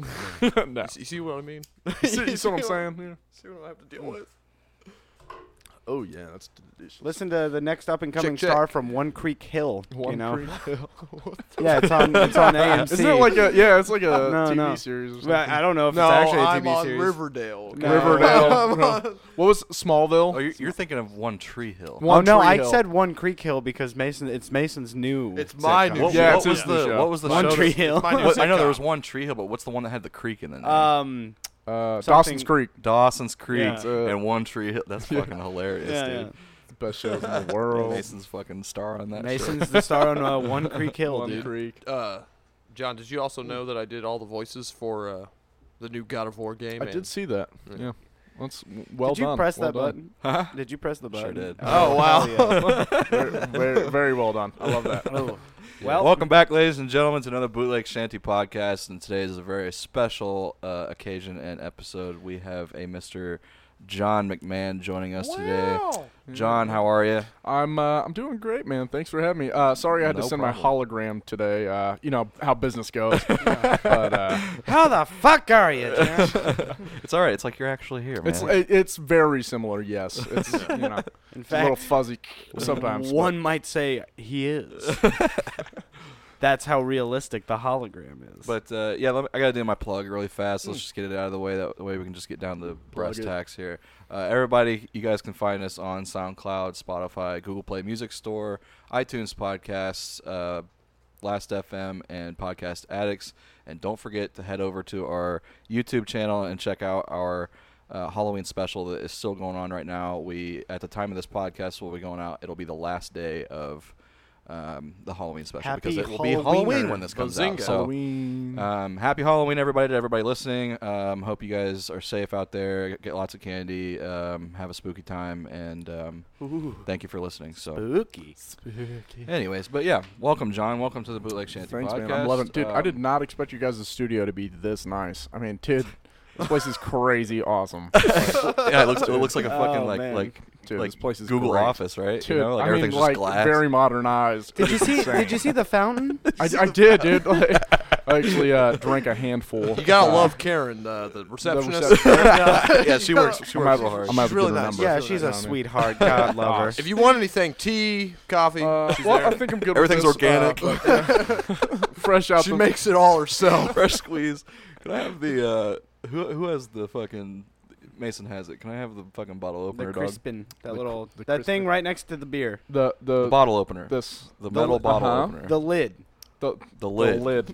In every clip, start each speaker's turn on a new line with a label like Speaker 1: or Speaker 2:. Speaker 1: no.
Speaker 2: You see- You see what I mean?
Speaker 1: You see, you see what I'm saying? Yeah.
Speaker 2: See what I have to deal with? Oh yeah, that's delicious.
Speaker 3: Listen to the next up and coming
Speaker 2: check.
Speaker 3: star from One Creek Hill. you know,
Speaker 2: Creek.
Speaker 3: yeah, it's on it's on AMC.
Speaker 1: Isn't it like a yeah? It's like a
Speaker 3: No,
Speaker 1: TV
Speaker 3: no.
Speaker 1: series. Or something.
Speaker 3: Well, I don't know if
Speaker 2: no,
Speaker 3: it's actually a TV
Speaker 2: Oh, I'm on
Speaker 3: series.
Speaker 2: Riverdale.
Speaker 3: No.
Speaker 1: Riverdale.
Speaker 2: I'm on-
Speaker 1: What was Smallville?
Speaker 4: Oh, you're, you're thinking of One Tree Hill.
Speaker 1: One
Speaker 3: oh no,
Speaker 1: Tree
Speaker 3: I
Speaker 1: Hill.
Speaker 3: said One Creek Hill because Mason. It's Mason's new.
Speaker 2: It's my
Speaker 3: sitcom.
Speaker 2: new
Speaker 4: What,
Speaker 1: Yeah,
Speaker 4: what
Speaker 1: it's
Speaker 4: was
Speaker 1: his new
Speaker 4: the
Speaker 1: show.
Speaker 4: what was the
Speaker 3: One
Speaker 4: show
Speaker 3: Tree
Speaker 4: that-
Speaker 3: Hill.
Speaker 2: my new
Speaker 4: What, I know there
Speaker 2: sitcom.
Speaker 4: was One Tree Hill, but what's the one that had the creek in the name?
Speaker 3: Um,
Speaker 1: uh,
Speaker 3: something-
Speaker 1: Dawson's Creek,
Speaker 4: Dawson's Creek
Speaker 3: Yeah.
Speaker 1: Uh,
Speaker 4: and One Tree Hill. That's fucking hilarious,
Speaker 3: yeah,
Speaker 4: dude.
Speaker 3: yeah.
Speaker 1: the best shows in the
Speaker 4: Bro,
Speaker 1: world.
Speaker 4: Mason's fucking star on that. shit.
Speaker 3: Mason's the star on uh, One Creek Hill,
Speaker 1: One
Speaker 3: dude.
Speaker 1: Creek.
Speaker 2: Uh, John, did you also know that I did all the voices for uh, the new God of War game?
Speaker 1: I
Speaker 2: and-
Speaker 1: did see that.
Speaker 2: Yeah.
Speaker 1: Yeah, that's well
Speaker 3: Did you
Speaker 1: done.
Speaker 3: press
Speaker 1: well
Speaker 3: that
Speaker 1: done.
Speaker 4: Huh?
Speaker 3: button? Did you press the
Speaker 4: Sure
Speaker 3: button?
Speaker 4: did.
Speaker 2: Oh, wow.
Speaker 3: hell
Speaker 1: very, very, very well done. I love that.
Speaker 3: yeah. Oh. Well,
Speaker 4: Welcome back, ladies and gentlemen, to another Bootleg Shanty podcast. And today is a very special uh, occasion and episode. We have a Mr. John McMahon joining us today.
Speaker 2: Wow.
Speaker 4: John, how are you?
Speaker 1: I'm uh, I'm doing great, man. Thanks for having me. Uh, sorry I had
Speaker 4: No
Speaker 1: to send
Speaker 4: problem.
Speaker 1: my hologram today. Uh, you know how business goes. but uh,
Speaker 3: how the fuck are you? John?
Speaker 4: It's all right. It's like you're actually here, man.
Speaker 1: it's it, it's very similar. Yes, it's you know
Speaker 3: In
Speaker 1: it's a little
Speaker 3: fact,
Speaker 1: fuzzy sometimes. but-
Speaker 3: one might say he is. That's how realistic the hologram is. Hmm.
Speaker 4: But uh, yeah, let me, I gotta do my plug really fast. Let's just get it out of the way. That way we can just get down to brass
Speaker 1: it.
Speaker 4: tacks here. Uh, everybody, you guys can find us on SoundCloud, Spotify, Google Play Music Store, iTunes Podcasts, uh, Last FM, and Podcast Addicts. And don't forget to head over to our YouTube channel and check out our uh, Halloween special that is still going on right now. We at the time of this podcast will be going out. It'll be the last day of. Um, the Halloween special because
Speaker 3: Happy
Speaker 4: it will be Halloween
Speaker 3: Halloweener.
Speaker 4: when this comes out.
Speaker 2: Bazinga.
Speaker 4: So,
Speaker 1: Halloween.
Speaker 4: um, happy Halloween, everybody, to everybody listening. Um, hope you guys are safe out there. Get lots of candy. Um, have a spooky time, and um,
Speaker 3: Ooh,
Speaker 4: thank you for listening. So,
Speaker 3: spooky.
Speaker 4: anyways, but yeah, welcome, John. Welcome to the Bootleg Shanty
Speaker 1: Thanks,
Speaker 4: podcast.
Speaker 1: man. I'm loving, dude. I
Speaker 4: Um,
Speaker 1: did not expect you guys' studio to be this nice. I mean, dude, this place is crazy awesome.
Speaker 4: yeah, it looks, it looks like a fucking
Speaker 3: Oh,
Speaker 4: like
Speaker 3: man.
Speaker 4: like
Speaker 1: Dude,
Speaker 4: like
Speaker 1: this place is
Speaker 4: Google
Speaker 1: great.
Speaker 4: Office, right?
Speaker 1: Dude,
Speaker 4: you know, like
Speaker 1: I mean,
Speaker 4: everything's
Speaker 1: like
Speaker 4: just glass.
Speaker 1: very modernized.
Speaker 3: Did you
Speaker 1: It's
Speaker 3: see?
Speaker 1: insane.
Speaker 3: Did you see the fountain?
Speaker 1: I, I did, dude. Like, I actually uh, drank a handful.
Speaker 2: You gotta
Speaker 1: Uh,
Speaker 2: love Karen, uh, the receptionist.
Speaker 4: yeah, she works.
Speaker 1: I
Speaker 4: She works
Speaker 1: might-
Speaker 4: real hard.
Speaker 1: I might
Speaker 2: She's
Speaker 1: have to
Speaker 2: really
Speaker 1: get her
Speaker 2: nice.
Speaker 1: number.
Speaker 3: yeah,
Speaker 2: Remember
Speaker 3: she's
Speaker 2: that,
Speaker 3: a
Speaker 1: I mean.
Speaker 3: sweetheart. God love her.
Speaker 2: If you want anything, tea, coffee,
Speaker 1: Uh,
Speaker 2: she's
Speaker 1: well,
Speaker 2: there.
Speaker 1: I think I'm good.
Speaker 4: Everything's
Speaker 1: with this, uh,
Speaker 4: organic.
Speaker 1: but, uh, fresh out.
Speaker 2: she
Speaker 1: the,
Speaker 2: makes it all herself.
Speaker 4: Fresh squeeze. Can I have the uh, who who has the fucking Mason has it? Can I have the fucking bottle
Speaker 3: The
Speaker 4: opener, dog?
Speaker 3: Crispin, that
Speaker 1: The cr-
Speaker 3: little
Speaker 1: the
Speaker 3: that thing right next to the beer,
Speaker 1: the the,
Speaker 4: The bottle opener.
Speaker 1: this
Speaker 4: The
Speaker 1: the
Speaker 4: metal
Speaker 1: li-
Speaker 4: bottle
Speaker 1: uh-huh.
Speaker 4: opener.
Speaker 3: the lid.
Speaker 1: the,
Speaker 4: The
Speaker 1: the
Speaker 4: lid.
Speaker 1: lid.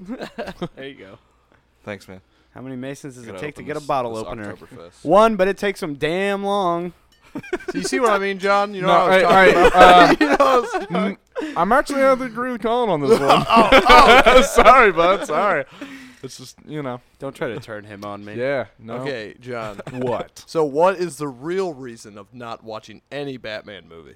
Speaker 3: There you go.
Speaker 4: Thanks, man.
Speaker 3: How many masons does
Speaker 4: Gotta
Speaker 3: it take to
Speaker 4: open
Speaker 3: get a
Speaker 4: this-
Speaker 3: bottle
Speaker 4: this
Speaker 3: opener?
Speaker 4: Oktoberfest.
Speaker 3: One, but it takes them damn long.
Speaker 2: you see what I mean, John? You know
Speaker 1: No,
Speaker 2: what I was
Speaker 1: I-
Speaker 2: talking
Speaker 1: I-
Speaker 2: about?
Speaker 1: uh,
Speaker 2: You know what I was talking
Speaker 1: Mm, I'm actually going to agree with Colin on this one.
Speaker 2: Oh,
Speaker 1: sorry, bud. Sorry. It's just you know.
Speaker 3: Don't try to turn him on me.
Speaker 1: Yeah. No.
Speaker 2: Okay, John.
Speaker 1: What?
Speaker 2: So, what is the real reason of not watching any Batman movie?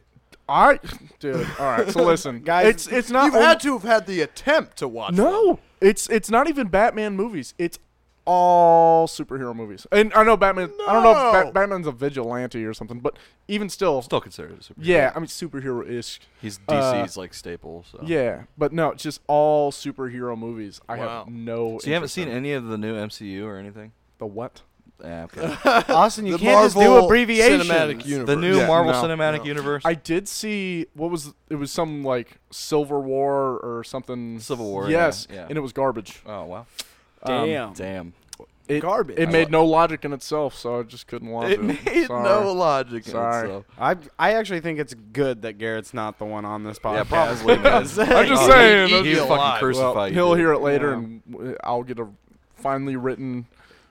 Speaker 1: I, dude. All right. So listen,
Speaker 3: Guys,
Speaker 1: It's it's not.
Speaker 2: You've
Speaker 1: on-
Speaker 2: had to have had the attempt to watch. one.
Speaker 1: no. It's it's not even Batman movies. It's all superhero movies. And I know Batman. I don't know if
Speaker 2: No.
Speaker 1: Bat Batman's a vigilante or something, but even still,
Speaker 4: Still considered a superhero.
Speaker 1: yeah. I mean, superhero ish.
Speaker 4: he's
Speaker 1: Uh,
Speaker 4: DC's like staple. So
Speaker 1: Yeah, but no, it's just all superhero movies. I
Speaker 2: Wow.
Speaker 1: have no.
Speaker 4: So you haven't
Speaker 1: interest in
Speaker 4: seen any of the new MCU or anything?
Speaker 1: the what?
Speaker 4: Yeah, okay.
Speaker 3: Austin, you
Speaker 2: The
Speaker 3: can't just do
Speaker 2: Marvel
Speaker 3: abbreviations.
Speaker 2: Cinematic Universe.
Speaker 4: the new
Speaker 1: Yeah,
Speaker 4: Marvel
Speaker 1: no,
Speaker 4: Cinematic
Speaker 2: no.
Speaker 4: Universe.
Speaker 1: I did see what was it was some like Silver War or something.
Speaker 4: Civil War,
Speaker 1: Yes,
Speaker 4: yeah, yeah.
Speaker 1: and it was garbage.
Speaker 4: oh wow,
Speaker 1: Um,
Speaker 3: Damn.
Speaker 4: damn.
Speaker 1: It,
Speaker 3: Garbage.
Speaker 1: It made no logic in itself, so I just couldn't watch it. Sorry.
Speaker 4: logic.
Speaker 1: in Sorry. itself.
Speaker 3: I I actually think it's good that Garrett's not the one on this podcast.
Speaker 4: Yeah, probably. man.
Speaker 1: I'm just
Speaker 4: He'd-
Speaker 1: saying,
Speaker 4: He'd,
Speaker 1: that's-
Speaker 4: he'd Oh, fucking
Speaker 2: Well,
Speaker 4: crucify
Speaker 1: Well,
Speaker 4: you.
Speaker 1: he'll
Speaker 4: dude.
Speaker 1: hear it later,
Speaker 3: Yeah.
Speaker 1: and w- I'll get a finely written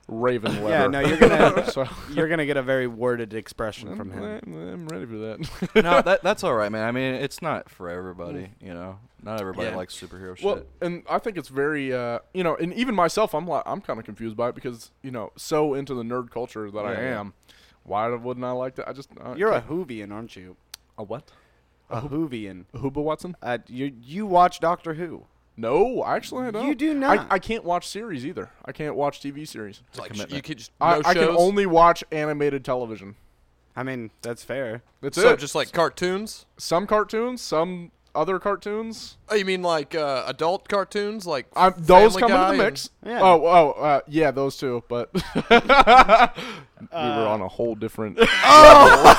Speaker 1: Raven letter.
Speaker 3: Yeah, no, you're gonna
Speaker 1: so,
Speaker 3: you're gonna get a very worded expression from
Speaker 1: I'm,
Speaker 3: him.
Speaker 1: I'm- I'm ready for that.
Speaker 4: no, that, that's all right, man. I mean, it's not for everybody. You know, not everybody
Speaker 2: Yeah.
Speaker 4: likes superhero
Speaker 1: Mm. Well,
Speaker 4: shit.
Speaker 1: and I think it's very, uh, you know, and even myself, I'm like, I'm kind of confused by it because you know, so into the nerd culture that I
Speaker 4: Yeah, yeah.
Speaker 1: am. Why wouldn't I like that? I just uh,
Speaker 3: You're a Hoovian, aren't you?
Speaker 1: a what?
Speaker 3: A Hoovian.
Speaker 1: Hooba Watson?
Speaker 3: Uh, you you watch Doctor Who?
Speaker 1: No, actually, I don't.
Speaker 3: You do not.
Speaker 1: I, I can't watch series either. I can't watch TV series.
Speaker 2: It's like
Speaker 4: commitment.
Speaker 2: you could just
Speaker 1: I,
Speaker 2: no
Speaker 1: I can
Speaker 2: shows?
Speaker 1: only watch animated television.
Speaker 3: I mean, that's fair.
Speaker 1: That's
Speaker 2: so
Speaker 1: it.
Speaker 2: just like cartoons.
Speaker 1: some cartoons, some other cartoons.
Speaker 2: Oh, you mean like uh, adult cartoons, like
Speaker 1: i those
Speaker 2: Family
Speaker 1: come
Speaker 2: Guy
Speaker 1: into
Speaker 2: and-
Speaker 1: the mix.
Speaker 3: Yeah.
Speaker 1: Oh, oh, uh, yeah, those two. But we were on a whole different.
Speaker 2: Uh,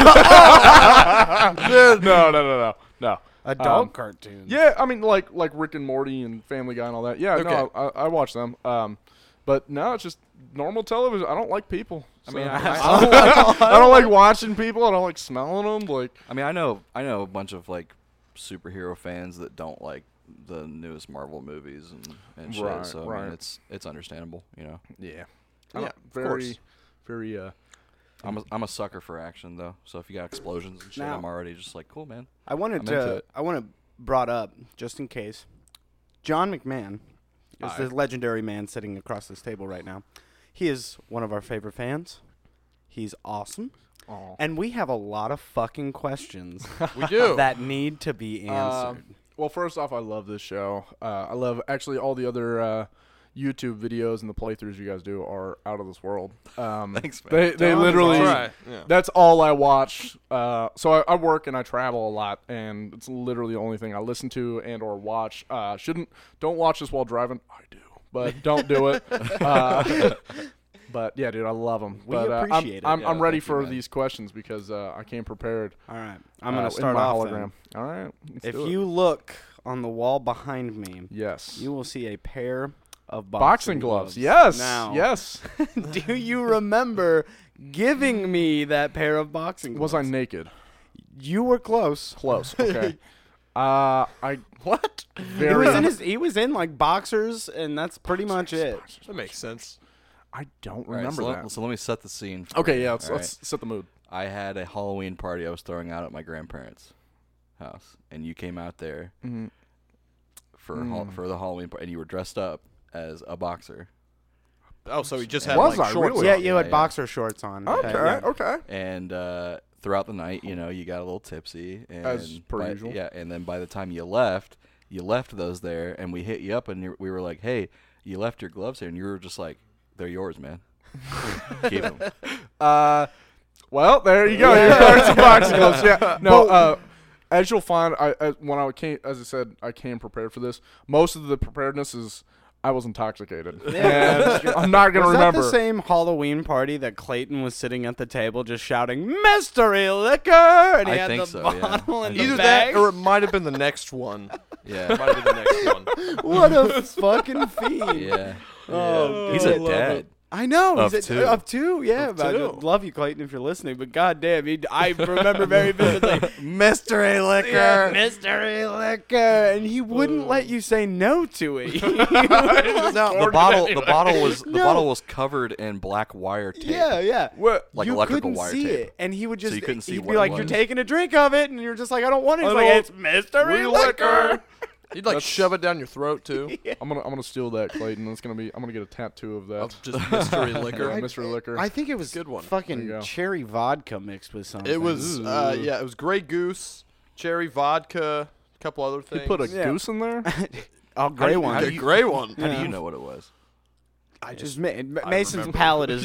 Speaker 1: no, no, no, no, no.
Speaker 3: Adult
Speaker 1: Um,
Speaker 3: cartoons.
Speaker 1: Yeah, I mean, like like Rick and Morty and Family Guy and all that. Yeah, no,
Speaker 2: Okay.
Speaker 1: I, I watch them. Um, but no, it's just normal television. I don't like people.
Speaker 4: I mean,
Speaker 1: so-
Speaker 4: I,
Speaker 1: I don't, like, I don't like watching people. I don't like smelling them. Like,
Speaker 4: I mean, I know, I know a bunch of like superhero fans that don't like the newest Marvel movies and, and shit.
Speaker 1: Right,
Speaker 4: so I
Speaker 1: right.
Speaker 4: mean, it's it's understandable, you know.
Speaker 1: yeah,
Speaker 2: Yeah,
Speaker 1: yeah,
Speaker 2: of
Speaker 1: very,
Speaker 2: course.
Speaker 1: very. Uh,
Speaker 4: I'm a, I'm a sucker for action though. So if you got explosions and shit,
Speaker 3: Now-
Speaker 4: I'm already just like, cool, man.
Speaker 3: I wanted
Speaker 4: I'm into
Speaker 3: to.
Speaker 4: it.
Speaker 3: I want to brought up just in case. John McMahon is the legendary man sitting across this table right now. He is one of our favorite fans. He's awesome,
Speaker 1: aw.
Speaker 3: and we have a lot of fucking questions
Speaker 2: we do.
Speaker 3: that need to be answered.
Speaker 1: Um, well, first off, I love this show. Uh, I love actually all the other uh, YouTube videos and the playthroughs you guys do are out of this world. Um,
Speaker 4: Thanks, man.
Speaker 1: They, they
Speaker 3: Tom is
Speaker 1: literally.
Speaker 2: All right, yeah.
Speaker 1: That's all I watch. Uh, so I, I work and I travel a lot, and it's literally the only thing I listen to and or watch. Uh, shouldn't don't watch this while driving. I do, but don't do it. Uh, but yeah, dude, I love them.
Speaker 3: We
Speaker 1: but, uh, I'm-
Speaker 3: appreciate it.
Speaker 1: I'm, I'm,
Speaker 4: Yeah,
Speaker 1: ready
Speaker 4: thank you,
Speaker 1: for
Speaker 4: man.
Speaker 1: these questions because uh, I came prepared.
Speaker 3: All right, I'm
Speaker 1: uh,
Speaker 3: gonna
Speaker 1: in
Speaker 3: start
Speaker 1: my
Speaker 3: off. then.
Speaker 1: hologram. All right, let's
Speaker 3: If
Speaker 1: do it.
Speaker 3: you look on the wall behind me,
Speaker 1: yes,
Speaker 3: you will see a pair of boxing,
Speaker 1: boxing gloves. Yes,
Speaker 3: Now,
Speaker 1: yes.
Speaker 3: do you remember giving me that pair of boxing gloves?
Speaker 1: Was I naked?
Speaker 3: You were close.
Speaker 1: Close. Okay. uh, I
Speaker 2: what?
Speaker 1: very.
Speaker 3: He was in his. He was in like boxers, and that's pretty much it.
Speaker 2: That makes sense.
Speaker 1: I don't
Speaker 4: All right,
Speaker 1: remember
Speaker 4: so
Speaker 1: that.
Speaker 4: Let, so let me set the scene. for
Speaker 1: Okay,
Speaker 4: you,
Speaker 1: yeah, let's,
Speaker 4: all right?
Speaker 1: let's set the mood.
Speaker 4: I had a Halloween party I was throwing out at my grandparents' house, and you came out there
Speaker 3: Mm-hmm.
Speaker 1: Mm-hmm.
Speaker 4: for hal-
Speaker 1: Hmm.
Speaker 4: for the Halloween party, and you were dressed up as a boxer.
Speaker 2: Oh, so he just had
Speaker 1: Was
Speaker 2: like
Speaker 1: I
Speaker 2: shorts.
Speaker 1: really?
Speaker 3: Yeah,
Speaker 2: on.
Speaker 3: you had
Speaker 4: yeah.
Speaker 3: boxer shorts on.
Speaker 1: Okay,
Speaker 3: yeah.
Speaker 1: okay.
Speaker 4: And uh, throughout the night, you know, you got a little tipsy, and
Speaker 1: As per
Speaker 4: by-
Speaker 1: usual.
Speaker 4: yeah. And then by the time you left, you left those there, and we hit you up, and you we were like, "Hey, you left your gloves here," and you were just like, "They're yours, man. Keep them."
Speaker 1: Uh, well, there you go. Here are some boxing gloves. Yeah. No. Uh, as you'll find, I, I when I came, as I said, I came prepared for this. Most of the preparedness is I was intoxicated. And I'm not gonna
Speaker 3: Was
Speaker 1: remember.
Speaker 3: that the same Halloween party that Clayton was sitting at the table just shouting "Mystery Liquor" and he
Speaker 4: I
Speaker 3: had
Speaker 4: think
Speaker 3: the
Speaker 4: so, yeah.
Speaker 3: bottle in the
Speaker 2: Either
Speaker 3: bag?
Speaker 2: that or it might have been the next one.
Speaker 4: Yeah,
Speaker 2: Might have been the next one.
Speaker 3: what a fucking fiend!
Speaker 4: yeah.
Speaker 3: Oh,
Speaker 4: He's
Speaker 3: God.
Speaker 4: a dad.
Speaker 3: I know.
Speaker 4: Of
Speaker 3: he's at-
Speaker 4: two.
Speaker 3: Of two, yeah. but I
Speaker 2: two.
Speaker 3: just love you, Clayton, if you're listening. But goddamn, he, I remember very vividly mystery liquor, mystery liquor, and he wouldn't let you say no to it.
Speaker 4: No, the bottle. The bottle was the
Speaker 3: No.
Speaker 4: bottle was covered in black wire tape.
Speaker 3: yeah, yeah.
Speaker 1: What?
Speaker 4: Like
Speaker 3: you
Speaker 4: electrical
Speaker 3: couldn't
Speaker 4: wire
Speaker 3: see
Speaker 4: tape.
Speaker 3: it, and he would just
Speaker 4: you couldn't see
Speaker 3: he'd
Speaker 4: what
Speaker 3: be
Speaker 4: it
Speaker 3: like, "You're
Speaker 4: was. Oh.
Speaker 3: taking a drink of it," and you're just like, "I don't want it." He's
Speaker 1: I
Speaker 3: like,
Speaker 1: don't-
Speaker 3: "It's mystery
Speaker 1: We
Speaker 3: liquor."
Speaker 1: liquor.
Speaker 2: You'd like shove it down your throat too.
Speaker 1: I'm gonna I'm gonna steal that, Clayton. That's gonna be I'm gonna get a tattoo of that.
Speaker 2: Of just mystery
Speaker 1: Yeah,
Speaker 2: liquor.
Speaker 1: mystery liquor.
Speaker 3: I think it was
Speaker 2: Good one.
Speaker 1: There you
Speaker 3: fucking
Speaker 1: go.
Speaker 3: cherry vodka mixed with something. Mm.
Speaker 2: It was uh,
Speaker 1: Ooh.
Speaker 2: yeah, it was Grey Goose, cherry vodka, a couple other
Speaker 1: you
Speaker 2: things.
Speaker 1: put a
Speaker 3: Yeah.
Speaker 1: goose in there.
Speaker 3: a gray
Speaker 4: you-
Speaker 3: one.
Speaker 4: how
Speaker 2: the gray Oh, one.
Speaker 4: How do
Speaker 3: Yeah.
Speaker 4: you know what it was?
Speaker 3: I just ma- Mason's
Speaker 2: remember.
Speaker 3: palate is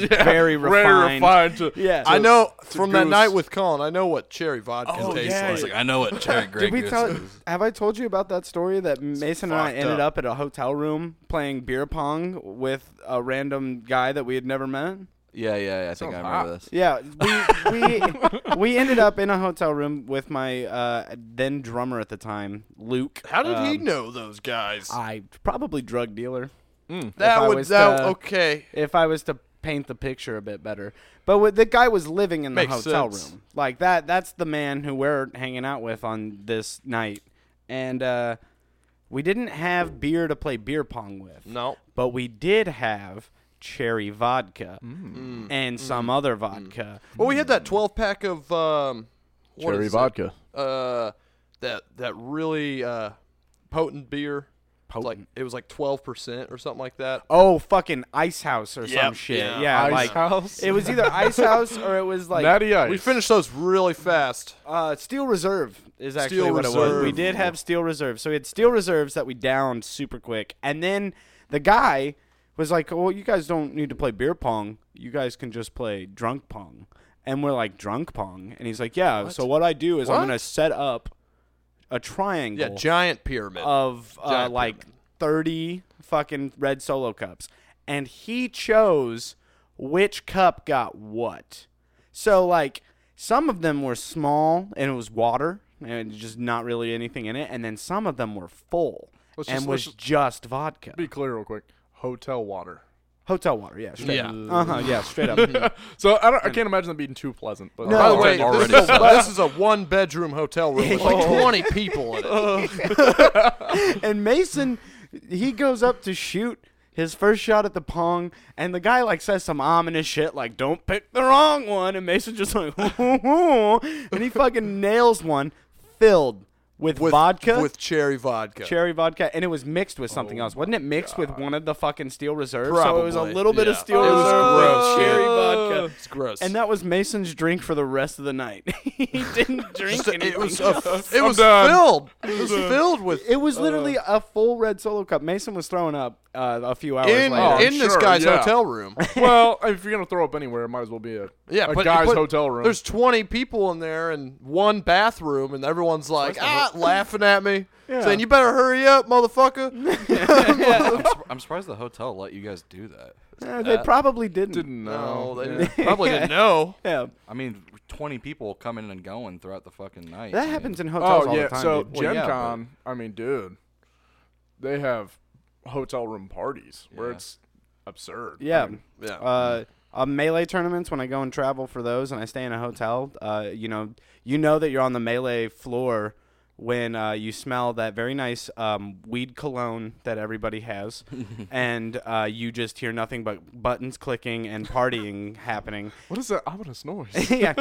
Speaker 1: Very
Speaker 3: very refined.
Speaker 1: refined. To,
Speaker 3: Yeah.
Speaker 2: I know
Speaker 1: a
Speaker 2: from that
Speaker 1: goose.
Speaker 2: night with Colin. I know what cherry vodka
Speaker 4: Oh,
Speaker 2: tastes
Speaker 4: yeah. I was
Speaker 2: like.
Speaker 4: like, I know what cherry grape
Speaker 3: Did we
Speaker 4: is.
Speaker 3: tell? Have I told you about that story that Mason and I
Speaker 2: fucked
Speaker 3: ended
Speaker 2: up.
Speaker 3: up at a hotel room playing beer pong with a random guy that we had never met?
Speaker 4: Yeah, yeah, yeah, I think I
Speaker 1: Sounds
Speaker 4: remember
Speaker 1: hot.
Speaker 3: Yeah,
Speaker 4: this.
Speaker 3: we we we ended up in a hotel room with my uh, then drummer at the time, Luke.
Speaker 2: How did he
Speaker 3: Um,
Speaker 2: know those guys?
Speaker 3: I probably drug dealer. if I
Speaker 2: that would
Speaker 3: was
Speaker 2: that
Speaker 3: to-
Speaker 2: okay.
Speaker 3: if I was to paint the picture a bit better. But with, the guy was living in the
Speaker 2: Makes
Speaker 3: hotel
Speaker 2: sense.
Speaker 3: room. Like that that's the man who we're hanging out with on this night. And uh we didn't have beer to play beer pong with.
Speaker 2: No.
Speaker 3: But we did have cherry vodka
Speaker 1: Mm.
Speaker 2: Mm.
Speaker 3: and some other vodka.
Speaker 2: Well, we had that 12 pack of um what
Speaker 1: Cherry
Speaker 2: is it?
Speaker 1: vodka.
Speaker 2: Uh that that really uh potent beer. Potent. Like it was like 12% or something like that.
Speaker 3: Oh, fucking Ice House or some
Speaker 2: Yep,
Speaker 3: shit.
Speaker 2: yeah.
Speaker 3: Yeah,
Speaker 1: Ice
Speaker 3: like
Speaker 1: House.
Speaker 3: it was either Ice House or it was like
Speaker 1: Natty Ice.
Speaker 2: We finished those really fast.
Speaker 3: Uh, Steel Reserve is actually
Speaker 2: Steel
Speaker 3: what it was. We
Speaker 2: Reserve.
Speaker 3: did have Steel Reserve, so we had Steel Reserves that we downed super quick, and then the guy was like, "Well, you guys don't need to play beer pong. You guys can just play drunk pong." And we're like, "Drunk pong," and he's like, "Yeah." So what I do is I'm
Speaker 2: What?
Speaker 3: gonna set up a triangle
Speaker 2: Yeah, giant pyramid.
Speaker 3: of uh,
Speaker 2: Giant
Speaker 3: like
Speaker 2: pyramid.
Speaker 3: 30 fucking red solo cups. And he chose which cup got what. So, like, some of them were small and it was water and just not really anything in it. And then some of them were full
Speaker 1: Let's
Speaker 3: and
Speaker 1: just-
Speaker 3: was
Speaker 1: let's
Speaker 3: just, vodka.
Speaker 1: Be clear, real quick. Hotel water.
Speaker 3: Hotel water, yeah. Straight
Speaker 2: yeah.
Speaker 3: Up. Uh huh, yeah, straight up.
Speaker 1: So I, don't, I can't imagine them being too pleasant. But
Speaker 3: No.
Speaker 2: By the way,
Speaker 4: Already
Speaker 2: this is, a, Oh, this is a one bedroom hotel room with like 20 people in it.
Speaker 3: and Mason, he goes up to shoot his first shot at the pong, and the guy like says some ominous shit like "Don't pick the wrong one," and Mason just like, and he fucking nails one filled with,
Speaker 2: With
Speaker 3: vodka,
Speaker 2: With cherry vodka.
Speaker 3: cherry vodka, and it was mixed with something
Speaker 2: Oh
Speaker 3: else, wasn't it? Mixed with one of the fucking steel reserves, so it was a
Speaker 2: Probably,
Speaker 3: little bit of
Speaker 2: yeah.
Speaker 3: steel
Speaker 2: It was
Speaker 3: reserve,
Speaker 2: gross,
Speaker 3: with cherry
Speaker 2: yeah.
Speaker 3: vodka.
Speaker 2: it's gross.
Speaker 3: And that was Mason's drink for the rest of the night. he didn't drink
Speaker 2: Just a-
Speaker 3: anything.
Speaker 2: it was, a, it
Speaker 1: I'm
Speaker 2: was
Speaker 1: done.
Speaker 2: filled. It was filled with.
Speaker 3: It was literally
Speaker 1: Uh,
Speaker 3: a full red solo cup. Mason was throwing up uh, a few hours
Speaker 2: in
Speaker 3: later.
Speaker 1: I'm
Speaker 2: in this
Speaker 1: sure,
Speaker 2: guy's
Speaker 1: yeah.
Speaker 2: hotel room.
Speaker 1: well, if you're gonna throw up anywhere, it might as well be a
Speaker 2: Yeah,
Speaker 1: a
Speaker 2: but-
Speaker 1: guy's
Speaker 2: but
Speaker 1: hotel room.
Speaker 2: There's 20 people in there and one bathroom, and everyone's like, ah, laughing at me, saying, "You better hurry up, motherfucker."
Speaker 4: I'm, sur- I'm surprised the hotel let you guys do that.
Speaker 3: Uh, they probably didn't.
Speaker 1: didn't know.
Speaker 2: No, Oh, they
Speaker 1: Yeah.
Speaker 2: didn't- probably didn't know.
Speaker 3: Yeah,
Speaker 4: I mean, 20 people coming and going throughout the fucking night.
Speaker 3: that
Speaker 4: man.
Speaker 3: happens in hotels
Speaker 1: Oh
Speaker 3: all
Speaker 1: yeah.
Speaker 3: the time.
Speaker 1: so
Speaker 3: dude.
Speaker 4: Well,
Speaker 1: Gen
Speaker 4: yeah,
Speaker 1: Con, I mean, dude, they have hotel room parties where
Speaker 4: Yeah.
Speaker 1: it's absurd.
Speaker 3: yeah,
Speaker 1: I mean,
Speaker 2: Yeah.
Speaker 3: uh, uh, melee tournaments when I go and travel for those, and I stay in a hotel. Uh, you know, you know that you're on the melee floor when uh, you smell that very nice um, weed cologne that everybody has, and uh, you just hear nothing but buttons clicking and partying happening.
Speaker 1: what is that ominous noise?
Speaker 3: yeah.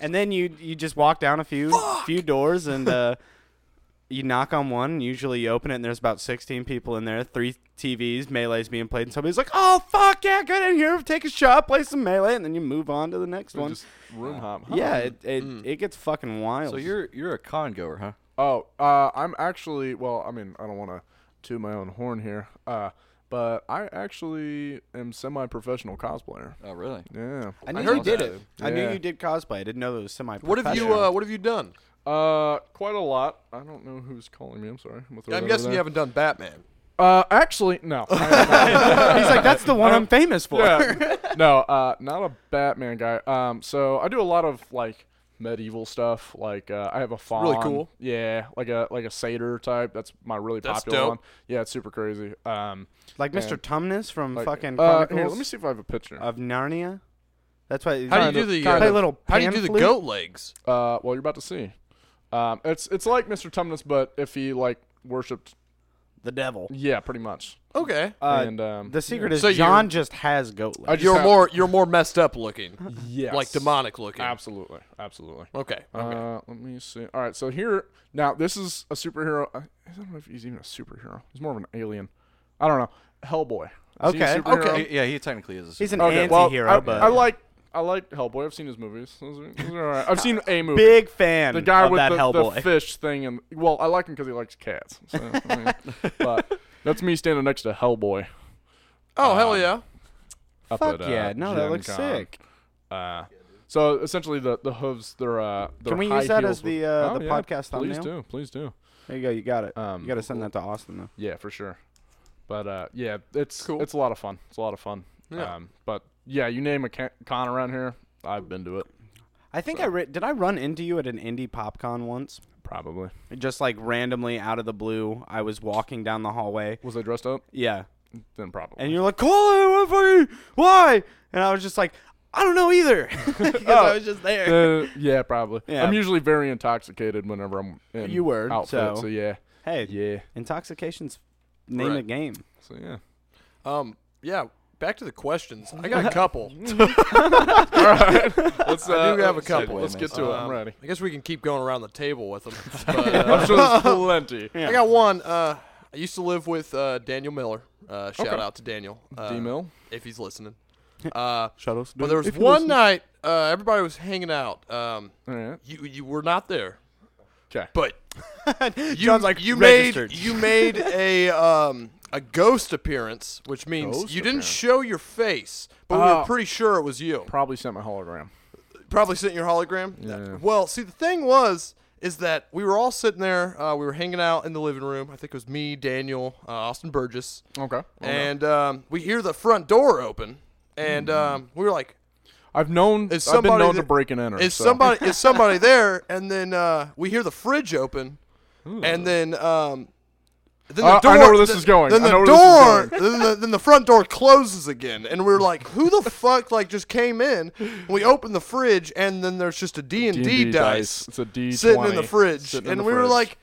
Speaker 3: and then you you just walk down a few few doors and uh, you knock on one. Usually you open it and there's about 16 people in there. Three TVs, melee's being played, and somebody's like, "Oh fuck yeah, get in here, take a shot, play some melee," and then you move on to the next one.
Speaker 1: Just room hop.
Speaker 3: yeah, it it, it gets fucking wild.
Speaker 4: So you're you're a con goer, huh?
Speaker 1: Oh, uh, I'm actually. Well, I mean, I don't want to toot my own horn here, uh, but I actually am semi-professional cosplayer.
Speaker 4: Oh, really?
Speaker 1: Yeah.
Speaker 3: I knew
Speaker 2: I heard
Speaker 3: you did
Speaker 2: that.
Speaker 3: it. I knew
Speaker 1: Yeah.
Speaker 3: you did cosplay. I didn't know it was semi.
Speaker 2: What have you uh, What have you done?
Speaker 1: Uh, quite a lot. I don't know who's calling me. I'm sorry. I'm, gonna throw it
Speaker 2: I'm
Speaker 1: over
Speaker 2: guessing you
Speaker 1: there.
Speaker 2: haven't done Batman.
Speaker 1: Uh, actually, no. I have not.
Speaker 3: He's like, that's the one I'm famous for.
Speaker 1: Yeah. no, uh, not a Batman guy. Um, so I do a lot of like medieval stuff. Like uh, I have a fawn.
Speaker 2: Really cool.
Speaker 1: Yeah, like a like a satyr type. That's my really
Speaker 2: That's
Speaker 1: popular
Speaker 2: dope.
Speaker 1: one. Yeah, it's super crazy. Um,
Speaker 3: Like Mr. Tumnus from
Speaker 1: like-
Speaker 3: fucking
Speaker 1: Uh,
Speaker 3: Chronicles
Speaker 1: here, let me see if I have a picture.
Speaker 3: of Narnia. That's why.
Speaker 2: How do you do the uh,
Speaker 3: play little
Speaker 2: How do you
Speaker 3: pan
Speaker 2: do the
Speaker 3: flute?
Speaker 2: goat legs?
Speaker 1: Uh, well, you're about to see. Um, it's it's like Mr. Tumnus, but if he like worshipped,
Speaker 3: The devil.
Speaker 1: yeah, pretty much.
Speaker 2: Okay,
Speaker 3: Uh,
Speaker 1: and um,
Speaker 3: The secret is
Speaker 2: So you're-
Speaker 3: John just has goat legs.
Speaker 1: I just
Speaker 2: you're
Speaker 1: have-
Speaker 2: more you're more messed up looking,
Speaker 1: yes,
Speaker 2: like demonic looking.
Speaker 1: Absolutely, absolutely.
Speaker 2: Okay, okay.
Speaker 1: Uh, let me see. All right, so here now this is a superhero. I I don't know if he's even a superhero. He's more of an alien. I don't know. Hellboy. Is he a
Speaker 3: Okay.
Speaker 1: superhero?
Speaker 2: Okay.
Speaker 4: Y- Yeah, he technically is a
Speaker 3: He's an
Speaker 1: Okay,
Speaker 3: anti-hero,
Speaker 1: well, I,
Speaker 3: but
Speaker 1: I like I like Hellboy. I've seen his movies. Those are, those are all right. I've seen a movie.
Speaker 3: big fan
Speaker 1: the guy
Speaker 3: of
Speaker 1: with
Speaker 3: that
Speaker 1: the, the
Speaker 3: Hellboy.
Speaker 1: fish thing, and well, I like him because he likes cats. So, I mean, but that's me standing next to Hellboy.
Speaker 2: oh
Speaker 1: um,
Speaker 2: hell yeah!
Speaker 1: Up
Speaker 3: Fuck
Speaker 1: at, uh,
Speaker 3: yeah! No, that
Speaker 1: Gen
Speaker 3: looks
Speaker 1: Con.
Speaker 3: sick.
Speaker 1: Uh, so essentially, the, the hooves, they're uh, they're
Speaker 3: Can we
Speaker 1: high
Speaker 3: use that
Speaker 1: heels
Speaker 3: as
Speaker 1: with-
Speaker 3: the, uh,
Speaker 1: Oh,
Speaker 3: the
Speaker 1: yeah,
Speaker 3: podcast
Speaker 1: Please
Speaker 3: thumbnail?
Speaker 1: do, please do.
Speaker 3: There you go. You got it.
Speaker 1: Um,
Speaker 3: you got to send that to Austin though.
Speaker 1: Yeah, for sure. But uh, yeah, it's
Speaker 2: Cool.
Speaker 1: it's a lot of fun. It's a lot of fun.
Speaker 2: Yeah.
Speaker 1: Um, but yeah, you name a ca- con around here, I've been to it.
Speaker 3: I think I re- did. I run into you at an indie popcon once,
Speaker 1: Probably.
Speaker 3: just like randomly out of the blue. I was walking down the hallway.
Speaker 1: Was I dressed up?
Speaker 3: Yeah,
Speaker 1: Then probably.
Speaker 3: and you're like, "Colin, what fucking- E! why?" And I was just like, "I don't know either," 'Cause I was just there.
Speaker 1: Uh, yeah, probably.
Speaker 3: Yeah.
Speaker 1: I'm usually very intoxicated whenever I'm in
Speaker 3: You were,
Speaker 1: outfit,
Speaker 3: so-
Speaker 1: so. yeah,
Speaker 3: Hey,
Speaker 1: yeah,
Speaker 3: intoxication's name
Speaker 2: Right.
Speaker 3: of game.
Speaker 1: so yeah.
Speaker 2: Um, yeah. Back to the questions. I got a couple.
Speaker 1: Let's,
Speaker 2: I do
Speaker 1: uh,
Speaker 2: have a
Speaker 1: let's-
Speaker 2: couple.
Speaker 1: Let's get to it. I'm
Speaker 2: Um,
Speaker 1: ready.
Speaker 2: I guess we can keep going around the table with them. But, uh,
Speaker 1: I'm sure there's plenty.
Speaker 2: I got one. Uh, I used to live with uh, Daniel Miller. Uh, shout out to Daniel. Uh,
Speaker 1: D Mill.
Speaker 2: if he's listening. Uh,
Speaker 3: Shut us.
Speaker 2: but there was one night uh, everybody was hanging out. Um,
Speaker 1: All right.
Speaker 2: you you were not there,
Speaker 1: Okay.
Speaker 2: but you
Speaker 3: John's like,
Speaker 2: you
Speaker 3: "Registered."
Speaker 2: made you made a um, a ghost appearance, which means
Speaker 1: Ghost
Speaker 2: you didn't
Speaker 1: appearance.
Speaker 2: show your face, but we
Speaker 1: Oh.
Speaker 2: were pretty sure it was you.
Speaker 1: Probably sent my hologram.
Speaker 2: Probably sent your hologram.
Speaker 1: Yeah.
Speaker 2: Well, see, the thing was, is that we were all sitting there. Uh, we were hanging out in the living room. I think it was me, Daniel, uh, Austin Burgess,
Speaker 1: Okay.
Speaker 2: and um, we hear the front door open, and
Speaker 1: Mm-hmm.
Speaker 2: um, we were like,
Speaker 1: I've known.
Speaker 2: Is
Speaker 1: I've been
Speaker 2: somebody
Speaker 1: known to
Speaker 2: that-
Speaker 1: break and enter.
Speaker 2: "Is
Speaker 1: so.
Speaker 2: somebody is somebody there?" And then uh, we hear the fridge open, and then. Um, then
Speaker 1: Uh, I know where this is going.
Speaker 2: Then
Speaker 1: I
Speaker 2: the
Speaker 1: know where this is
Speaker 2: door, then, the, then the front door closes again, and we're like, "Who the fuck like just came in?" And we open the fridge, and then there's just a D and D
Speaker 1: D&D
Speaker 2: dice
Speaker 1: dice. It's a D20
Speaker 2: sitting in the fridge,
Speaker 1: sitting in
Speaker 2: and
Speaker 1: the
Speaker 2: we were
Speaker 1: fridge.
Speaker 2: like,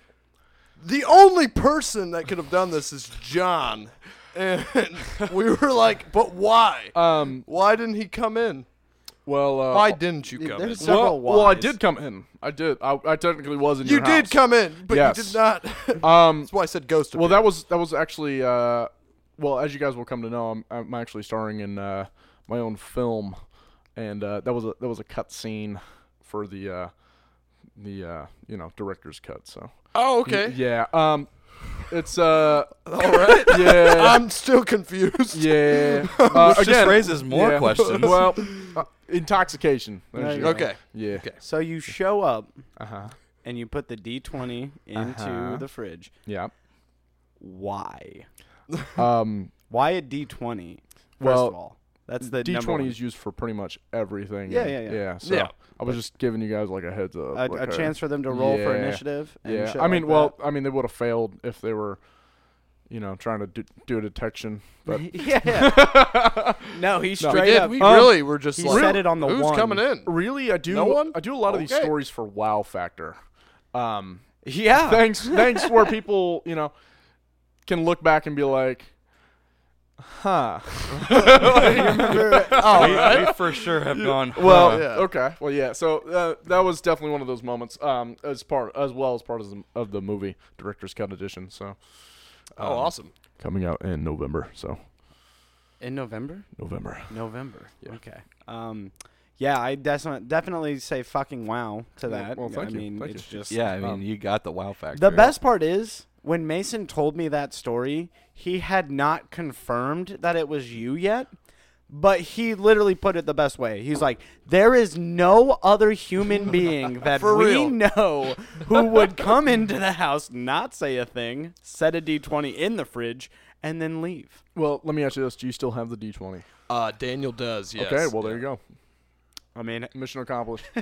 Speaker 2: "The only person that could have done this is John," and we were like, "But why?
Speaker 1: Um.
Speaker 2: why didn't he come in?
Speaker 1: Well. Uh,
Speaker 2: Why didn't you come in?"
Speaker 3: there's-
Speaker 1: well,
Speaker 3: Several
Speaker 1: well, I
Speaker 3: whys.
Speaker 1: did come in. I did. I, I technically was in
Speaker 2: You
Speaker 1: your
Speaker 2: did
Speaker 1: house.
Speaker 2: come in, but you
Speaker 1: Yes.
Speaker 2: did not.
Speaker 1: Um.
Speaker 2: That's why I said ghost.
Speaker 1: Well, that was that was actually. Uh, well, as you guys will come to know, I'm, I'm actually starring in uh, my own film, and uh, that was a that was a cut scene for the uh, the uh, you know director's cut. So
Speaker 2: oh, okay,
Speaker 1: yeah. Um. It's uh.
Speaker 2: all right.
Speaker 1: Yeah.
Speaker 2: I'm still confused.
Speaker 1: Yeah. Uh,
Speaker 4: Which just
Speaker 1: again,
Speaker 4: raises more
Speaker 1: yeah.
Speaker 4: questions.
Speaker 1: Well, uh, intoxication. There's
Speaker 3: There you
Speaker 1: your-
Speaker 3: go.
Speaker 2: Okay.
Speaker 1: Yeah.
Speaker 2: Okay.
Speaker 3: So you show up
Speaker 1: Uh huh.
Speaker 3: and you put the D20 into
Speaker 1: Uh-huh.
Speaker 3: the fridge.
Speaker 1: Yeah.
Speaker 3: Why?
Speaker 1: Um.
Speaker 3: Why a D20? First
Speaker 1: Well,
Speaker 3: of all, that's the
Speaker 1: D
Speaker 3: number
Speaker 1: twenty
Speaker 3: one.
Speaker 1: is used for pretty much everything.
Speaker 3: Yeah,
Speaker 1: and-
Speaker 3: yeah, yeah.
Speaker 1: So
Speaker 2: Yeah.
Speaker 1: I was just giving you guys like a heads up,
Speaker 3: a,
Speaker 1: like
Speaker 3: a chance for them to roll for
Speaker 1: Yeah.
Speaker 3: initiative. And
Speaker 1: Yeah.
Speaker 3: shit
Speaker 1: I mean,
Speaker 3: like
Speaker 1: well, I mean, they would have failed if they were, you know, trying to do, do a detection. But
Speaker 3: that. yeah. no, he
Speaker 1: No,
Speaker 3: straight
Speaker 1: we
Speaker 2: We did.
Speaker 3: up.
Speaker 2: We
Speaker 1: Um,
Speaker 2: really were just
Speaker 3: he
Speaker 2: like,
Speaker 3: said it on the
Speaker 2: who's
Speaker 3: one.
Speaker 2: coming in?
Speaker 1: really, I do.
Speaker 2: No one?
Speaker 1: I do a lot of these
Speaker 2: Okay.
Speaker 1: stories for wow factor. Um.
Speaker 3: yeah.
Speaker 1: Thanks. thanks where people you know can look back and be like, huh.
Speaker 2: Oh,
Speaker 4: we,
Speaker 2: right.
Speaker 4: we for sure have gone. uh,
Speaker 1: Well,
Speaker 4: huh.
Speaker 2: yeah.
Speaker 1: okay. Well, yeah. So uh, that was definitely one of those moments, um, as part as well as part of the, of the movie director's cut edition. So
Speaker 2: Oh,
Speaker 1: Um,
Speaker 2: awesome.
Speaker 1: coming out in November. So
Speaker 3: In November.
Speaker 1: November.
Speaker 3: November. Okay. Um, yeah, I des- definitely say fucking wow to that.
Speaker 1: well, thank
Speaker 3: I
Speaker 1: you.
Speaker 3: mean,
Speaker 1: Thank
Speaker 3: it's
Speaker 1: you.
Speaker 3: just
Speaker 4: yeah, I mean,
Speaker 1: Um,
Speaker 4: you got the wow factor.
Speaker 3: The best part is when Mason told me that story, he had not confirmed that it was you yet, but he literally put it the best way. He's like, "There is no other human being that
Speaker 2: For
Speaker 3: we
Speaker 2: real.
Speaker 3: know who would come into the house, not say a thing, set a d20 in the fridge, and then leave."
Speaker 1: Well, let me ask you this: Do you still have the D twenty?
Speaker 2: Uh, Daniel does. Yes.
Speaker 1: Okay. Well, there you go.
Speaker 3: I mean,
Speaker 1: Mission accomplished.
Speaker 2: go.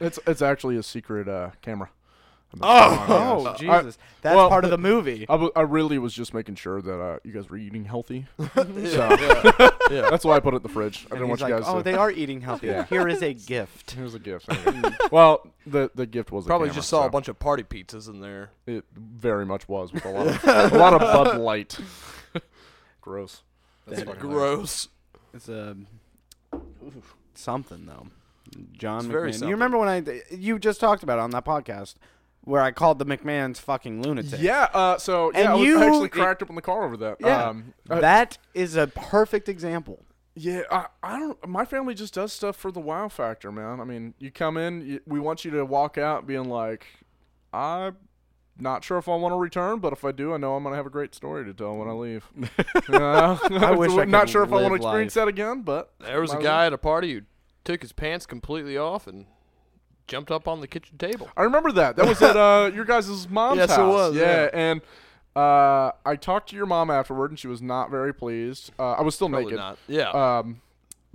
Speaker 1: it's it's actually a secret uh, camera.
Speaker 3: oh
Speaker 1: Uh, I-
Speaker 3: Jesus, that's
Speaker 1: well,
Speaker 3: part of the movie.
Speaker 1: I, w- I really was just making sure that uh, you guys were eating healthy.
Speaker 2: yeah, yeah.
Speaker 1: That's why I put it in the fridge. I
Speaker 3: And
Speaker 1: didn't want
Speaker 3: he's
Speaker 1: you
Speaker 3: like,
Speaker 1: guys.
Speaker 3: "Oh,
Speaker 1: to,
Speaker 3: they are eating healthy.
Speaker 1: Yeah.
Speaker 3: Here is a gift."
Speaker 1: Here's a gift. well, the the gift was a
Speaker 2: Probably
Speaker 1: camera,
Speaker 2: just saw
Speaker 1: so.
Speaker 2: a bunch of party pizzas in there.
Speaker 1: It very much was with a lot of a lot of Bud Light. Gross.
Speaker 4: That's fucking
Speaker 2: Gross.
Speaker 3: It's a something though. John
Speaker 2: It's
Speaker 3: McMahon.
Speaker 2: very
Speaker 3: You remember when I you just talked about it on that podcast where I called the McMahons fucking lunatic.
Speaker 1: Yeah. Uh, so yeah,
Speaker 3: And
Speaker 1: I was
Speaker 3: you-
Speaker 1: actually cracked up in the car over that.
Speaker 3: Yeah.
Speaker 1: Um, uh,
Speaker 3: That is a perfect example.
Speaker 1: yeah. I, I don't. My family just does stuff for the wow factor, man. I mean, you come in, you, we want you to walk out being like, I'm not sure if I want to return, but if I do, I know I'm gonna have a great story to tell when I leave. I
Speaker 3: wish I
Speaker 1: Not
Speaker 3: could
Speaker 1: sure if I want
Speaker 3: live
Speaker 1: to experience that again, but
Speaker 2: There was a
Speaker 1: might as
Speaker 2: guy at a party who took his pants completely off and jumped up on the kitchen table.
Speaker 1: I remember that. That was at uh, your guys' mom's
Speaker 2: Yes, it
Speaker 1: house.
Speaker 2: was,
Speaker 1: Yeah,
Speaker 2: yeah.
Speaker 1: and uh, I talked to your mom afterward, and she was not very pleased. Uh, I was still
Speaker 2: Probably
Speaker 1: naked.
Speaker 2: not. Yeah.
Speaker 1: Um,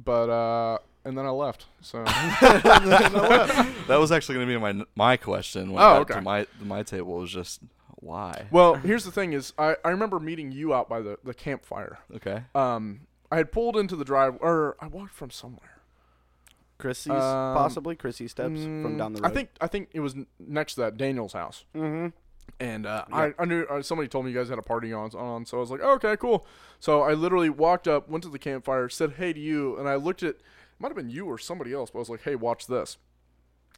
Speaker 1: but uh, and then I left. So
Speaker 4: That was actually going to be my my question. When
Speaker 1: Oh,
Speaker 4: I got
Speaker 1: okay.
Speaker 4: To my to my table was just why.
Speaker 1: well, here's the thing: is I, I remember meeting you out by the the campfire.
Speaker 4: Okay.
Speaker 1: Um, I had pulled into the drive, or I walked from somewhere.
Speaker 3: Chrissy's
Speaker 1: Um,
Speaker 3: possibly Chrissy steps from
Speaker 1: Mm,
Speaker 3: down the road.
Speaker 1: I think I think it was n- next to that Daniel's house.
Speaker 3: hmm
Speaker 1: And uh, I, I knew uh, somebody told me you guys had a party on, on, so I was like, okay, cool. So I literally walked up, went to the campfire, said hey to you, and I looked at, it might have been you or somebody else, but I was like, hey, watch this.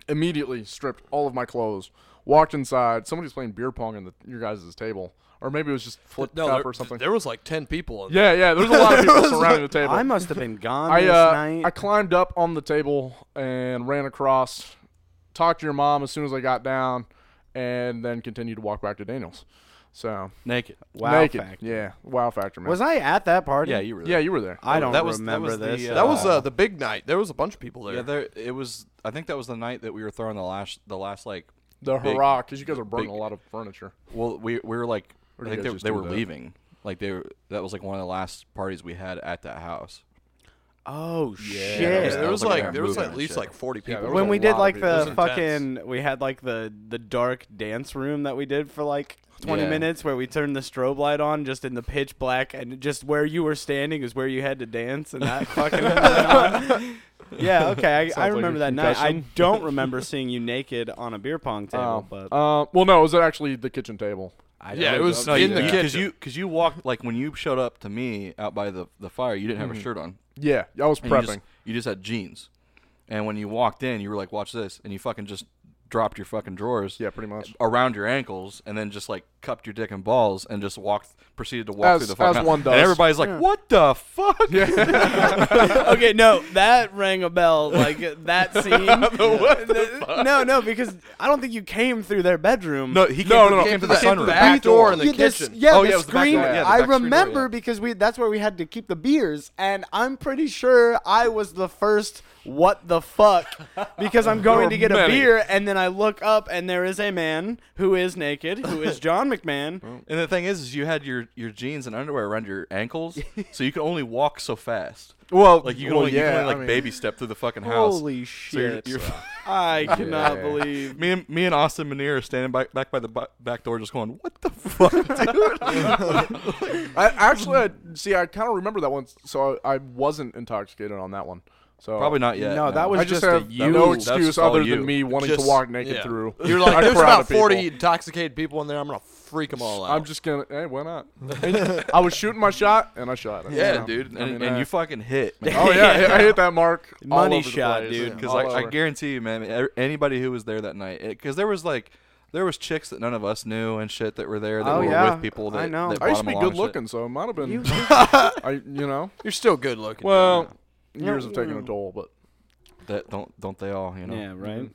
Speaker 1: Immediately stripped all of my clothes, walked inside. Somebody's playing beer pong in the, your guys' table, or maybe it was just flip
Speaker 2: no,
Speaker 1: cup
Speaker 2: there,
Speaker 1: or something.
Speaker 2: there was like ten people. In
Speaker 1: yeah, yeah. There's a lot of people surrounding the table.
Speaker 3: I must have been gone
Speaker 1: I
Speaker 3: this
Speaker 1: uh,
Speaker 3: night.
Speaker 1: I climbed up on the table and ran across, talked to your mom as soon as I got down, and then continued to walk back to Daniel's. So
Speaker 4: Naked.
Speaker 3: wow
Speaker 1: naked,
Speaker 3: factor.
Speaker 1: yeah, wow factor, man.
Speaker 3: Was I at that party?
Speaker 4: Yeah, you were.
Speaker 1: yeah, you were there.
Speaker 3: I don't
Speaker 4: That was- that
Speaker 3: remember
Speaker 4: was the,
Speaker 3: this.
Speaker 4: uh,
Speaker 3: at
Speaker 2: That was
Speaker 3: all.
Speaker 2: uh, the big night. There was a bunch of people there.
Speaker 4: Yeah, there it was. I think that was the night that we were throwing the last, the last like
Speaker 1: the
Speaker 4: big-
Speaker 1: hurrah because you guys are burning
Speaker 4: big-
Speaker 1: a lot of furniture.
Speaker 4: Well, we we were like,
Speaker 1: Or do
Speaker 4: I think
Speaker 1: you
Speaker 4: they,
Speaker 1: guys just
Speaker 4: they
Speaker 1: do
Speaker 4: were
Speaker 1: that?
Speaker 4: leaving. Like they were, that was like one of the last parties we had at that house.
Speaker 3: Oh
Speaker 1: Yeah.
Speaker 3: shit!
Speaker 1: Yeah,
Speaker 2: there was
Speaker 4: like
Speaker 2: like
Speaker 4: they're
Speaker 2: there was
Speaker 4: moving
Speaker 2: at
Speaker 4: and
Speaker 2: least
Speaker 4: shit.
Speaker 2: like forty
Speaker 1: Yeah,
Speaker 2: people.
Speaker 1: there was a
Speaker 3: when we did
Speaker 1: lot of
Speaker 3: like
Speaker 1: people. It
Speaker 2: was
Speaker 3: the
Speaker 2: intense.
Speaker 3: fucking we had like the the dark dance room that we did for like 20
Speaker 4: Yeah.
Speaker 3: minutes where we turned the strobe light on just in the pitch black and just where you were standing is where you had to dance and that fucking yeah okay I, I
Speaker 1: like a
Speaker 3: remember that night I
Speaker 1: concussion.
Speaker 3: don't remember seeing you naked on a beer pong table but
Speaker 1: uh, well, no, it was actually the kitchen table.
Speaker 4: I
Speaker 2: Yeah, it was in the
Speaker 4: because you because you walked like when you showed up to me out by the the fire, you didn't have a shirt on.
Speaker 1: Yeah, I was
Speaker 4: And
Speaker 1: Mm-hmm. prepping.
Speaker 4: You just, you just had jeans, and when you walked in, you were like, "Watch this," and you fucking just dropped your fucking drawers.
Speaker 1: yeah, pretty much.
Speaker 4: Around your ankles, and then just like cupped your dick and balls, and just walked, proceeded to walk
Speaker 1: As-
Speaker 4: through the fucking
Speaker 1: as
Speaker 4: house.
Speaker 1: one
Speaker 4: And
Speaker 1: does.
Speaker 4: everybody's like, "What the fuck?"
Speaker 1: Yeah,
Speaker 3: okay, no, that rang a bell. Like that scene. No, no, because I don't think you came through their bedroom.
Speaker 4: No, he came,
Speaker 1: No,
Speaker 4: to,
Speaker 1: no, no.
Speaker 4: he came to the
Speaker 2: Came through
Speaker 4: sunroom.
Speaker 2: the back door in the
Speaker 3: You- this-
Speaker 2: kitchen.
Speaker 3: yeah,
Speaker 4: Oh,
Speaker 3: the
Speaker 4: yeah, it was the back
Speaker 3: screen.
Speaker 4: door, yeah, the
Speaker 3: I
Speaker 4: back screen door,
Speaker 3: remember
Speaker 4: yeah.
Speaker 3: because we that's where we had to keep the beers, and I'm pretty sure I was the first. What the fuck? Because I'm going to get a
Speaker 1: many.
Speaker 3: beer, and then I look up, and there is a man who is naked, who is John McMahon.
Speaker 4: And the thing is, is you had your, your jeans and underwear around your ankles, so you could only walk so fast.
Speaker 1: Well,
Speaker 4: like you can
Speaker 1: well,
Speaker 4: only, you can
Speaker 1: yeah,
Speaker 4: only, like
Speaker 1: I mean-
Speaker 4: baby step through the fucking house.
Speaker 3: Holy
Speaker 4: so you're,
Speaker 3: shit!
Speaker 4: you're,
Speaker 3: I cannot
Speaker 1: Yeah.
Speaker 3: believe.
Speaker 4: me and me and Austin Manier are standing back back by the bu- back door, just going, "What the fuck, dude?"
Speaker 1: I, actually, I, see, I kind of remember that one, so I, I wasn't intoxicated on that one. So
Speaker 4: Probably not yet.
Speaker 3: No, that was
Speaker 1: I just,
Speaker 3: just a
Speaker 1: have
Speaker 3: you.
Speaker 1: no
Speaker 4: That's
Speaker 1: excuse
Speaker 4: just all
Speaker 1: other
Speaker 4: you.
Speaker 1: than me wanting
Speaker 2: Just-
Speaker 1: to walk naked
Speaker 2: yeah.
Speaker 1: through.
Speaker 2: You're like,
Speaker 1: a
Speaker 2: there's
Speaker 1: crowd
Speaker 2: about
Speaker 1: of people.
Speaker 2: 40 intoxicated people in there. I'm gonna freak them all out.
Speaker 1: I'm just gonna. Hey, why not? I was shooting my shot and I shot it.
Speaker 4: yeah,
Speaker 1: you know?
Speaker 4: dude, and,
Speaker 1: I mean,
Speaker 4: and
Speaker 1: uh,
Speaker 4: you fucking hit, man.
Speaker 1: Oh yeah, I hit- I hit that mark. all
Speaker 3: Money
Speaker 1: over the
Speaker 3: shot,
Speaker 1: place.
Speaker 3: dude.
Speaker 4: Because
Speaker 1: All
Speaker 4: like, I
Speaker 1: over.
Speaker 4: guarantee you, man, e- anybody who was there that night, because there was like, there was chicks that none of us knew and shit that were there that
Speaker 3: Oh,
Speaker 4: were
Speaker 3: yeah.
Speaker 4: with people that
Speaker 3: I know.
Speaker 4: that
Speaker 1: I used to
Speaker 4: brought 'em
Speaker 1: be
Speaker 4: along and
Speaker 1: good
Speaker 4: shit.
Speaker 1: looking, so it might have been.
Speaker 3: You-
Speaker 1: I, you know,
Speaker 2: You're still good looking.
Speaker 1: well,
Speaker 3: No,
Speaker 1: years have taken
Speaker 3: no.
Speaker 1: a toll, but
Speaker 4: That don't don't they all? You know.
Speaker 3: Yeah, right.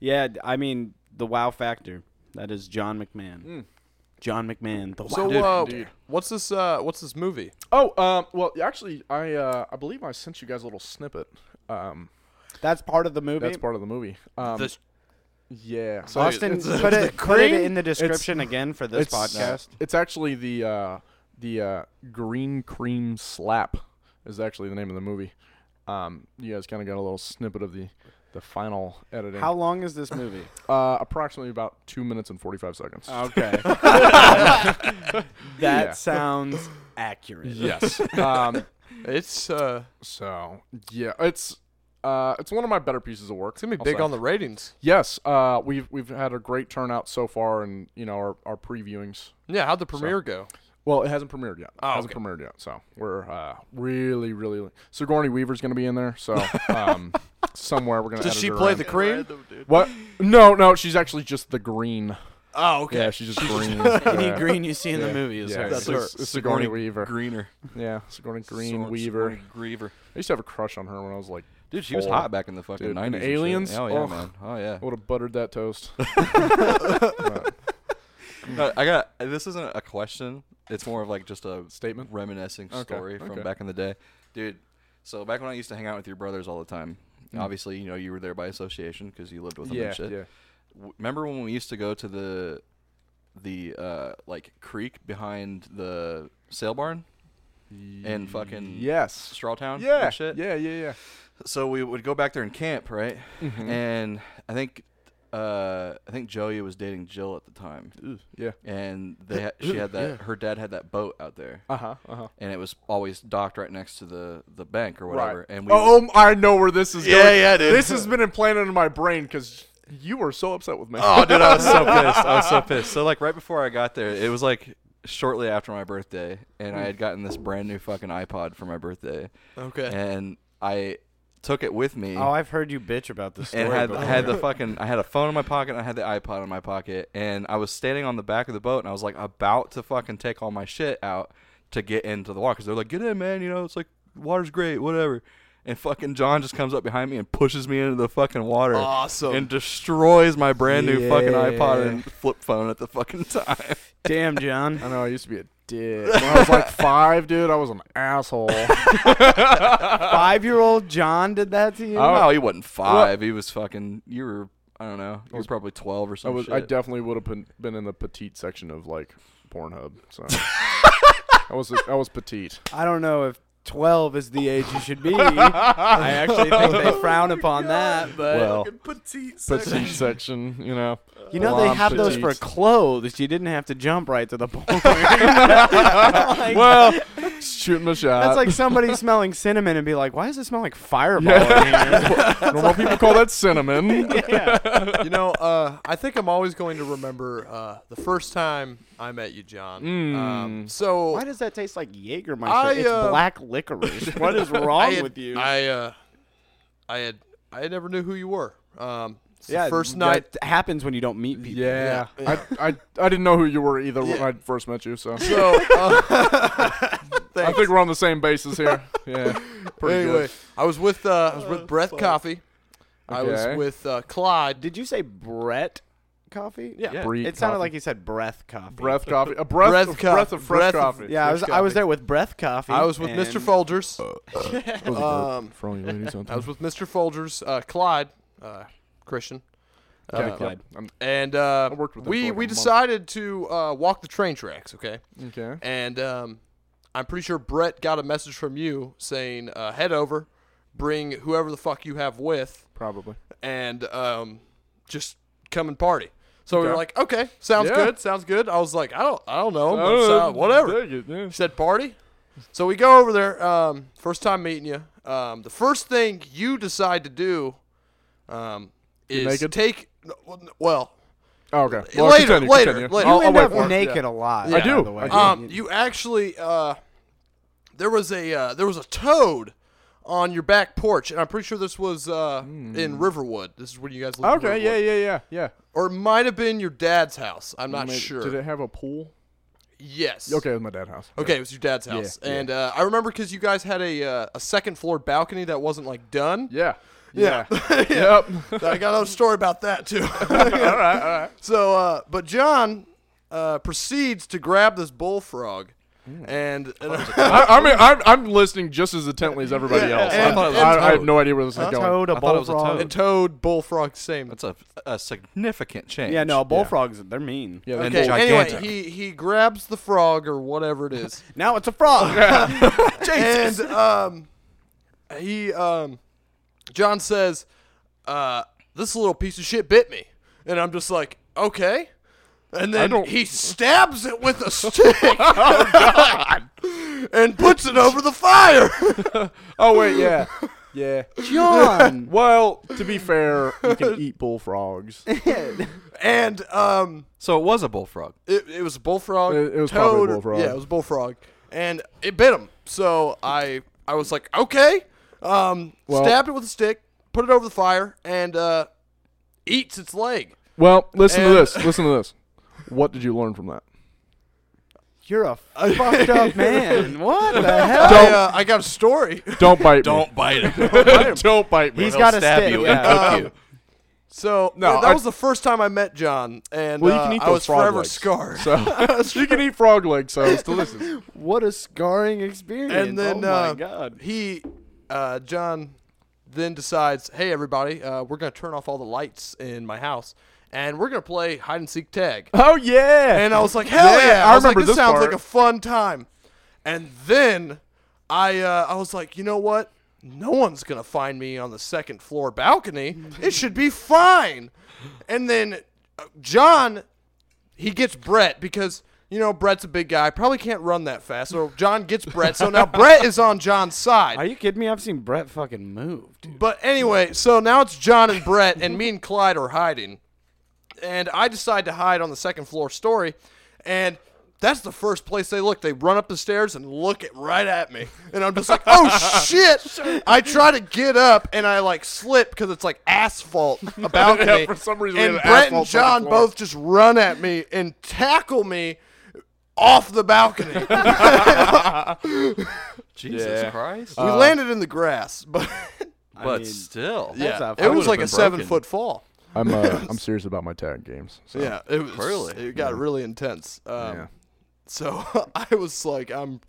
Speaker 3: Yeah, d- I mean the wow factor. That is John McMahon.
Speaker 1: Mm.
Speaker 3: John McMahon. The wow.
Speaker 2: so
Speaker 4: Dude,
Speaker 2: uh,
Speaker 1: dude.
Speaker 2: what's this? Uh, what's this movie?
Speaker 1: oh, um, well, actually, I uh, I believe I sent you guys a little snippet. Um,
Speaker 3: that's part of the movie.
Speaker 1: that's part of the movie. Um, yeah,
Speaker 2: So
Speaker 3: Austin,
Speaker 2: it's-
Speaker 3: put,
Speaker 2: it's
Speaker 3: it,
Speaker 2: the
Speaker 3: put it
Speaker 2: cream?
Speaker 3: in the description again for this podcast.
Speaker 1: It's uh, actually the uh, the uh, green cream slap is actually the name of the movie. Um, you guys kind of got a little snippet of the the final editing.
Speaker 3: How long is this movie?
Speaker 1: Uh, approximately about two minutes and forty five seconds.
Speaker 3: Oh, Okay. that
Speaker 1: Yeah.
Speaker 3: sounds accurate.
Speaker 1: yes. um,
Speaker 2: It's uh,
Speaker 1: so yeah, it's uh, it's one of my better pieces of work.
Speaker 2: it's gonna be big on the ratings.
Speaker 1: Yes, uh, we've we've had a great turnout so far, and you know our our previewings.
Speaker 2: Yeah, how'd the premiere go?
Speaker 1: Well, it hasn't premiered yet.
Speaker 2: Oh,
Speaker 1: it hasn't
Speaker 2: okay.
Speaker 1: premiered yet. So we're uh, really, really. Sigourney Weaver's going to be in there. So um, somewhere we're going to.
Speaker 2: Does she play the cream?
Speaker 1: What? No, no. She's actually just the green.
Speaker 2: Oh, okay.
Speaker 1: Yeah, she's just green.
Speaker 3: Any
Speaker 1: Yeah.
Speaker 3: green you see in the movie is
Speaker 1: Yeah,
Speaker 3: her.
Speaker 1: it's
Speaker 2: That's her.
Speaker 1: Sig- it's Sigourney, Weaver.
Speaker 4: Greener.
Speaker 1: Yeah, Sigourney Green
Speaker 4: Sor-
Speaker 1: Weaver.
Speaker 4: Sigourney Griever.
Speaker 1: I used to have a crush on her when I was like,
Speaker 4: Dude, she was
Speaker 1: Four.
Speaker 4: hot back in the fucking
Speaker 1: Dude, and
Speaker 4: 90s. and shit.
Speaker 1: Aliens?
Speaker 4: Oh, yeah,
Speaker 1: Ugh.
Speaker 4: man. Oh, yeah.
Speaker 1: I would have buttered that toast.
Speaker 4: No, I got this isn't a question. It's more of like just a
Speaker 1: Statement?
Speaker 4: reminiscing
Speaker 1: Okay,
Speaker 4: story from
Speaker 1: okay.
Speaker 4: back in the day. Dude, so back when I used to hang out with your brothers all the time. Obviously, you know, you were there by association because you lived with them
Speaker 1: Mm. yeah,
Speaker 4: and shit.
Speaker 1: yeah.
Speaker 4: W- Remember when we used to go to the the uh like creek behind the sail barn in fucking
Speaker 1: Yes.
Speaker 4: Strawtown?
Speaker 1: Yeah.
Speaker 4: And shit?
Speaker 1: Yeah. Yeah. Yeah.
Speaker 4: so we would go back there and camp, right? And I think uh, I think Joey was dating Jill at the time,
Speaker 1: Yeah.
Speaker 4: and they ha- she had that her dad had that boat out there,
Speaker 1: Uh huh. Uh huh.
Speaker 4: and it was always docked right next to the the bank or whatever.
Speaker 1: Right.
Speaker 4: And we
Speaker 1: oh, um, I know where this is
Speaker 4: Yeah,
Speaker 1: going.
Speaker 4: yeah, dude.
Speaker 1: This has been implanted in my brain because you were so upset with me.
Speaker 4: oh, dude, I was so pissed. I was so pissed. So like right before I got there, it was like shortly after my birthday, and I had gotten this brand new fucking iPod for my birthday,
Speaker 2: Okay.
Speaker 4: and I took it with me.
Speaker 3: Oh, I've heard you bitch about this story.
Speaker 4: and had
Speaker 3: before.
Speaker 4: had the fucking I had a phone in my pocket and I had the iPod in my pocket and I was standing on the back of the boat and I was like about to fucking take all my shit out to get into the water because they're like get in man you know it's like water's great whatever and fucking John just comes up behind me and pushes me into the fucking water
Speaker 2: Awesome.
Speaker 4: and destroys my brand new fucking iPod
Speaker 3: Yeah.
Speaker 4: and flip phone at the fucking time
Speaker 3: Damn, John.
Speaker 1: I know. I used to be a dick. When I was like five, dude, I was an asshole.
Speaker 3: Five year old John did that to you?
Speaker 4: oh no he wasn't five he was fucking you were I don't know. You were probably 12 or
Speaker 1: I
Speaker 4: something.
Speaker 1: was. I definitely would have been, been in the petite section of like Pornhub. So I was. I was petite.
Speaker 3: I don't know if 12 is the age you should be. I actually think they frown upon that, but
Speaker 4: well,
Speaker 2: Petite
Speaker 1: Petite section. You know.
Speaker 3: you know they
Speaker 1: Blonde
Speaker 3: have those for
Speaker 1: petite.
Speaker 3: clothes. You didn't have to jump right to the point.
Speaker 1: well, uh, shooting my shot.
Speaker 3: That's like somebody smelling cinnamon and be like, "Why does it smell like fireball in here?"
Speaker 1: normal people call that cinnamon.
Speaker 2: you know, uh, I think I'm always going to remember uh, the first time I met you, John.
Speaker 4: Hmm.
Speaker 2: Um, so
Speaker 3: Why does that taste like Jägermeister?
Speaker 2: I,
Speaker 3: it's
Speaker 2: uh,
Speaker 3: black licorice. What is wrong
Speaker 2: I had-
Speaker 3: with you?
Speaker 2: I uh, I had I never knew who you were. Um, it's the
Speaker 3: yeah,
Speaker 2: first
Speaker 3: that
Speaker 2: night.
Speaker 3: happens when you don't meet people.
Speaker 1: Yeah, I, I, I didn't know who you were either when I first met you, so
Speaker 2: So uh,
Speaker 1: I think we're on the same basis here. Yeah, pretty
Speaker 2: anyway,
Speaker 1: good. Oh,
Speaker 2: I was with uh, I was with Breath Coffee. I was
Speaker 1: Okay.
Speaker 2: with uh, Clyde.
Speaker 3: Did you say Brett coffee? Yeah.
Speaker 1: Breed
Speaker 3: It sounded
Speaker 1: coffee.
Speaker 3: like you said breath coffee.
Speaker 1: breath coffee, a breath,
Speaker 2: Breath
Speaker 1: a
Speaker 2: co-
Speaker 1: breath of fresh
Speaker 2: breath of-
Speaker 1: coffee.
Speaker 3: Yeah, I was, I was there with breath coffee.
Speaker 2: I was with
Speaker 3: and-
Speaker 2: Mr. Folgers.
Speaker 1: Oh.
Speaker 2: um,
Speaker 1: for all you ladies out
Speaker 2: I was with Mr. Folgers, uh, Clyde, uh, Christian,
Speaker 3: Yeah,
Speaker 1: there.
Speaker 3: Clyde.
Speaker 1: Yep.
Speaker 2: and uh,
Speaker 1: I worked with them for
Speaker 2: we
Speaker 1: like a
Speaker 2: we
Speaker 1: month.
Speaker 2: decided to uh, walk the train tracks. Okay,
Speaker 1: I'm- okay.
Speaker 2: and um, I'm pretty sure Brett got a message from you saying, uh, "Head over, bring whoever the fuck you have with,
Speaker 1: Probably.
Speaker 2: and um, just come and party." So we were
Speaker 1: Okay.
Speaker 2: like, "Okay, sounds
Speaker 1: Yeah.
Speaker 2: good, sounds good." I was like, "I don't, I don't know, but so- Uh, whatever."
Speaker 1: Dig it, yeah.
Speaker 2: He said party. So we go over there. Um, first time meeting you. Um, the first thing you decide to do um, is
Speaker 1: naked?
Speaker 2: take. Well,
Speaker 1: Oh, okay.
Speaker 2: Later,
Speaker 1: continue,
Speaker 2: later,
Speaker 1: continue.
Speaker 2: later.
Speaker 3: You
Speaker 1: I'll, I'll
Speaker 3: end
Speaker 1: wait
Speaker 3: up
Speaker 1: for it.
Speaker 3: naked a lot.
Speaker 1: I do,
Speaker 3: By the way.
Speaker 1: I do.
Speaker 2: um, you actually uh, there was a uh, there was a toad on your back porch, and I'm pretty sure this was uh, in Riverwood. This is where you guys lived. in
Speaker 1: Hmm. Oh, Okay. Yeah.
Speaker 2: Riverwood.
Speaker 1: Yeah. Yeah. Yeah.
Speaker 2: Or it might have been your dad's house. I'm not
Speaker 1: Maybe-
Speaker 2: sure.
Speaker 1: Did it have a pool?
Speaker 2: yes.
Speaker 1: Okay, it was my dad's house.
Speaker 2: Okay, it was your dad's house,
Speaker 1: yeah.
Speaker 2: and Uh, I remember because you guys had a uh, a second floor balcony that wasn't like done.
Speaker 1: Yeah.
Speaker 2: Yeah.
Speaker 1: Yep.
Speaker 2: I got another story about that too.
Speaker 1: all right. All right.
Speaker 2: so, uh, but John uh, proceeds to grab this bullfrog,
Speaker 1: Hmm.
Speaker 2: and, and
Speaker 1: I, I mean, I'm, I'm listening just as intently as everybody else.
Speaker 2: and-
Speaker 1: I, thought
Speaker 2: and
Speaker 1: I, I have
Speaker 4: toad.
Speaker 1: no idea where this is going.
Speaker 3: Toad, a
Speaker 4: I thought it was a
Speaker 3: bullfrog.
Speaker 2: and
Speaker 4: toad.
Speaker 2: toad, bullfrog, same.
Speaker 4: that's a, a significant change.
Speaker 3: Yeah, no, bullfrogs, they're mean.
Speaker 1: Yeah,
Speaker 4: And
Speaker 2: Okay. Anyway,
Speaker 4: gigantic.
Speaker 2: he he grabs the frog or whatever it is,
Speaker 3: Now it's a frog.
Speaker 2: and um, he um, John says, uh, "This little piece of shit bit me," and I'm just like, "Okay," and then
Speaker 1: don't- Oh,
Speaker 2: he stabs it with a stick. And puts it over the fire.
Speaker 1: Oh wait, yeah, yeah.
Speaker 3: John.
Speaker 1: Well, to be fair, you can eat bullfrogs. It,
Speaker 2: and um,
Speaker 4: So it was a bullfrog.
Speaker 2: it, it was a bullfrog.
Speaker 1: It- it was
Speaker 2: toad,
Speaker 1: probably a
Speaker 2: or-
Speaker 1: bullfrog.
Speaker 2: Yeah, it was a bullfrog, and it bit him. So I I was like, okay, um,
Speaker 1: Well-
Speaker 2: stabbed it with a stick, put it over the fire, and uh, eats its leg.
Speaker 1: Well, listen
Speaker 2: And-
Speaker 1: to this. Listen to this. What did you learn from that?
Speaker 3: You're a fucked up man. What the hell?
Speaker 2: I, uh, I got a story.
Speaker 1: Don't bite me.
Speaker 4: Don't bite him.
Speaker 3: Oh,
Speaker 1: Don't. Don't bite me.
Speaker 3: He's
Speaker 4: He'll
Speaker 3: got a
Speaker 4: stab
Speaker 3: stick,
Speaker 4: you
Speaker 3: yeah.
Speaker 4: and cook you.
Speaker 2: So
Speaker 1: No,
Speaker 2: that
Speaker 1: I-
Speaker 2: was the first time I met John, and
Speaker 1: Well, you
Speaker 2: uh,
Speaker 1: can eat
Speaker 2: I
Speaker 1: those
Speaker 2: was
Speaker 1: frog
Speaker 2: forever
Speaker 1: legs.
Speaker 2: scarred.
Speaker 1: So you can eat frog legs, so it's delicious.
Speaker 3: What a scarring experience.
Speaker 2: and then
Speaker 3: oh
Speaker 2: uh,
Speaker 3: my god.
Speaker 2: he uh, john then decides hey everybody uh, we're going to turn off all the lights in my house and we're going to play hide and seek tag
Speaker 1: Oh yeah.
Speaker 2: and i was like hell yeah,
Speaker 1: Yeah, I
Speaker 2: i, was
Speaker 1: remember
Speaker 2: like
Speaker 1: this
Speaker 2: this, sounds
Speaker 1: part.
Speaker 2: like a fun time and then i uh, i was like you know what no one's going to find me on the second floor balcony it should be fine and then uh, john he gets Brett because you know Brett's a big guy, probably can't run that fast. So John gets Brett. So now Brett is on John's
Speaker 3: Are
Speaker 2: side.
Speaker 3: you kidding me? I've seen Brett fucking move, dude.
Speaker 2: But anyway, so now it's John and Brett, and me and Clyde are hiding. And I decide to hide on the second floor story, and that's the first place they look. They run up the stairs and look at right at me, and I'm just like, "Oh shit!" I try to get up, and I like slip because it's like asphalt about
Speaker 1: Yeah,
Speaker 2: me.
Speaker 1: for some reason we
Speaker 2: and
Speaker 1: had an
Speaker 2: Brett and
Speaker 1: asphalt second
Speaker 2: John
Speaker 1: floor.
Speaker 2: both just run at me and tackle me off the balcony.
Speaker 4: Jesus
Speaker 1: Yeah.
Speaker 4: Christ.
Speaker 2: we landed in the grass, but
Speaker 4: but
Speaker 3: mean,
Speaker 4: still.
Speaker 3: that's
Speaker 2: yeah,
Speaker 3: a- I
Speaker 2: it was
Speaker 4: would've
Speaker 2: like a
Speaker 4: been
Speaker 2: seven
Speaker 4: broken.
Speaker 2: foot fall.
Speaker 1: I'm uh, I'm serious about my tag games. So,
Speaker 2: Yeah, it was
Speaker 4: Really?
Speaker 2: It got really intense. Um,
Speaker 1: yeah.
Speaker 2: So I was like, I'm.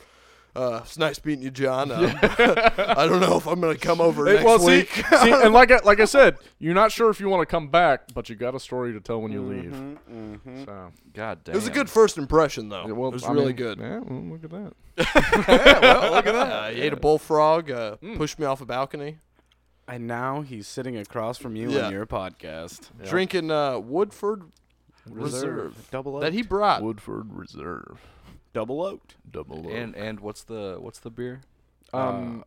Speaker 2: Uh, it's nice meeting you, John. Um, I don't know if I'm gonna come over
Speaker 1: Hey,
Speaker 2: next
Speaker 1: well, see,
Speaker 2: week.
Speaker 1: see, and like I, like I said, you're not sure if you want to come back, but you got a story to tell when you
Speaker 3: Mm-hmm.
Speaker 1: leave. So,
Speaker 4: God damn.
Speaker 2: It was a good first impression, though.
Speaker 1: yeah, well,
Speaker 2: Oh, it was
Speaker 1: I
Speaker 2: really
Speaker 1: mean,
Speaker 2: good.
Speaker 1: Yeah, well, look at that.
Speaker 2: Uh, he ate a bullfrog, uh,
Speaker 1: Hmm.
Speaker 2: pushed me off a balcony,
Speaker 3: And now he's sitting across from you
Speaker 2: Yeah.
Speaker 3: on your podcast.
Speaker 2: drinking uh, Woodford Reserve,
Speaker 3: Double oaked.
Speaker 2: that he brought.
Speaker 1: Woodford Reserve,
Speaker 3: double oaked.
Speaker 1: double O.
Speaker 4: And and what's the what's the beer?
Speaker 1: um,
Speaker 3: Uh,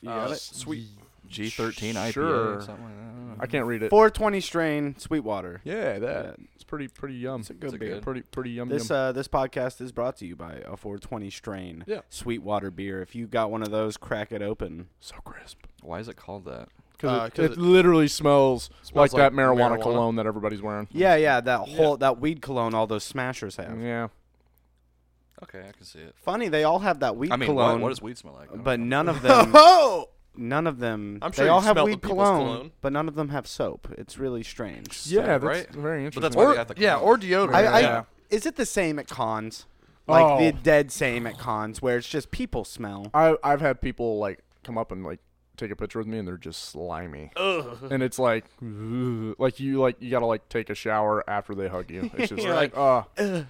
Speaker 3: You got
Speaker 2: Uh,
Speaker 3: it?
Speaker 2: sweet.
Speaker 4: G thirteen IPA
Speaker 1: Sure.
Speaker 4: or something like that. I don't know.
Speaker 1: I can't read it.
Speaker 3: 420 strain Sweetwater.
Speaker 1: yeah, that it's pretty pretty yum.
Speaker 3: It's a good
Speaker 4: a
Speaker 3: beer.
Speaker 4: good-
Speaker 1: pretty pretty yum.
Speaker 3: This
Speaker 1: yum.
Speaker 3: uh, this podcast is brought to you by a 420 strain
Speaker 2: Yeah.
Speaker 3: Sweetwater beer. If you got one of those, crack it open.
Speaker 1: so crisp
Speaker 4: Why is it called that?
Speaker 1: because
Speaker 2: Uh,
Speaker 1: it,
Speaker 2: 'cause
Speaker 1: it
Speaker 2: it
Speaker 1: literally smells,
Speaker 2: smells
Speaker 1: like, that
Speaker 2: like
Speaker 1: marijuana,
Speaker 2: marijuana.
Speaker 1: cologne that everybody's wearing.
Speaker 3: Yeah, yeah, that whole that weed cologne all those smashers have.
Speaker 1: Yeah,
Speaker 4: Okay, I can see it.
Speaker 3: Funny, they all have that weed
Speaker 4: I mean,
Speaker 3: cologne,
Speaker 4: what, what does weed smell like? I don't
Speaker 3: but
Speaker 4: know.
Speaker 3: none of them,
Speaker 2: Oh,
Speaker 3: none of them.
Speaker 2: I'm
Speaker 3: they
Speaker 2: sure
Speaker 3: all
Speaker 2: you
Speaker 3: have
Speaker 2: smell the
Speaker 3: weed
Speaker 2: people's
Speaker 3: cologne,
Speaker 2: cologne.
Speaker 3: but none of them have soap. It's really strange.
Speaker 1: yeah, that's
Speaker 4: right?
Speaker 1: very interesting.
Speaker 4: but that's why
Speaker 2: or
Speaker 4: they got the
Speaker 2: yeah,
Speaker 4: cologne.
Speaker 2: or deodorant.
Speaker 3: I, I,
Speaker 1: Yeah.
Speaker 3: Is it the same at cons? Like
Speaker 1: Oh.
Speaker 3: the dead same at cons, where it's just people smell.
Speaker 1: I I've had people like come up and like take a picture with me and they're just slimy. And it's like ugh. like you like you got to like take a shower after they hug you. It's just
Speaker 3: You're
Speaker 1: like,
Speaker 3: like,
Speaker 1: uh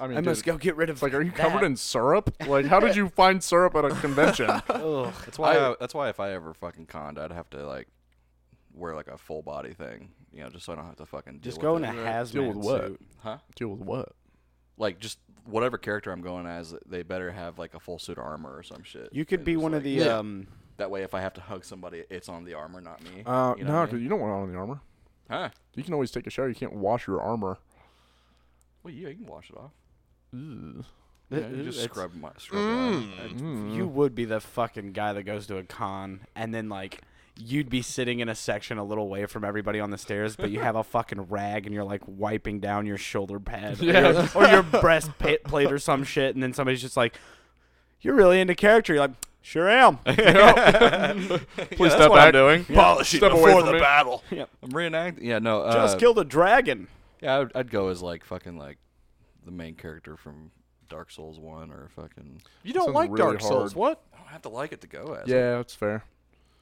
Speaker 1: I mean
Speaker 3: I must
Speaker 1: dude,
Speaker 3: go get rid of.
Speaker 1: It's like are you covered in syrup? Like how did you find syrup at a convention?
Speaker 4: that's why. I, that's why if I ever fucking conned, I'd have to like wear like a full body thing, you know, just so I don't have to fucking deal
Speaker 3: Just go
Speaker 4: with
Speaker 3: in a
Speaker 4: it.
Speaker 3: hazmat
Speaker 1: Deal with what?
Speaker 3: suit.
Speaker 4: huh?
Speaker 1: Deal with what?
Speaker 4: Like just whatever character I'm going as, they better have like a full suit of armor or some shit.
Speaker 3: You could
Speaker 4: And
Speaker 3: be
Speaker 4: just,
Speaker 3: one of
Speaker 4: like,
Speaker 3: the
Speaker 2: Yeah.
Speaker 3: um.
Speaker 4: That way, if I have to hug somebody, it's on the armor, not me.
Speaker 1: Uh
Speaker 4: You know
Speaker 1: no,
Speaker 4: what I
Speaker 1: 'cause you don't want it on the armor.
Speaker 4: huh?
Speaker 1: You can always take a shower. You can't wash your armor.
Speaker 4: Well, yeah, you can wash it off.
Speaker 1: Ugh.
Speaker 4: You, know, you
Speaker 3: Ooh,
Speaker 4: just
Speaker 3: that's-
Speaker 4: scrub my scrub. your arm.
Speaker 1: Mm.
Speaker 3: You
Speaker 4: Mm-hmm.
Speaker 3: would be the fucking guy that goes to a con and then like you'd be sitting in a section a little away from everybody on the stairs, but you have a fucking rag and you're like wiping down your shoulder pad or your- or, your, breast pa- plate or some shit, and then somebody's just like, "You're really into character." You're like, "Sure am."
Speaker 4: Uh,
Speaker 1: Please step back. doing.
Speaker 2: Polish it
Speaker 1: Step away
Speaker 2: before
Speaker 1: from
Speaker 2: the
Speaker 1: me.
Speaker 2: battle.
Speaker 4: I'm reenacting. Yeah, no. Uh,
Speaker 3: Just killed a dragon.
Speaker 4: Yeah, I'd, I'd go as like fucking like the main character from Dark Souls One or fucking.
Speaker 2: You don't
Speaker 1: Sounds
Speaker 2: like
Speaker 1: really
Speaker 2: Dark
Speaker 1: hard.
Speaker 2: Souls? What?
Speaker 4: I don't have to like it to go as.
Speaker 1: Yeah, that's fair.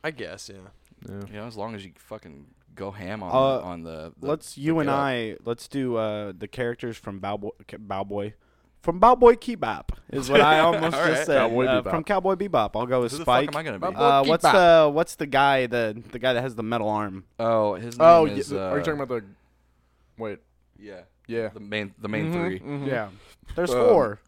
Speaker 2: I guess yeah.
Speaker 4: you know, as long as you fucking go ham on
Speaker 3: Uh,
Speaker 4: the, on the, the
Speaker 3: Let's you and
Speaker 4: get up.
Speaker 3: I let's do uh, the characters from Bowboy, Bowboy, from Cowboy Bebop is what I almost
Speaker 4: All
Speaker 3: just
Speaker 4: right.
Speaker 3: said.
Speaker 1: Cowboy
Speaker 3: Uh,
Speaker 1: Bebop.
Speaker 3: from Cowboy Bebop, I'll go with
Speaker 4: Who the
Speaker 3: Spike.
Speaker 4: fuck am I gonna be?
Speaker 3: Uh,
Speaker 2: Keep
Speaker 3: what's
Speaker 2: up.
Speaker 3: the what's the guy the the guy that has the metal arm?
Speaker 4: oh, his name
Speaker 1: Oh,
Speaker 4: is.
Speaker 1: yeah,
Speaker 4: uh,
Speaker 1: are you talking about the? Wait,
Speaker 4: Yeah,
Speaker 1: yeah.
Speaker 4: the main the main
Speaker 1: Mm-hmm.
Speaker 4: three.
Speaker 3: Yeah, there's
Speaker 1: Um,
Speaker 3: four.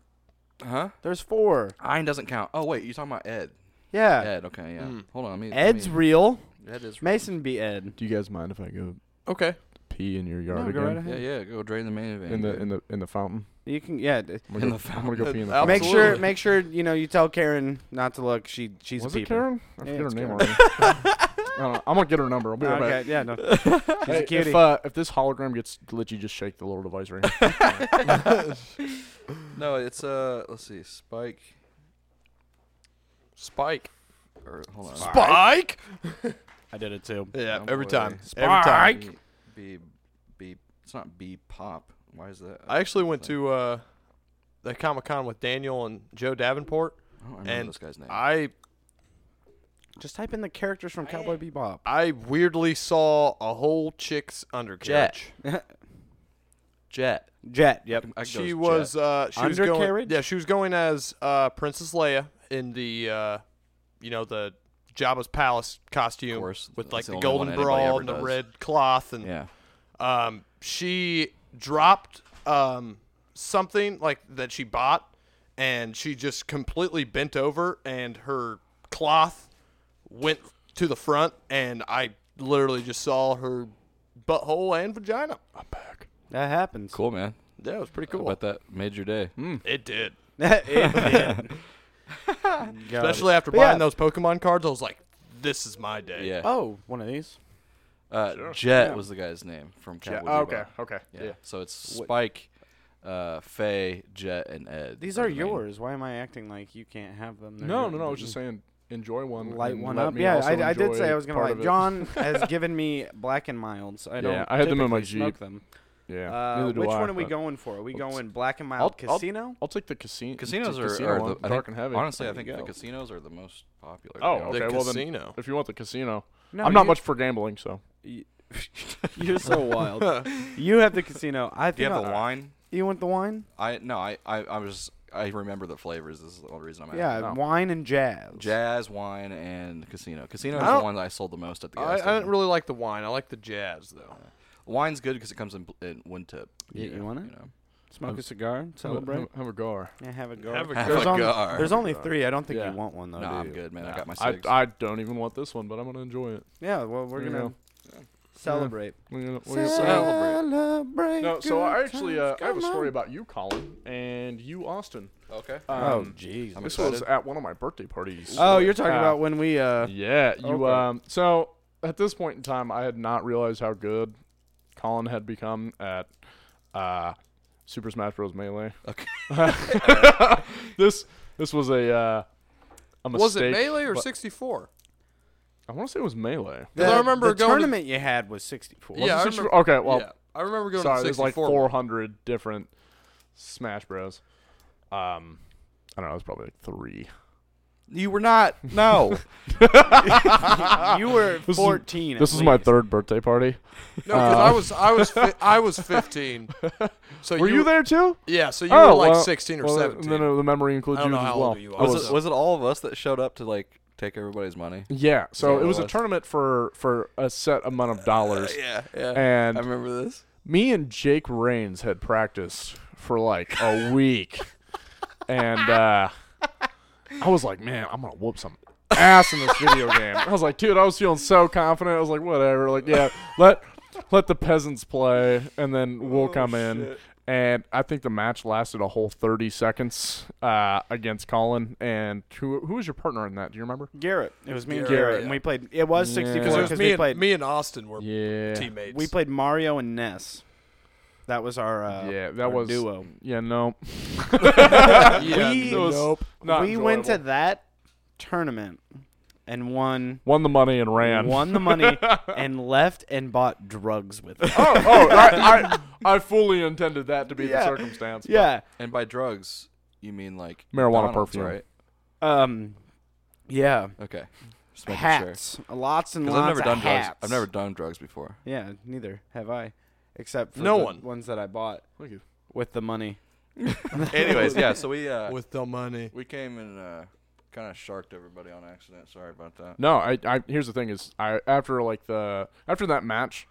Speaker 4: Huh?
Speaker 3: There's four.
Speaker 4: Iron doesn't count. Oh wait, you're talking about Ed.
Speaker 3: Yeah,
Speaker 4: Ed. Okay, yeah. Hold on. Let me, let
Speaker 3: Ed's
Speaker 4: me-
Speaker 3: real.
Speaker 4: Mm. Ed is.
Speaker 3: Mason be Ed.
Speaker 1: Do you guys mind if I go
Speaker 2: Okay.
Speaker 1: pee in your yard
Speaker 3: go
Speaker 1: again?
Speaker 3: right ahead.
Speaker 4: Yeah, yeah. Go drain the main event.
Speaker 1: in the in the in the fountain.
Speaker 3: You can yeah. d-
Speaker 1: I'm gonna,
Speaker 4: In
Speaker 1: go,
Speaker 4: the
Speaker 1: I'm gonna go pee in the
Speaker 2: fountain.
Speaker 1: fountain.
Speaker 3: Make sure
Speaker 2: Absolutely.
Speaker 3: make sure you know you tell Karen not to look. She she's
Speaker 1: Was
Speaker 3: a
Speaker 1: it
Speaker 3: peeper.
Speaker 1: Karen? I
Speaker 3: Yeah,
Speaker 1: forget her
Speaker 3: it's
Speaker 1: name
Speaker 3: Karen.
Speaker 1: already. I don't know. I'm gonna get her number. I'll be right
Speaker 3: Okay,
Speaker 1: back.
Speaker 3: yeah, no. She's a
Speaker 1: Hey,
Speaker 3: cutie.
Speaker 1: If, uh, if this hologram gets glitchy, just shake the little device right here.
Speaker 4: no, it's uh. Let's see, Spike.
Speaker 2: Spike.
Speaker 4: Or hold on.
Speaker 2: Spike.
Speaker 3: I did it too.
Speaker 2: Yeah.
Speaker 4: Oh,
Speaker 2: every
Speaker 4: boy.
Speaker 2: time. Every time.
Speaker 4: B, B, B. It's not B pop. Why is that?
Speaker 2: I actually went
Speaker 4: thing?
Speaker 2: to uh, the Comic Con with Daniel and Joe Davenport.
Speaker 4: I don't remember
Speaker 2: and
Speaker 4: this guy's name.
Speaker 2: I
Speaker 3: Just type in the characters from Cowboy Bebop.
Speaker 2: I weirdly saw a whole chick's undercarriage.
Speaker 4: Jet.
Speaker 3: Jet. Yep.
Speaker 4: I could go
Speaker 2: She
Speaker 4: as
Speaker 2: was
Speaker 4: Jet.
Speaker 2: uh, she was going
Speaker 3: Undercarriage?
Speaker 2: yeah she was going as uh, Princess Leia in the uh, you know the Jabba's palace costume
Speaker 4: Of course.
Speaker 2: with
Speaker 4: That's
Speaker 2: like
Speaker 4: the
Speaker 2: the,
Speaker 4: only one
Speaker 2: golden
Speaker 4: anybody
Speaker 2: brawl
Speaker 4: ever
Speaker 2: and the
Speaker 4: does.
Speaker 2: red cloth and
Speaker 4: Yeah.
Speaker 2: um, she dropped um, something like that she bought and she just completely bent over and her cloth went to the front and I literally just saw her butthole and vagina.
Speaker 1: I'm back.
Speaker 3: That happens.
Speaker 4: Cool, man.
Speaker 2: Yeah, it was pretty
Speaker 4: Cool.
Speaker 2: cool.
Speaker 4: bet that made your day.
Speaker 1: Hmm.
Speaker 2: It did.
Speaker 3: It did. Got it.
Speaker 2: Especially after
Speaker 3: But
Speaker 2: buying
Speaker 3: yeah.
Speaker 2: those Pokemon cards, I was like, this is my day.
Speaker 4: Yeah.
Speaker 3: Oh, one of these.
Speaker 4: Uh, Jet was the guy's name from Cowboy
Speaker 1: Oh,
Speaker 4: Bebop.
Speaker 1: okay. Okay.
Speaker 4: Yeah. So it's Spike, uh, Faye, Jet, and Ed.
Speaker 3: These
Speaker 4: are
Speaker 3: are
Speaker 4: the main-
Speaker 3: yours. Why am I acting like you can't have them? They're
Speaker 1: No,
Speaker 3: your-
Speaker 1: no, no. I was just saying, enjoy one.
Speaker 3: light
Speaker 1: and
Speaker 3: one
Speaker 1: let
Speaker 3: up.
Speaker 1: me
Speaker 3: Yeah,
Speaker 1: also
Speaker 3: I, I did
Speaker 1: enjoy
Speaker 3: say I was gonna
Speaker 1: part
Speaker 3: like.
Speaker 1: of it.
Speaker 3: John has given me black and milds. I don't.
Speaker 1: Yeah, I had them in my
Speaker 3: typically smoke
Speaker 1: Jeep.
Speaker 3: Them.
Speaker 1: Yeah.
Speaker 3: Uh,
Speaker 1: neither do
Speaker 3: which
Speaker 1: I,
Speaker 3: one are we
Speaker 1: but
Speaker 3: going for? Are we
Speaker 1: Let's-
Speaker 3: going black and mild
Speaker 1: I'll- I'll-
Speaker 3: casino?
Speaker 1: I'll take the casino.
Speaker 4: Casinos are,
Speaker 1: casino
Speaker 4: are
Speaker 1: one,
Speaker 4: the, I
Speaker 1: dark
Speaker 4: think-
Speaker 1: and heavy.
Speaker 4: Honestly, I
Speaker 1: There
Speaker 4: think
Speaker 1: you
Speaker 4: the
Speaker 1: go.
Speaker 4: casinos are the most popular. to
Speaker 1: Oh,
Speaker 4: be honest.
Speaker 1: okay.
Speaker 2: The
Speaker 1: well then,
Speaker 2: casino.
Speaker 1: if you want the casino,
Speaker 3: No,
Speaker 1: I'm not
Speaker 3: you-
Speaker 1: much for gambling, so
Speaker 3: You're so wild. you have the casino. I think
Speaker 4: Do you have the
Speaker 3: I'll-
Speaker 4: wine?
Speaker 3: You want the wine?
Speaker 4: I no, I, I I was I remember the flavors. This is the only reason I'm
Speaker 3: Yeah,
Speaker 4: asking.
Speaker 3: wine and jazz.
Speaker 4: Jazz, wine, and casino. Casino
Speaker 2: I
Speaker 4: is the
Speaker 2: don't-
Speaker 4: one that I sold the most at the
Speaker 2: I, I
Speaker 4: gas
Speaker 2: didn't
Speaker 4: station.
Speaker 2: really like the wine. I like the jazz though.
Speaker 4: Wine's good because it comes in, bl- in one tip.
Speaker 3: Yeah, you want it?
Speaker 4: know.
Speaker 3: Smoke a cigar.
Speaker 1: have a-
Speaker 3: Celebrate.
Speaker 1: Have, a- have a gar.
Speaker 3: Yeah, have a go.
Speaker 2: Have a
Speaker 4: Have
Speaker 2: go.
Speaker 4: a
Speaker 3: There's only,
Speaker 4: gar.
Speaker 3: there's only three. I don't think
Speaker 1: Yeah.
Speaker 3: you want one though.
Speaker 4: Nah,
Speaker 3: do
Speaker 4: I'm
Speaker 3: you?
Speaker 4: good, man.
Speaker 1: Yeah.
Speaker 4: I got my
Speaker 1: I,
Speaker 4: six.
Speaker 1: I don't even want this one, but I'm gonna enjoy it.
Speaker 3: Yeah, well, we're
Speaker 1: There you
Speaker 3: gonna
Speaker 1: go.
Speaker 3: celebrate.
Speaker 1: We're gonna- we're gonna-
Speaker 3: Celebrate.
Speaker 1: No, so I actually
Speaker 3: good
Speaker 1: uh,
Speaker 3: times,
Speaker 1: I have a
Speaker 3: come
Speaker 1: story
Speaker 3: on.
Speaker 1: about you, Colin, and you, Austin.
Speaker 4: okay.
Speaker 1: Um,
Speaker 3: oh, jeez.
Speaker 4: I'm
Speaker 1: this
Speaker 4: excited.
Speaker 1: was at one of my birthday parties.
Speaker 3: Oh, you're talking
Speaker 1: Uh,
Speaker 3: about when we uh
Speaker 1: Yeah, you.
Speaker 3: Okay.
Speaker 1: Um, so at this point in time, I had not realized how good Colin had become at uh, Super Smash Bros. Melee. Okay. this this was a uh, a mistake.
Speaker 2: Was it melee or
Speaker 1: but-
Speaker 2: 64?
Speaker 1: I want to say it was melee.
Speaker 2: I
Speaker 3: the-
Speaker 2: remember
Speaker 3: the
Speaker 2: going to-
Speaker 3: tournament you had was 64.
Speaker 2: Yeah, I
Speaker 1: Was it 64?
Speaker 2: remember-
Speaker 1: okay. Well,
Speaker 2: yeah, I remember going
Speaker 1: sorry.
Speaker 2: to
Speaker 1: There's
Speaker 2: 64.
Speaker 1: like 400 different Smash Bros. Um, I don't know. It was probably like three.
Speaker 4: You were not. No.
Speaker 3: you were
Speaker 1: is-
Speaker 3: 14. at
Speaker 1: this is my
Speaker 3: least.
Speaker 1: third birthday party.
Speaker 2: No,
Speaker 4: Uh,
Speaker 2: because I was I was fi- I was 15. So
Speaker 1: Were you, there too?
Speaker 2: Yeah, so you
Speaker 1: Oh,
Speaker 2: were like
Speaker 1: well-
Speaker 2: 16 or
Speaker 1: well, then-
Speaker 2: 17.
Speaker 1: Then uh, the memory includes
Speaker 2: I don't
Speaker 1: you
Speaker 2: know
Speaker 1: as
Speaker 2: how
Speaker 1: well.
Speaker 2: old you are.
Speaker 4: was it was it all of us that showed up to like take everybody's money?
Speaker 1: Yeah, so
Speaker 4: Yeah,
Speaker 1: it was
Speaker 4: it
Speaker 1: a
Speaker 4: was.
Speaker 1: tournament for for a set amount of dollars,
Speaker 4: Yeah, yeah. I
Speaker 1: and
Speaker 4: remember this.
Speaker 1: me and Jake Rains had practiced for like a week, and uh, I was like, man, I'm gonna whoop some ass in this video game. I was like, dude, I was feeling so confident. I was like, whatever, like yeah, let let the peasants play, and then we'll come in. And I think the match lasted a whole 30 seconds uh, against Colin. And who, who was your partner in that? Do you remember?
Speaker 3: Garrett. It was me and
Speaker 2: Garrett,
Speaker 3: Garrett,
Speaker 2: yeah.
Speaker 3: and we played. It was
Speaker 1: Yeah.
Speaker 3: 64
Speaker 2: Because it
Speaker 1: Yeah.
Speaker 2: was
Speaker 3: because
Speaker 2: me
Speaker 3: we
Speaker 2: and
Speaker 3: played.
Speaker 2: me and Austin were
Speaker 1: Yeah.
Speaker 2: teammates.
Speaker 3: We played Mario and Ness. That was our uh,
Speaker 1: yeah, that
Speaker 3: our
Speaker 1: was
Speaker 3: duo.
Speaker 1: Yeah, no.
Speaker 2: Yeah,
Speaker 3: we
Speaker 1: it was not
Speaker 3: we went to
Speaker 1: enjoyable.
Speaker 3: that tournament and won
Speaker 1: won the money and ran.
Speaker 3: won the money and left and bought drugs with it.
Speaker 1: Oh, oh, I, I, I fully intended that to be
Speaker 3: Yeah.
Speaker 1: the circumstance. but-
Speaker 3: yeah.
Speaker 4: And by drugs, you mean like
Speaker 1: Marijuana
Speaker 4: McDonald's,
Speaker 1: perfume.
Speaker 4: right?
Speaker 3: Um yeah.
Speaker 4: Okay. Just making sure.
Speaker 3: Hats. Lots and
Speaker 4: 'Cause
Speaker 3: lots
Speaker 4: I've never
Speaker 3: of
Speaker 4: done
Speaker 3: hats.
Speaker 4: drugs. I've never done drugs before.
Speaker 3: Yeah, neither have I. Except for
Speaker 2: No
Speaker 3: the
Speaker 2: one.
Speaker 3: ones that I bought
Speaker 1: Thank you.
Speaker 3: with the money.
Speaker 4: Anyways, yeah. So we uh,
Speaker 2: with the money.
Speaker 4: we came and uh, kind of sharked everybody on accident. Sorry about that.
Speaker 1: No, I, I. Here's the thing: is I after like the after that match.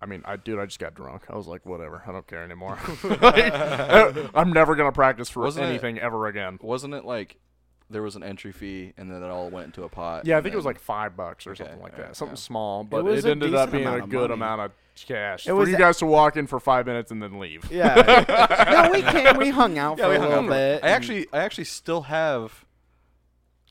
Speaker 1: I mean, I dude, I just got drunk. I was like, whatever, I don't care anymore. Like, I- I'm never gonna practice for
Speaker 4: Wasn't it-
Speaker 1: anything ever again.
Speaker 4: Wasn't it like there was an entry fee and then it all went into a pot?
Speaker 1: Yeah, I
Speaker 4: and
Speaker 1: think it was
Speaker 4: then-
Speaker 1: like five bucks or
Speaker 4: Okay,
Speaker 1: something like
Speaker 4: yeah,
Speaker 1: that, something
Speaker 4: yeah.
Speaker 1: small, but
Speaker 3: was
Speaker 1: it,
Speaker 3: a
Speaker 1: ended up
Speaker 3: decent
Speaker 1: being
Speaker 3: amount
Speaker 1: a
Speaker 3: of
Speaker 1: good
Speaker 3: money.
Speaker 1: amount of cash
Speaker 3: It
Speaker 1: for
Speaker 3: was
Speaker 1: you
Speaker 3: a-
Speaker 1: guys to walk in for five minutes and then leave.
Speaker 3: Yeah. no, we came. We hung out
Speaker 4: Yeah,
Speaker 3: for
Speaker 4: we
Speaker 3: a
Speaker 4: hung
Speaker 3: little
Speaker 4: out.
Speaker 3: bit.
Speaker 4: I
Speaker 3: and-
Speaker 4: actually, I actually still have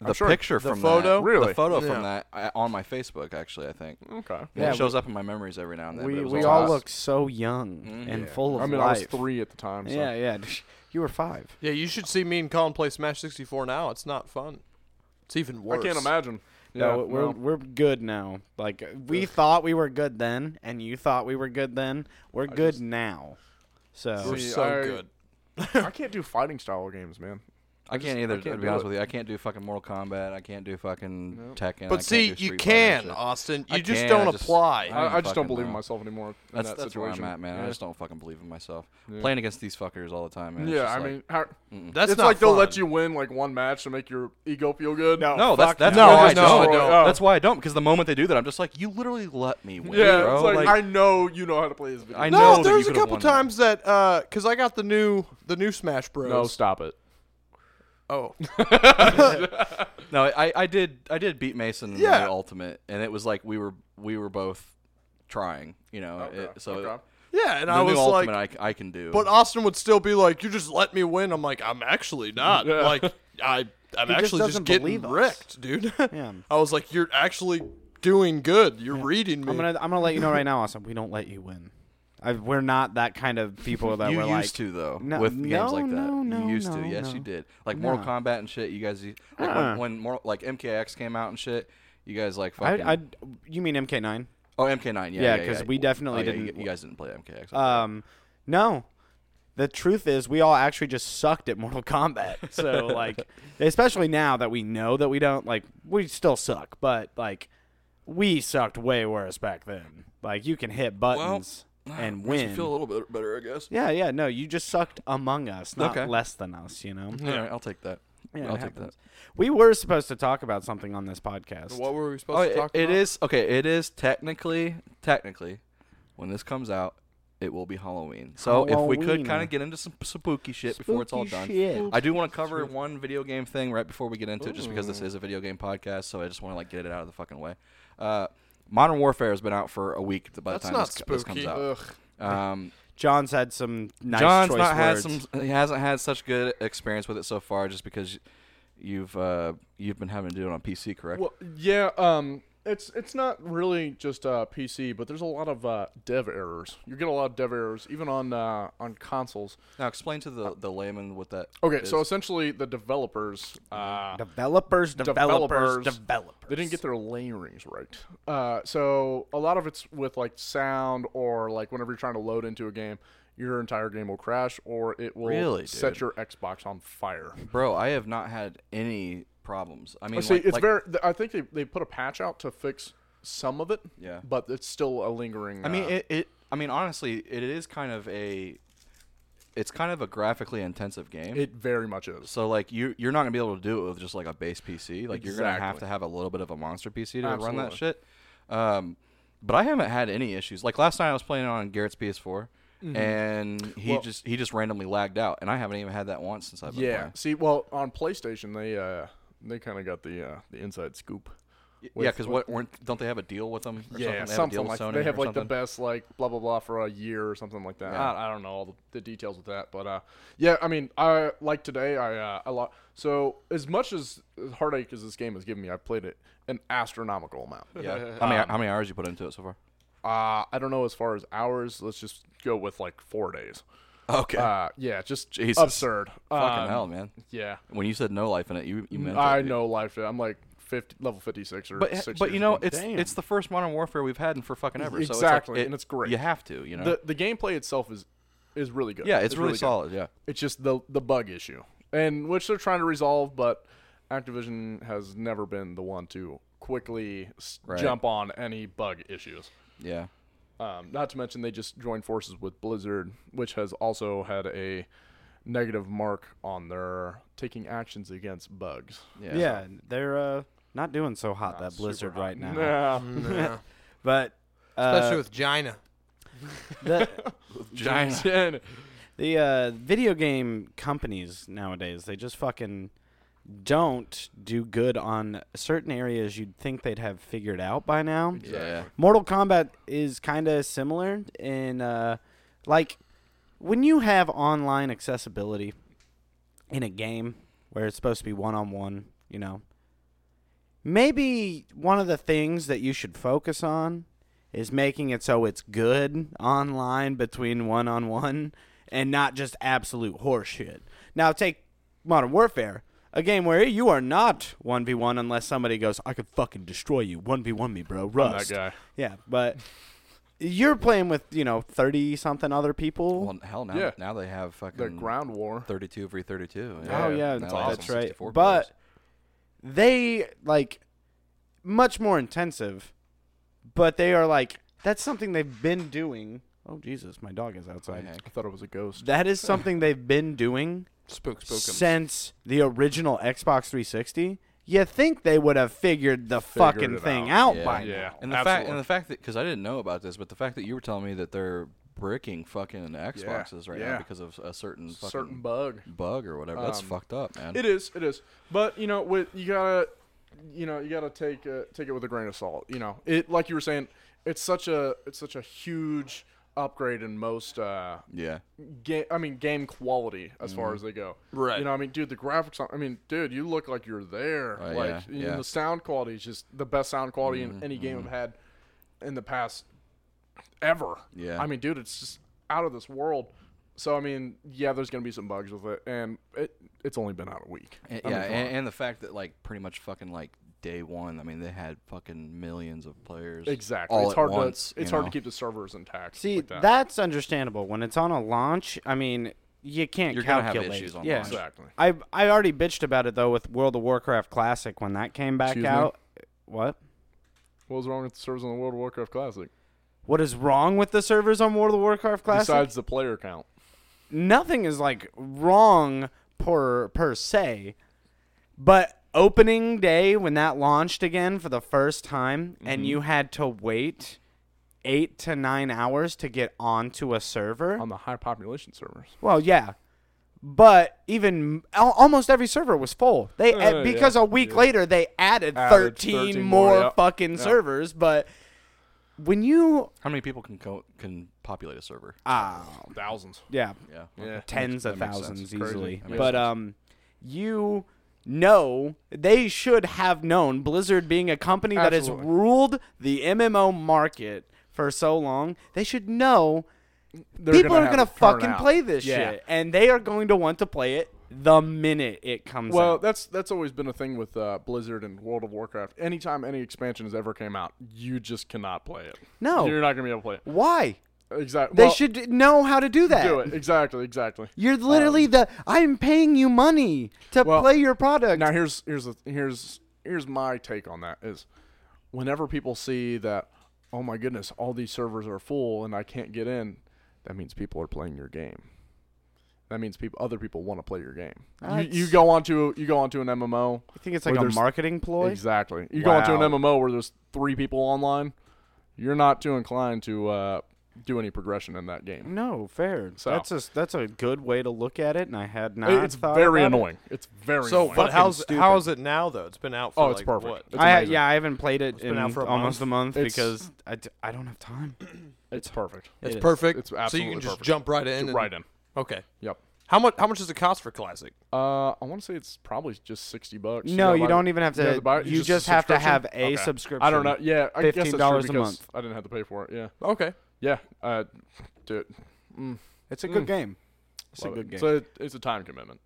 Speaker 4: the
Speaker 1: sure.
Speaker 4: picture
Speaker 2: The
Speaker 4: from
Speaker 2: photo?
Speaker 4: that,
Speaker 1: Really?
Speaker 4: the photo
Speaker 2: Yeah.
Speaker 4: from that I, on my Facebook. Actually, I think
Speaker 1: Okay.
Speaker 3: Yeah,
Speaker 4: it shows up in my memories every now and then. but
Speaker 3: we
Speaker 4: it was
Speaker 3: we
Speaker 4: all,
Speaker 3: all
Speaker 4: us.
Speaker 3: look so young
Speaker 4: Mhm.
Speaker 3: and
Speaker 1: Yeah.
Speaker 3: full of
Speaker 1: I mean,
Speaker 3: life.
Speaker 1: I was three at the time. So.
Speaker 3: Mm, Yeah, yeah. You were five.
Speaker 2: Yeah, you should see me and Colin play Smash 64 now. It's not fun. It's even worse.
Speaker 1: I can't imagine.
Speaker 3: No, we're we're good now. Like uh, we thought we were good then, and you thought we were good then. We're good now. So
Speaker 2: We're
Speaker 1: See,
Speaker 2: so
Speaker 1: I-
Speaker 2: good.
Speaker 1: I can't do fighting style games, man.
Speaker 4: I can't either.
Speaker 1: I can't
Speaker 4: to
Speaker 1: do
Speaker 4: be honest
Speaker 1: it.
Speaker 4: with you, I can't do fucking Mortal Kombat. I can't do fucking Tekken.
Speaker 2: But
Speaker 4: I can't
Speaker 2: see,
Speaker 4: do
Speaker 2: you
Speaker 4: Street Fighter
Speaker 2: can,
Speaker 4: and shit.
Speaker 2: Austin. You
Speaker 4: I
Speaker 2: just
Speaker 4: can, I
Speaker 2: don't
Speaker 4: just-
Speaker 2: apply.
Speaker 4: I-
Speaker 1: I, I, just don't
Speaker 4: fucking
Speaker 1: believe in
Speaker 4: know.
Speaker 1: myself anymore. in
Speaker 4: That's
Speaker 1: that
Speaker 4: that's where
Speaker 1: situation.
Speaker 4: I'm at, man. I
Speaker 1: Yeah.
Speaker 4: just don't fucking believe in myself. Playing against these fuckers all the time, man. it's
Speaker 1: Yeah,
Speaker 4: just
Speaker 1: I
Speaker 4: like-
Speaker 1: mean, how,
Speaker 2: That's
Speaker 1: it's
Speaker 2: not
Speaker 1: like they'll let
Speaker 2: fun.
Speaker 1: you win like one match to make your ego feel good.
Speaker 4: No, that's that's
Speaker 2: no.
Speaker 4: why I
Speaker 2: No,
Speaker 4: don't.
Speaker 2: no,
Speaker 1: no.
Speaker 4: That's why I don't because the moment they do that, I'm just like, you literally let me win,
Speaker 1: yeah,
Speaker 4: bro.
Speaker 1: it's like,
Speaker 4: Like,
Speaker 1: I know you know how to play this video.
Speaker 4: I know
Speaker 2: No,
Speaker 4: that you
Speaker 2: there's a
Speaker 4: could've
Speaker 2: couple
Speaker 4: won that.
Speaker 2: times that because I got the new the new Smash Bros.
Speaker 1: stop it.
Speaker 2: Oh,
Speaker 4: No, I, I did I did beat Mason in
Speaker 2: Yeah.
Speaker 4: the ultimate, and it was like we were we were both trying, you know. it- so
Speaker 1: okay.
Speaker 2: yeah, and
Speaker 4: the
Speaker 2: I
Speaker 4: new
Speaker 2: was
Speaker 4: ultimate
Speaker 2: like,
Speaker 4: I, I can do.
Speaker 2: but Austin would still be like, "You just let me win." I'm like, "I'm actually not.
Speaker 1: Yeah.
Speaker 2: Like, I I'm
Speaker 3: He just
Speaker 2: actually just
Speaker 3: doesn't
Speaker 2: getting
Speaker 3: believe us.
Speaker 2: wrecked, dude."
Speaker 3: Yeah.
Speaker 2: I was like, "You're actually doing good. You're reading me."
Speaker 3: I'm gonna I'm gonna let you know right now, Austin. We don't let you win. I, we're not that kind of people that
Speaker 4: you
Speaker 3: were
Speaker 4: used
Speaker 3: like.
Speaker 4: to though
Speaker 3: No,
Speaker 4: with
Speaker 3: no,
Speaker 4: games like that.
Speaker 3: no, no,
Speaker 4: you used
Speaker 3: no,
Speaker 4: to, yes,
Speaker 3: no.
Speaker 4: you did. Like Mortal
Speaker 3: No.
Speaker 4: Kombat and shit. You guys, like when,
Speaker 3: Uh-uh.
Speaker 4: when Mortal, like MKX came out and shit, you guys like fucking.
Speaker 3: I, I you mean MK9?
Speaker 4: Oh, MK9. Yeah,
Speaker 3: Yeah,
Speaker 4: yeah,
Speaker 3: 'cause
Speaker 4: yeah.
Speaker 3: we definitely
Speaker 4: Oh, yeah,
Speaker 3: didn't-
Speaker 4: You, you guys didn't play MKX.
Speaker 3: Um, no. The truth is, we all actually just sucked at Mortal Kombat. So, like, especially now that we know that we don't, like, we still suck, but, like, we sucked way worse back then. Like, you can hit buttons and
Speaker 4: ah, Makes me
Speaker 3: win.
Speaker 4: feel a little bit better, I guess.
Speaker 3: yeah, yeah, no, you just sucked among us, not
Speaker 4: Okay.
Speaker 3: less than us, you know?
Speaker 4: All right, I'll take that.
Speaker 3: Yeah,
Speaker 4: I'll
Speaker 3: it
Speaker 4: take that.
Speaker 3: happens. We were supposed to talk about something on this podcast.
Speaker 2: What were we supposed
Speaker 4: Oh,
Speaker 2: to
Speaker 4: it-
Speaker 2: talk
Speaker 4: it
Speaker 2: about?
Speaker 4: is okay. It is technically, technically, when this comes out, it will be Halloween. So if we could
Speaker 3: Halloween.
Speaker 4: kind of get into some spooky shit before it's all
Speaker 3: Spooky
Speaker 4: done,
Speaker 3: shit.
Speaker 4: I do want to cover one video game thing right before we get into it, just because this is a video game podcast. So I just want to like get it out of the fucking way. Uh, Modern Warfare has been out for a week by
Speaker 2: That's
Speaker 4: the time
Speaker 2: not
Speaker 4: this, co- this
Speaker 2: spooky.
Speaker 4: comes out. Um,
Speaker 3: John's had some nice
Speaker 4: John's
Speaker 3: choice
Speaker 4: not
Speaker 3: words.
Speaker 4: had some. He hasn't had such good experience with it so far, just because you've uh, you've been having to do it on PC, correct?
Speaker 1: Well, yeah, um, it's it's not really just uh, PC, but there's a lot of uh, dev errors. You get a lot of dev errors, even on uh, on consoles.
Speaker 4: now explain to the the layman what that.
Speaker 1: Uh, Okay,
Speaker 4: is. Mm-hmm.
Speaker 1: so essentially the developers, uh,
Speaker 3: developers, developers,
Speaker 1: Developers.
Speaker 3: developers.
Speaker 1: they didn't get their layerings right. Uh, so a lot of it's with like sound or like whenever you're trying to load into a game, your entire game will crash or it will
Speaker 4: Really,
Speaker 1: set
Speaker 4: dude?
Speaker 1: your Xbox on fire.
Speaker 4: Bro, I have not had any problems. I mean,
Speaker 1: See,
Speaker 4: like,
Speaker 1: it's
Speaker 4: like-
Speaker 1: very. th- I think they, they put a patch out to fix some of it.
Speaker 4: Yeah.
Speaker 1: But it's still a lingering.
Speaker 4: I mean,
Speaker 1: uh,
Speaker 4: it, it. I mean, honestly, it is kind of a. It's kind of a graphically intensive game.
Speaker 1: it very much is.
Speaker 4: so like you you're not gonna be able to do it with just like a base PC. Like you're gonna have
Speaker 1: Exactly.
Speaker 4: to have a little bit of a monster PC to run that
Speaker 1: Absolutely.
Speaker 4: shit. Um, but I haven't had any issues. Like last night I was playing on Garrett's PS4, and he
Speaker 1: Mm-hmm. Well-
Speaker 4: just he just randomly lagged out, and I haven't even had that once since I've been
Speaker 1: Yeah.
Speaker 4: playing.
Speaker 1: See, well, on PlayStation, they uh, they kind of got the uh, the inside scoop.
Speaker 4: yeah,
Speaker 1: With-
Speaker 4: because what weren't don't they have a deal with them? Or
Speaker 1: yeah,
Speaker 4: something, They have a deal
Speaker 1: something like
Speaker 4: with Sony
Speaker 1: they have
Speaker 4: or
Speaker 1: like the
Speaker 4: something?
Speaker 1: best like blah blah blah for a year or something like that.
Speaker 4: Yeah.
Speaker 1: I, I don't know all the, the details with that, but uh, yeah, I mean, I like today I uh, a lot. So as much as heartache as this game has given me, I've played it an astronomical amount.
Speaker 4: Yeah. How many
Speaker 1: um,
Speaker 4: how many hours you put into it so far?
Speaker 1: Uh, I don't know as far as hours. Let's just go with like four days.
Speaker 4: Okay.
Speaker 1: Uh, yeah, just
Speaker 4: Jesus.
Speaker 1: absurd.
Speaker 4: Fucking
Speaker 1: Um,
Speaker 4: hell, man.
Speaker 1: Yeah,
Speaker 4: When you said no life in it, you you meant
Speaker 1: I
Speaker 4: it.
Speaker 1: know life. I'm like 50, level 56 or
Speaker 4: But
Speaker 1: 60
Speaker 4: but
Speaker 1: or
Speaker 4: you know
Speaker 1: something.
Speaker 4: it's
Speaker 3: Damn.
Speaker 4: it's the first modern warfare we've had in for fucking ever. So it's like,
Speaker 1: Exactly,
Speaker 4: it-
Speaker 1: and it's great.
Speaker 4: You have to, you know.
Speaker 1: the the gameplay itself is is really good.
Speaker 4: yeah, it's, really,
Speaker 1: good.
Speaker 4: solid. Yeah.
Speaker 1: It's just the the bug issue, and which they're trying to resolve, but Activision has never been the one to quickly s
Speaker 4: Right.
Speaker 1: jump on any bug issues.
Speaker 4: Yeah.
Speaker 1: Um, not to mention they just joined forces with Blizzard, which has also had a negative mark on their taking actions against bugs.
Speaker 4: Yeah.
Speaker 3: Yeah, they're uh, not doing so hot that Blizzard right now.
Speaker 1: Nah.
Speaker 4: Mm-hmm.
Speaker 2: Yeah.
Speaker 3: But uh,
Speaker 2: Especially with Gina.
Speaker 3: the
Speaker 4: Giant.
Speaker 3: the uh, video game companies nowadays, they just fucking don't do good on certain areas you'd think they'd have figured out by now.
Speaker 4: Yeah.
Speaker 3: Mortal Kombat is kind of similar in uh, like when you have online accessibility in a game where it's supposed to be one on one, you know. Maybe one of the things that you should focus on is making it so it's good online between one on one and not just absolute horseshit. Now take Modern Warfare, a game where you are not 1v1 unless somebody goes, I could fucking destroy you. 1v1 me, bro.
Speaker 1: that
Speaker 3: Rust.
Speaker 1: guy.
Speaker 3: Yeah, but you're playing with you know thirty something other people.
Speaker 4: Well, hell now
Speaker 1: Yeah.
Speaker 4: now they have fucking
Speaker 1: The ground war.
Speaker 4: 32 v 32.
Speaker 3: oh yeah, that's,
Speaker 4: Now they have
Speaker 3: that's right.
Speaker 4: 64
Speaker 3: But
Speaker 4: players.
Speaker 3: they like much more intensive, but they are like that's something they've been doing. Oh Jesus, my dog is outside.
Speaker 4: Yeah.
Speaker 1: I thought it was a ghost.
Speaker 3: That is something they've been doing
Speaker 2: Spook, spook
Speaker 3: since the original Xbox 360. You think they would have figured the
Speaker 1: Figured
Speaker 3: fucking
Speaker 1: it
Speaker 3: thing
Speaker 1: out.
Speaker 3: out
Speaker 4: Yeah.
Speaker 3: by
Speaker 1: Yeah.
Speaker 3: now?
Speaker 4: and the fact
Speaker 1: absolutely.
Speaker 4: and the fact that cuz I didn't know about this, but the fact that you were telling me that they're bricking fucking Xboxes right now
Speaker 1: yeah.
Speaker 4: because of a certain fucking
Speaker 1: Certain bug.
Speaker 4: bug or whatever. That's
Speaker 1: Um,
Speaker 4: fucked up, man.
Speaker 1: It is. It is. But you know, with you gotta, you know, you gotta take uh, take it with a grain of salt. You know, it like you were saying, it's such a it's such a huge upgrade in most uh
Speaker 4: yeah.
Speaker 1: game. I mean, game quality as
Speaker 4: Mm-hmm.
Speaker 1: far as they go.
Speaker 2: Right.
Speaker 1: You know, I mean, dude, the graphics. On, I mean, dude, you look like you're there.
Speaker 4: Oh,
Speaker 1: like
Speaker 4: yeah,
Speaker 1: you
Speaker 4: yeah. Mm-hmm,
Speaker 1: know, the sound quality is just the best sound quality in any game I've had in the past ever.
Speaker 4: Yeah.
Speaker 1: I mean, dude, it's just out of this world. So I mean, yeah, there's gonna be some bugs with it, and it it's only been out a week.
Speaker 4: And,
Speaker 1: I mean,
Speaker 4: yeah,
Speaker 1: come
Speaker 4: and, and the fact that like pretty much fucking like day one. I mean, they had fucking millions of players.
Speaker 1: Exactly.
Speaker 4: all
Speaker 1: it's
Speaker 4: at
Speaker 1: hard
Speaker 4: once,
Speaker 1: to it's
Speaker 4: you
Speaker 1: hard
Speaker 4: know?
Speaker 1: to keep the servers intact.
Speaker 3: See,
Speaker 1: like that.
Speaker 3: that's understandable. When it's on a launch, I mean, you can't
Speaker 4: You're gonna have
Speaker 3: calculate.
Speaker 4: issues on
Speaker 3: yeah.
Speaker 4: launch.
Speaker 1: exactly.
Speaker 3: I I already bitched about it though with World of Warcraft Classic when that came back
Speaker 1: Excuse me?
Speaker 3: out. What?
Speaker 1: What was wrong with the servers on the World of Warcraft Classic?
Speaker 3: What is wrong with the servers on World of Warcraft Classic?
Speaker 1: Besides the player count,
Speaker 3: Nothing is like wrong per per se, but opening day when that launched again for the first time,
Speaker 1: Mm-hmm.
Speaker 3: and you had to wait eight to nine hours to get onto a server.
Speaker 1: on the high population servers.
Speaker 3: Well, yeah, but even al- almost every server was full. They
Speaker 1: Uh,
Speaker 3: because
Speaker 1: yeah,
Speaker 3: a week
Speaker 1: yeah.
Speaker 3: later they added,
Speaker 1: Added
Speaker 3: 13,
Speaker 1: 13
Speaker 3: more,
Speaker 1: more, yeah.
Speaker 3: fucking servers. But when you
Speaker 4: How many people can co- can populate a server?
Speaker 3: ah
Speaker 1: Thousands.
Speaker 3: yeah
Speaker 4: Yeah.
Speaker 1: Yeah.
Speaker 3: tens
Speaker 4: That
Speaker 3: of
Speaker 4: makes
Speaker 3: thousands
Speaker 4: sense.
Speaker 3: easily,
Speaker 4: That makes
Speaker 3: but
Speaker 4: sense.
Speaker 3: um you know they should have known Blizzard being a company that has
Speaker 1: Absolutely.
Speaker 3: ruled the MMO market for so long. They should know
Speaker 1: They're
Speaker 3: people are
Speaker 1: have
Speaker 3: gonna
Speaker 1: it turn
Speaker 3: fucking
Speaker 1: out.
Speaker 3: play this
Speaker 1: Yeah.
Speaker 3: shit, and they are going to want to play it the minute it comes
Speaker 1: Well,
Speaker 3: out.
Speaker 1: that's that's always been a thing with uh, Blizzard and World of Warcraft. Anytime any expansion has ever came out, you just cannot play it.
Speaker 3: No.
Speaker 1: you're not gonna be able to play it.
Speaker 3: Why?
Speaker 1: Exactly.
Speaker 3: They should know how to do that.
Speaker 1: do it. Exactly. Exactly.
Speaker 3: You're literally the I'm paying you money to
Speaker 1: Well,
Speaker 3: play your product.
Speaker 1: Now here's here's the, here's here's my take on that is whenever people see that oh my goodness all these servers are full and I can't get in that means people are playing your game. That means people other people want to play your game.
Speaker 3: That's-
Speaker 1: You, you go onto you go onto an MMO.
Speaker 3: I think it's
Speaker 1: Or
Speaker 3: like a
Speaker 1: there's-
Speaker 3: marketing ploy.
Speaker 1: Exactly. You go
Speaker 3: Wow.
Speaker 1: onto an MMO where there's three people online, you're not too inclined to uh, do any progression in that game.
Speaker 3: No, fair.
Speaker 1: So-
Speaker 3: That's a that's a good way to look at it, and I had not.
Speaker 1: It- it's
Speaker 3: thought
Speaker 1: very
Speaker 3: about it.
Speaker 1: annoying. It's very
Speaker 2: So,
Speaker 1: annoying.
Speaker 2: but how's
Speaker 3: stupid.
Speaker 2: how is it now though? It's been out for
Speaker 1: Oh,
Speaker 2: like
Speaker 1: it's perfect.
Speaker 2: what?
Speaker 1: It's
Speaker 3: I,
Speaker 1: amazing.
Speaker 3: yeah, I haven't played it
Speaker 2: been
Speaker 3: in
Speaker 2: out for a
Speaker 3: almost a month
Speaker 1: It's-
Speaker 3: because I, d- I don't have time.
Speaker 1: It's perfect.
Speaker 2: It's
Speaker 3: It is.
Speaker 2: perfect.
Speaker 1: It's
Speaker 2: so you
Speaker 1: absolutely
Speaker 2: can just
Speaker 1: perfect.
Speaker 2: jump right in. and-
Speaker 1: Right in.
Speaker 2: Okay.
Speaker 1: Yep.
Speaker 2: How much? How much does it cost for classic?
Speaker 1: Uh, I want to say it's probably just sixty bucks.
Speaker 3: No,
Speaker 1: gotta
Speaker 3: you
Speaker 1: buy-
Speaker 3: don't even have to-
Speaker 1: gotta buy-
Speaker 3: you
Speaker 1: a
Speaker 3: just have to
Speaker 1: subscription?
Speaker 3: have a
Speaker 1: I
Speaker 3: subscription.
Speaker 1: don't know. Yeah, I guess that's true
Speaker 3: $15 a
Speaker 1: because
Speaker 3: month.
Speaker 1: I didn't have to pay for it. Yeah,
Speaker 2: Okay.
Speaker 1: yeah. Uh, dude, mm,
Speaker 3: It's a good
Speaker 1: Mm.
Speaker 3: game. It's
Speaker 1: love
Speaker 3: a good
Speaker 1: it.
Speaker 3: game.
Speaker 1: So it, it's a time commitment.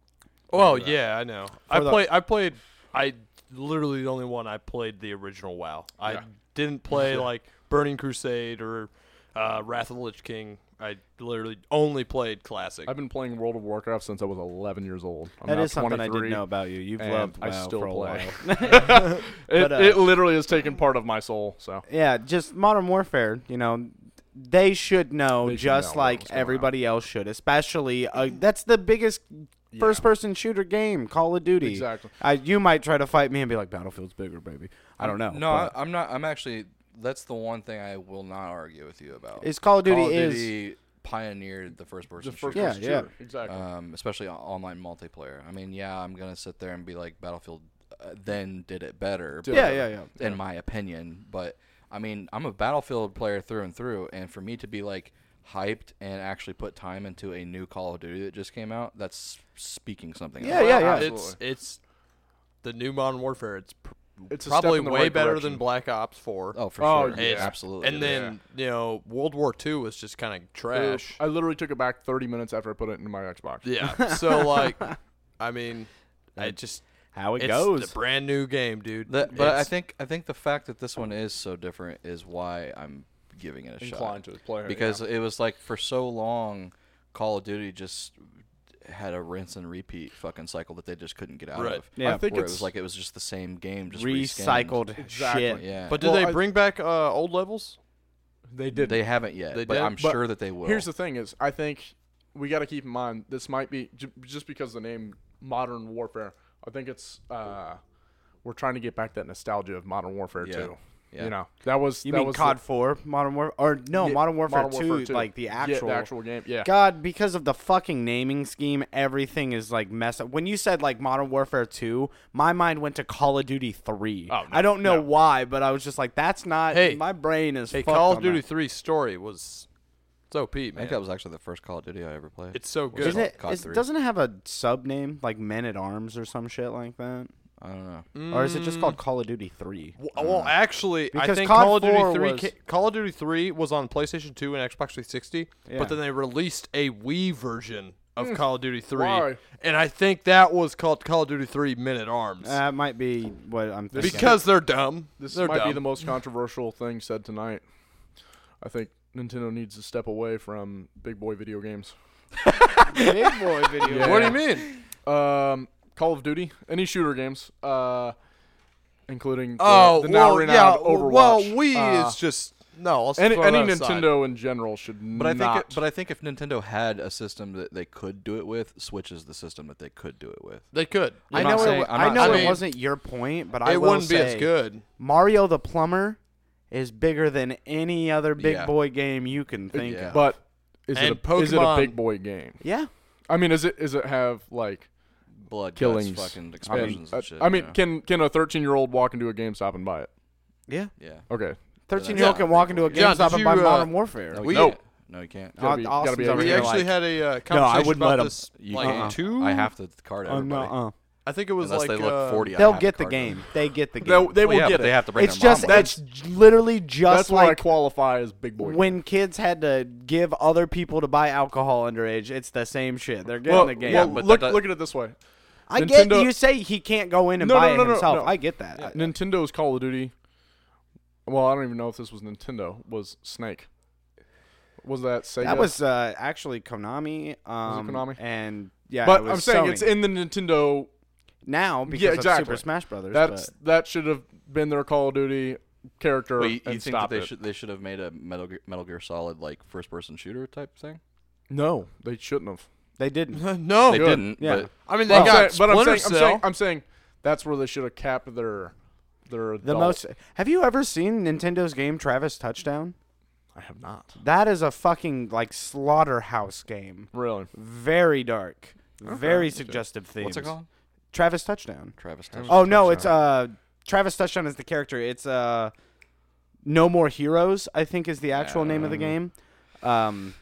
Speaker 2: Well,
Speaker 1: that.
Speaker 2: yeah, I know. I
Speaker 3: the-
Speaker 2: play. I played. I literally the only one I played the original WoW. I
Speaker 1: Yeah.
Speaker 2: didn't play like Burning Crusade or uh, Wrath of the Lich King. I literally only played classic.
Speaker 1: I've been playing World of Warcraft since I was 11 years old. I'm
Speaker 3: That
Speaker 1: now
Speaker 3: is something I
Speaker 1: 23.
Speaker 3: didn't know about you. You've
Speaker 1: and
Speaker 3: loved WoW
Speaker 1: I still
Speaker 3: for a
Speaker 1: play.
Speaker 3: while.
Speaker 1: It,
Speaker 3: But, uh,
Speaker 1: it literally has taken part of my soul. So
Speaker 3: Yeah, just Modern Warfare. You know, they should know
Speaker 1: They should
Speaker 3: just
Speaker 1: know what was
Speaker 3: like
Speaker 1: going on.
Speaker 3: everybody else should. Especially uh, that's the biggest first-person shooter game, Call of Duty.
Speaker 1: Exactly.
Speaker 3: I, you might try to fight me and be like, "Battlefield's bigger, baby." I don't know.
Speaker 4: No, I,
Speaker 3: but
Speaker 4: I'm not. I'm actually. That's the one thing I will not argue with you about.
Speaker 3: It's Call of Duty
Speaker 4: Call
Speaker 3: is-
Speaker 4: Duty pioneered the first person
Speaker 1: the first
Speaker 4: shooter,
Speaker 1: person
Speaker 3: Yeah, yeah.
Speaker 1: shooter, exactly.
Speaker 4: um, especially o- online multiplayer. I mean, yeah, I'm gonna sit there and be like, Battlefield uh, then did it better.
Speaker 1: Did
Speaker 4: but-
Speaker 3: yeah, yeah, yeah.
Speaker 4: in my opinion. But I mean, I'm a Battlefield player through and through, and for me to be like hyped and actually put time into a new Call of Duty that just came out, that's speaking something.
Speaker 3: Yeah, yeah, yeah.
Speaker 2: It's it's the new Modern Warfare. It's, pr-
Speaker 1: It's a step
Speaker 2: probably
Speaker 1: in the
Speaker 2: way
Speaker 1: right
Speaker 2: better
Speaker 1: direction.
Speaker 2: than Black Ops Four.
Speaker 4: Oh, for
Speaker 1: Oh,
Speaker 4: sure.
Speaker 1: yeah.
Speaker 4: It's
Speaker 1: It's-
Speaker 4: absolutely.
Speaker 2: and then you know World War Two was just kind of trash.
Speaker 1: I literally took it back 30 minutes after I put it into my Xbox.
Speaker 2: yeah. So like, I mean, I just
Speaker 3: How it
Speaker 2: it's
Speaker 3: goes.
Speaker 2: the brand new game, dude.
Speaker 4: The- but I
Speaker 2: It's-
Speaker 4: think I think the fact that this one is so different is why I'm giving it a
Speaker 1: Inclined
Speaker 4: shot
Speaker 1: to play it,
Speaker 4: because it was like for so long, Call of Duty just had a rinse and repeat fucking cycle that they just couldn't get out
Speaker 2: Right.
Speaker 4: of.
Speaker 3: Yeah. I
Speaker 1: think
Speaker 4: Where it
Speaker 1: it's-
Speaker 4: was like it was just the same game, just reskinned.
Speaker 3: recycled
Speaker 1: Exactly.
Speaker 3: shit.
Speaker 4: Yeah,
Speaker 2: But did
Speaker 1: Well,
Speaker 2: they
Speaker 1: I-
Speaker 2: bring back uh, old levels?
Speaker 1: they did.
Speaker 4: They haven't yet,
Speaker 2: They
Speaker 4: but
Speaker 2: did?
Speaker 4: I'm
Speaker 1: But
Speaker 4: sure that they will.
Speaker 1: Here's the thing: is I think we got to keep in mind this might be j- just because of the name Modern Warfare. I think it's uh, we're trying to get back that nostalgia of Modern Warfare
Speaker 4: Yeah.
Speaker 1: too.
Speaker 4: Yeah.
Speaker 1: You know that was
Speaker 3: You
Speaker 1: that
Speaker 3: mean
Speaker 1: was
Speaker 3: COD Four, Modern Warfare, or no,
Speaker 1: Yeah,
Speaker 3: Modern Warfare,
Speaker 1: Modern Warfare
Speaker 3: 2,
Speaker 1: 2.
Speaker 3: like
Speaker 1: the,
Speaker 3: the
Speaker 1: yeah,
Speaker 3: actual,
Speaker 1: the actual game. Yeah,
Speaker 3: God, because of the fucking naming scheme, everything is like messed up. When you said like Modern Warfare 2, my mind went to Call of Duty 3.
Speaker 1: Oh, no,
Speaker 3: I don't know
Speaker 1: no.
Speaker 3: why, but I was just like, that's not.
Speaker 2: Hey.
Speaker 3: my brain is.
Speaker 2: Hey,
Speaker 3: fucked
Speaker 2: Call
Speaker 3: on
Speaker 2: of Duty
Speaker 3: that.
Speaker 2: Three story was it's OP, man.
Speaker 4: I think that was actually the first Call of Duty I ever played.
Speaker 2: it's so good.
Speaker 3: Isn't it,
Speaker 4: COD
Speaker 3: is,
Speaker 4: 3.
Speaker 3: doesn't it have a sub name like Men at Arms or some shit like that,
Speaker 4: I don't know.
Speaker 3: or is it just
Speaker 2: Mm.
Speaker 3: called Call of Duty Three?
Speaker 2: W- uh, Well, actually, I
Speaker 3: Because
Speaker 2: think
Speaker 3: COD
Speaker 2: Call of Duty
Speaker 3: 4
Speaker 2: Three
Speaker 3: was-
Speaker 2: ca- Call of Duty Three was on PlayStation Two and Xbox 360,
Speaker 3: Yeah.
Speaker 2: but then they released a Wii version of Call of Duty 3.
Speaker 1: Why?
Speaker 2: And I think that was called Call of Duty 3 Minute Arms.
Speaker 3: That might be what I'm thinking.
Speaker 2: because they're dumb.
Speaker 1: This
Speaker 2: they're
Speaker 1: might
Speaker 2: dumb.
Speaker 1: be the most controversial thing said tonight. I think Nintendo needs to step away from big boy video games.
Speaker 3: big boy video.
Speaker 1: Yeah.
Speaker 2: What do you mean?
Speaker 1: Um, Call of Duty, any shooter games, uh, including the,
Speaker 2: Oh,
Speaker 1: the now
Speaker 2: well, yeah.
Speaker 1: renowned Overwatch.
Speaker 2: Well, we
Speaker 1: Uh,
Speaker 2: is just no. I'll
Speaker 1: any
Speaker 2: throw
Speaker 1: any
Speaker 2: that aside.
Speaker 1: Nintendo in general should
Speaker 4: But I think,
Speaker 1: not.
Speaker 4: it, but I think if Nintendo had a system that they could do it with, Switch is the system that they could do it with.
Speaker 2: they could.
Speaker 3: I
Speaker 4: I'm
Speaker 3: know,
Speaker 4: not
Speaker 3: it,
Speaker 4: saying-
Speaker 3: wa-
Speaker 4: I'm
Speaker 3: I
Speaker 4: not-
Speaker 3: know
Speaker 2: I
Speaker 3: it
Speaker 2: mean-
Speaker 3: wasn't your point, but I
Speaker 2: It
Speaker 3: will
Speaker 2: wouldn't be as
Speaker 3: say
Speaker 2: good.
Speaker 3: Mario the Plumber is bigger than any other big
Speaker 4: Yeah.
Speaker 3: boy game you can think
Speaker 4: Yeah.
Speaker 3: of.
Speaker 1: but is it, a,
Speaker 2: And
Speaker 1: is it a
Speaker 2: Pokemon-
Speaker 1: big boy game?
Speaker 3: yeah.
Speaker 1: I mean, is it is it have like
Speaker 4: Blood, guts,
Speaker 1: killings,
Speaker 4: fucking
Speaker 1: and-
Speaker 4: explosions, and,
Speaker 1: uh,
Speaker 4: shit.
Speaker 1: I mean,
Speaker 4: yeah.
Speaker 1: can can a thirteen year old walk into a GameStop and buy it?
Speaker 3: Yeah.
Speaker 4: yeah.
Speaker 3: 13 year old
Speaker 4: Yeah.
Speaker 3: can walk into a
Speaker 2: John,
Speaker 3: GameStop
Speaker 2: did
Speaker 3: and buy
Speaker 2: you, uh,
Speaker 3: Modern Warfare.
Speaker 4: No,
Speaker 2: We-
Speaker 4: you can't. No, you can't.
Speaker 1: Gotta be-
Speaker 3: Austin's
Speaker 1: gotta be
Speaker 3: over
Speaker 2: We
Speaker 1: Yeah,
Speaker 3: here
Speaker 2: actually
Speaker 3: like,
Speaker 2: had a uh, conversation
Speaker 3: wouldn't
Speaker 2: about
Speaker 3: let 'em.
Speaker 2: this.
Speaker 4: You
Speaker 1: Uh-uh.
Speaker 2: like
Speaker 4: can't.
Speaker 2: two.
Speaker 4: I have to card everybody.
Speaker 2: I think it was
Speaker 4: Unless
Speaker 2: like
Speaker 4: they look
Speaker 2: uh,
Speaker 4: 40. I
Speaker 3: They'll
Speaker 4: have
Speaker 3: get
Speaker 4: to
Speaker 3: the
Speaker 4: card them.
Speaker 3: game. They get the game.
Speaker 1: They'll- they
Speaker 4: Well,
Speaker 1: will
Speaker 4: yeah,
Speaker 1: get
Speaker 4: but
Speaker 1: it.
Speaker 4: They have to bring
Speaker 3: it's
Speaker 4: their mom
Speaker 3: just
Speaker 4: with.
Speaker 3: it's literally
Speaker 1: That's
Speaker 3: just
Speaker 1: why I
Speaker 3: like
Speaker 1: qualify as big boy.
Speaker 3: when kids had to give other people to buy alcohol underage. It's the same shit. They're getting
Speaker 1: well,
Speaker 3: the game.
Speaker 1: well,
Speaker 4: but
Speaker 1: look
Speaker 4: that does-
Speaker 1: look at it this way.
Speaker 3: I get
Speaker 1: Nintendo-
Speaker 3: you say he can't go in and
Speaker 1: No,
Speaker 3: buy
Speaker 1: no, no,
Speaker 3: it
Speaker 1: no,
Speaker 3: himself.
Speaker 1: no.
Speaker 3: I get that. I-
Speaker 1: Nintendo's Call of Duty. Well, I don't even know if this was Nintendo. Was Snake? Was that Sega?
Speaker 3: that was uh, actually Konami. Um,
Speaker 1: Konami?
Speaker 3: And yeah,
Speaker 1: But
Speaker 3: it was
Speaker 1: I'm saying it's
Speaker 3: Sony.
Speaker 1: in the Nintendo.
Speaker 3: now because
Speaker 1: exactly.
Speaker 3: of Super Smash Brothers.
Speaker 1: That's
Speaker 3: but-
Speaker 1: that should have been their Call of Duty character
Speaker 4: Wait, you
Speaker 1: and
Speaker 4: think that
Speaker 1: stopped
Speaker 4: they
Speaker 1: it.
Speaker 4: should they should have made a Metal Gear, Metal Gear Solid like first person shooter type thing?
Speaker 1: No, they shouldn't have.
Speaker 3: they didn't.
Speaker 2: no.
Speaker 1: Oh,
Speaker 4: They
Speaker 1: Good.
Speaker 4: didn't.
Speaker 3: Yeah.
Speaker 4: But
Speaker 2: I mean, they
Speaker 1: Well, I'm
Speaker 2: got
Speaker 1: saying- but I'm
Speaker 2: Splinter
Speaker 1: saying, I'm
Speaker 2: Cell.
Speaker 1: saying I'm saying that's where they should have capped their their
Speaker 3: The
Speaker 1: adult-
Speaker 3: most. Have you ever seen Nintendo's game Travis Touchdown?
Speaker 1: I have not
Speaker 3: That is a fucking like slaughterhouse game.
Speaker 1: really.
Speaker 3: Very dark. Very suggestive themes.
Speaker 4: what's it called?
Speaker 3: Travis Touchdown.
Speaker 4: Travis. Touchdown.
Speaker 3: Oh no, it's uh Travis Touchdown is the character. It's uh No More Heroes, I think is the actual name of the game. Um